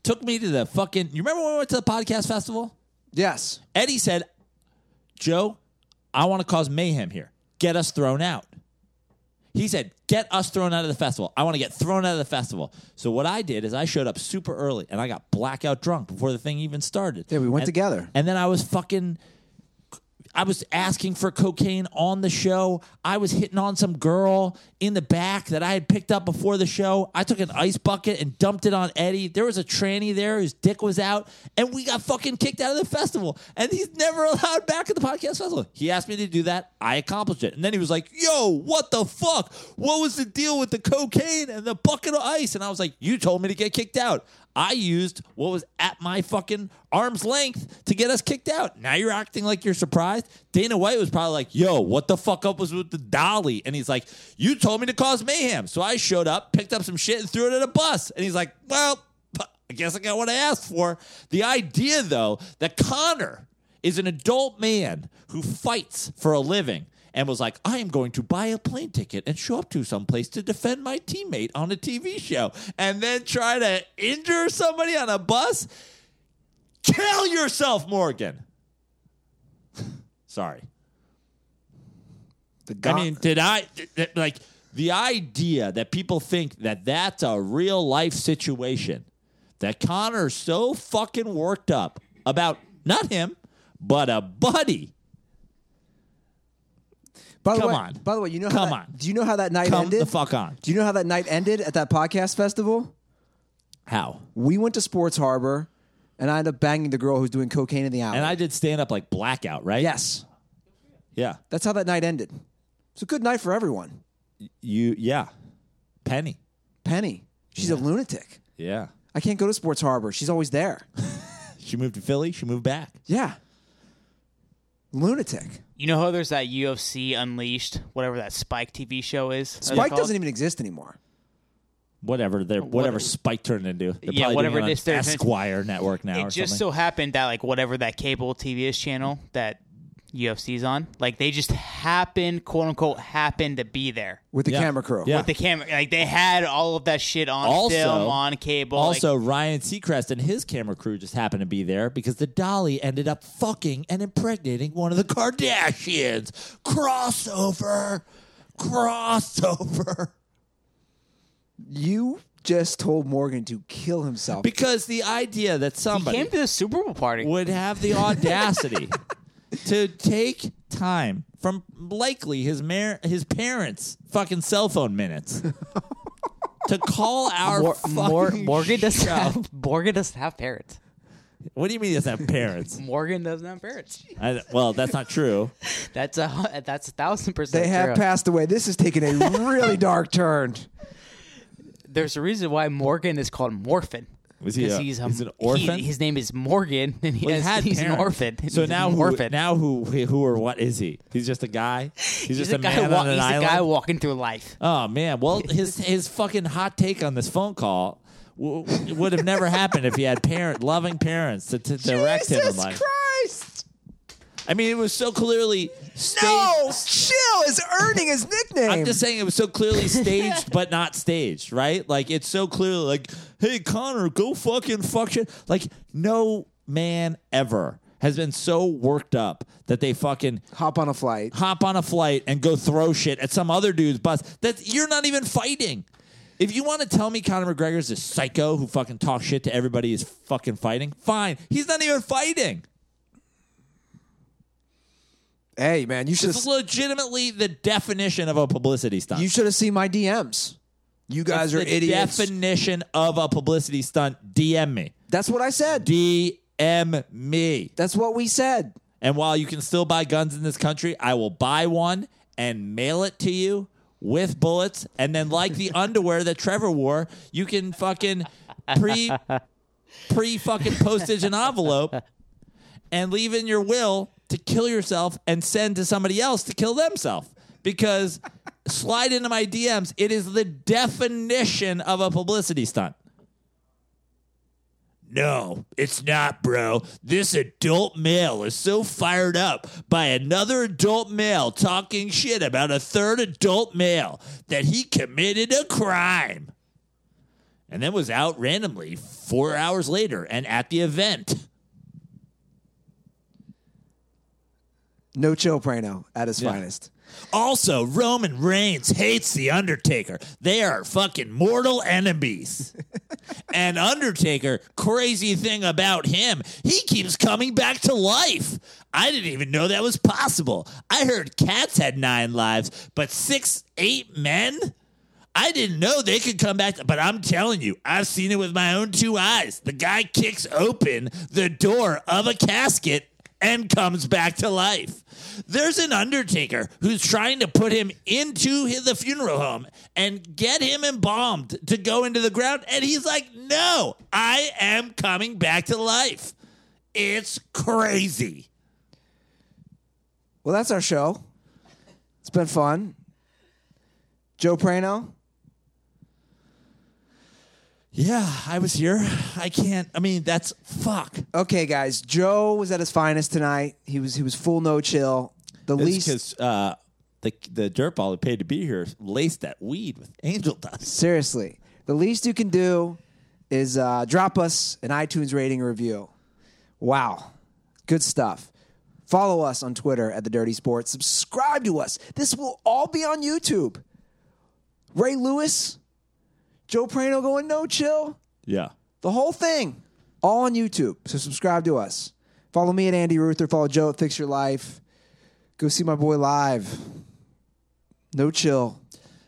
C: took me to the fucking. You remember when we went to the podcast festival?
B: yes.
C: Eddie said, Joe, I want to cause mayhem here. Get us thrown out. He said, Get us thrown out of the festival. I want to get thrown out of the festival. So, what I did is I showed up super early and I got blackout drunk before the thing even started.
B: Yeah, we went
C: And-
B: together.
C: And then I was fucking. I was asking for cocaine on the show. I was hitting on some girl in the back that I had picked up before the show. I took an ice bucket and dumped it on Eddie. There was a tranny there whose dick was out, and we got fucking kicked out of the festival. And he's never allowed back at the podcast festival. He asked me to do that. I accomplished it. And then he was like, Yo, what the fuck? What was the deal with the cocaine and the bucket of ice? And I was like, You told me to get kicked out. I used what was at my fucking arm's length to get us kicked out. Now you're acting like you're surprised. Dana White was probably like, yo, what the fuck up was with the dolly? And he's like, you told me to cause mayhem. So I showed up, picked up some shit, and threw it at a bus. And he's like, well, I guess I got what I asked for. The idea, though, that Connor is an adult man who fights for a living and was like, I am going to buy a plane ticket and show up to someplace to defend my teammate on a TV show and then try to injure somebody on a bus. Kill yourself, Morgan. Sorry.
B: The God,
C: I mean, did I th- th- like the idea that people think that that's a real life situation? That Connor's so fucking worked up about not him, but a buddy.
B: by the
C: come
B: way,
C: on.
B: By the way, you know
C: Come
B: how
C: on.
B: That, do you know how that night
C: Come
B: ended?
C: the fuck on.
B: Do you know how that night ended at that podcast festival?
C: How?
B: We went to Sports Harbor, and I ended up banging the girl who's doing cocaine in the alley.
C: And I did stand up like blackout, right?
B: yes,
C: Yeah.
B: that's how that night ended. It's a good night for everyone.
C: You yeah. Penny.
B: Penny, she's a lunatic.
C: Yeah.
B: I can't go to Sports Harbor. She's always there.
C: She moved to Philly, she moved back.
B: Yeah, lunatic.
D: You know how there's that UFC Unleashed, whatever that Spike TV show is. What is it
B: Spike
D: called?
B: doesn't even exist anymore.
C: Whatever they're whatever Spike turned into. They're
D: Yeah,
C: probably
D: whatever
C: doing on
D: it is they're-
C: Esquire network now or
D: It just
C: something.
D: so happened that like whatever that cable TV is channel that UFC's on, like they just happened, quote unquote, happened to be there.
B: With the
C: Yeah.
B: camera crew.
C: Yeah.
D: With the camera, like they had all of that shit on
C: Also-
D: film, on cable. like-
C: also, Ryan Seacrest and his camera crew just happened to be there because the dolly ended up fucking and impregnating one of the Kardashians. Crossover. Crossover.
B: You just told Morgan to kill himself.
C: Because the idea that
D: he
C: somebody
D: came to the Super Bowl party.
C: would have the audacity to take time from likely his mar- his parents' fucking cell phone minutes to call our
D: Mor-
C: fucking
D: Mor- Morgan doesn't
C: show.
D: have Morgan doesn't have parents.
C: What do you mean he doesn't have parents?
D: Morgan doesn't have parents.
C: I, well, that's not true.
D: That's a hu- that's a thousand percent.
B: they have
D: true.
B: passed away. This is taking a really dark turn.
D: There's a reason why Morgan is called Morphin.
C: Was he
D: Because
C: a-
D: he's, a,
C: he's an orphan?
D: he- his name is Morgan, and he
C: Well, he
D: has,
C: had
D: he's an
C: parents.
D: orphan.
C: So
D: He's
C: now,
D: an
C: who,
D: orphan.
C: now who who or what is he? He's just a guy. He's,
D: he's
C: just
D: a
C: a,
D: guy.
C: man
D: wa-
C: on an
D: he's a
C: island.
D: guy walking through life.
C: Oh man! Well, his his fucking hot take on this phone call w- w- would have never happened if he had parent loving parents to, to direct him in
B: Jesus
C: life.
B: Christ!
C: I mean, it was so clearly staged.
B: No, Chill is earning his nickname.
C: I'm just saying it was so clearly staged, but not staged, right? Like it's so clearly like, hey Connor, go fucking fuck shit. Like no man ever has been so worked up that they fucking
B: Hop on a flight.
C: hop on a flight and go throw shit at some other dude's bus that you're not even fighting. If you want to tell me Conor McGregor's a psycho who fucking talks shit to everybody is fucking fighting, fine. He's not even fighting.
B: Hey, man, you should
C: It's legitimately the definition of a publicity stunt.
B: you should have seen my DMs. You guys
C: It's
B: are
C: the
B: idiots.
C: definition of a publicity stunt. DM me.
B: That's what I said.
C: DM me.
B: That's what we said.
C: And while you can still buy guns in this country, I will buy one and mail it to you with bullets. And then, like the underwear that Trevor wore, you can fucking pre pre fucking postage an envelope and leave in your will to kill yourself and send to somebody else to kill themselves. Because slide into my DMs. It is the definition of a publicity stunt. No, it's not, bro. This adult male is so fired up by another adult male talking shit about a third adult male that he committed a crime and then was out randomly four hours later and at the event.
B: No chill Prano at his
C: Yeah.
B: finest.
C: Also, Roman Reigns hates The Undertaker. They are fucking mortal enemies. and Undertaker, crazy thing about him, he keeps coming back to life. I didn't even know that was possible. I heard cats had nine lives, but six, eight men? I didn't know they could come back, but I'm telling you, I've seen it with my own two eyes. The guy kicks open the door of a casket and comes back to life. There's an undertaker who's trying to put him into hi- the funeral home and get him embalmed to go into the ground, and he's like, "No, I am coming back to life." It's crazy.
B: Well, that's our show. It's been fun. Joe Prano,
C: Yeah, I was here. I can't. I mean, that's fuck.
B: Okay, guys. Joe was at his finest tonight. He was he was full no chill. The
C: It's
B: least
C: because uh, the the dirtball who paid to be here laced that weed with angel dust.
B: seriously, the least you can do is uh, drop us an iTunes rating or review. Wow, good stuff. Follow us on Twitter at The Dirty Sports. Subscribe to us. This will all be on YouTube. Ray Lewis, Joe Prano going no chill,
C: Yeah.
B: the whole thing, all on YouTube. So subscribe to us. Follow me at Andy Ruther. Follow Joe at Fix Your Life. Go see my boy live. No chill.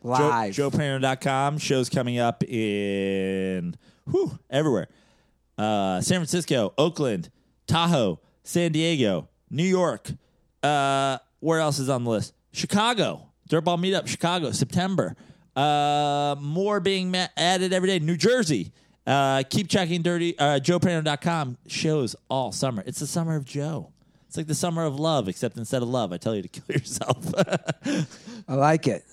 B: Live.
C: Joe, JoeParano.com. Shows coming up in whew, everywhere. Uh, San Francisco, Oakland, Tahoe, San Diego, New York. Uh, where else is on the list? Chicago. Dirtball Meetup, Chicago, September. Uh, more being ma- added every day. New Jersey. Uh, keep checking dirty uh, joeparano.com shows all summer. It's the summer of Joe. It's like the summer of love, except instead of love, I tell you to kill yourself.
B: I like it.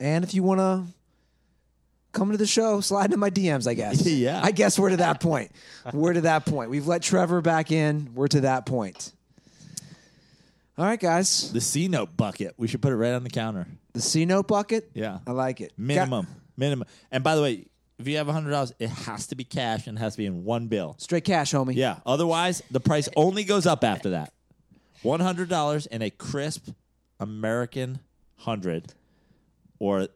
B: And if you want to come to the show, slide into my DMs, I guess.
C: Yeah.
B: I guess we're to that point. We're to that point. We've let Trevor back in. We're to that point. All right, guys.
C: the C note bucket. We should put it right on the counter.
B: The C note bucket.
C: Yeah.
B: I like it.
C: Minimum.
B: Got-
C: minimum. And by the way, if you have hundred dollars, it has to be cash and it has to be in one bill.
B: straight cash, homie.
C: Yeah. Otherwise, the price only goes up after that. One hundred dollars and a crisp American hundred, or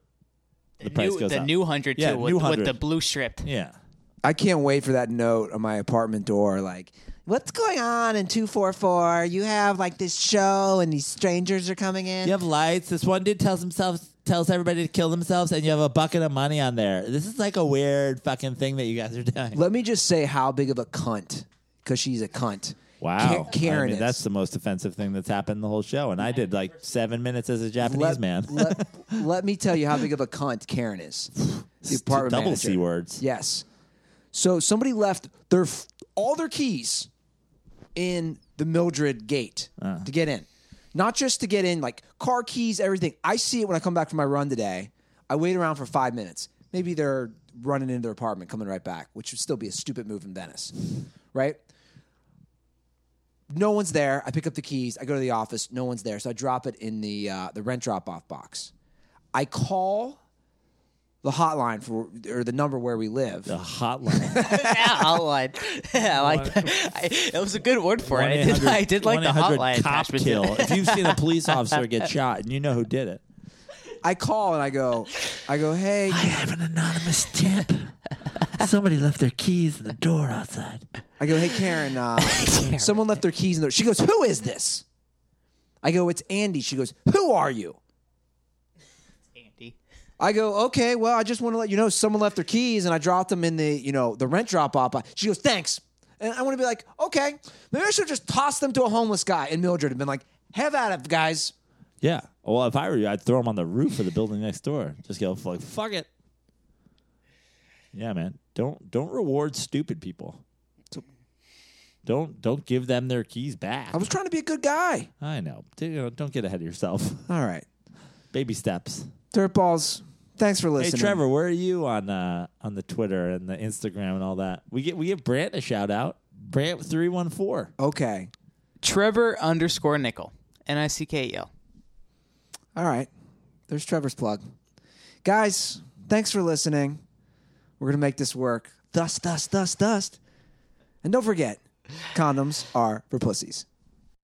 C: the price
D: new,
C: goes
D: the
C: up.
D: new hundred
C: Yeah,
D: too
C: new
D: with, with
C: 100.
D: the blue strip.
C: yeah.
B: I can't wait for that note on my apartment door. Like, what's going on in 244? You have like this show and these strangers are coming in.
C: You have lights. This one dude tells himself tells everybody to kill themselves, and you have a bucket of money on there. This is like a weird fucking thing that you guys are doing.
B: Let me just say how big of a cunt, because she's a cunt.
C: Wow,
B: Ka- Karen
C: I mean,
B: is.
C: that's the most offensive thing that's happened the whole show, and I did like seven minutes as a Japanese
B: let,
C: man.
B: let, let me tell you how big of a cunt Karen is. The apartment
C: double
B: manager.
C: C words.
B: Yes. So somebody left their f- all their keys in the Mildred gate to get in. Not just to get in, like car keys, everything. I see it when I come back from my run today. I wait around for five minutes. Maybe they're running into their apartment, coming right back, which would still be a stupid move in Venice, right? No one's there. I pick up the keys. I go to the office. No one's there, so I drop it in the uh, the rent drop off box. I call the hotline for or the number where we live.
C: The hotline.
D: yeah, hotline. Yeah, I like that. I, it was a good word for it. I did, I did like the
C: 1-800
D: hotline
C: Cop
D: attachment.
C: kill. if you've seen a police officer get shot and you know who did it,
B: I call and I go, I go, hey,
C: have an anonymous tip. Somebody left their keys in the door outside.
B: I go, hey Karen, uh, someone left their keys in there. She goes, who is this? I go, it's Andy. She goes, who are you?
D: Andy.
B: I go, okay, well, I just want to let you know someone left their keys and I dropped them in the, you know, the rent drop off. She goes, thanks. And I want to be like, okay, maybe I should have just tossed them to a homeless guy in Mildred and been like, have at it, guys.
C: Yeah. Well, if I were you, I'd throw him on the roof of the building next door. Just go like, fuck it. Yeah, man. Don't don't reward stupid people. Don't don't give them their keys back.
B: I was trying to be a good guy.
C: I know. Dude, you know, Don't get ahead of yourself.
B: All right.
C: Baby steps.
B: Dirtballs, thanks for
C: Hey
B: listening.
C: Trevor, where are you on uh, on the Twitter and the Instagram and all that? We get we give Brant a shout out. Brant three one four.
B: Okay.
D: Trevor underscore nickel. N I C K E L.
B: All right. There's Trevor's plug. Guys, thanks for listening. We're going to make this work. Dust, dust, dust, dust. And don't forget, condoms are for pussies.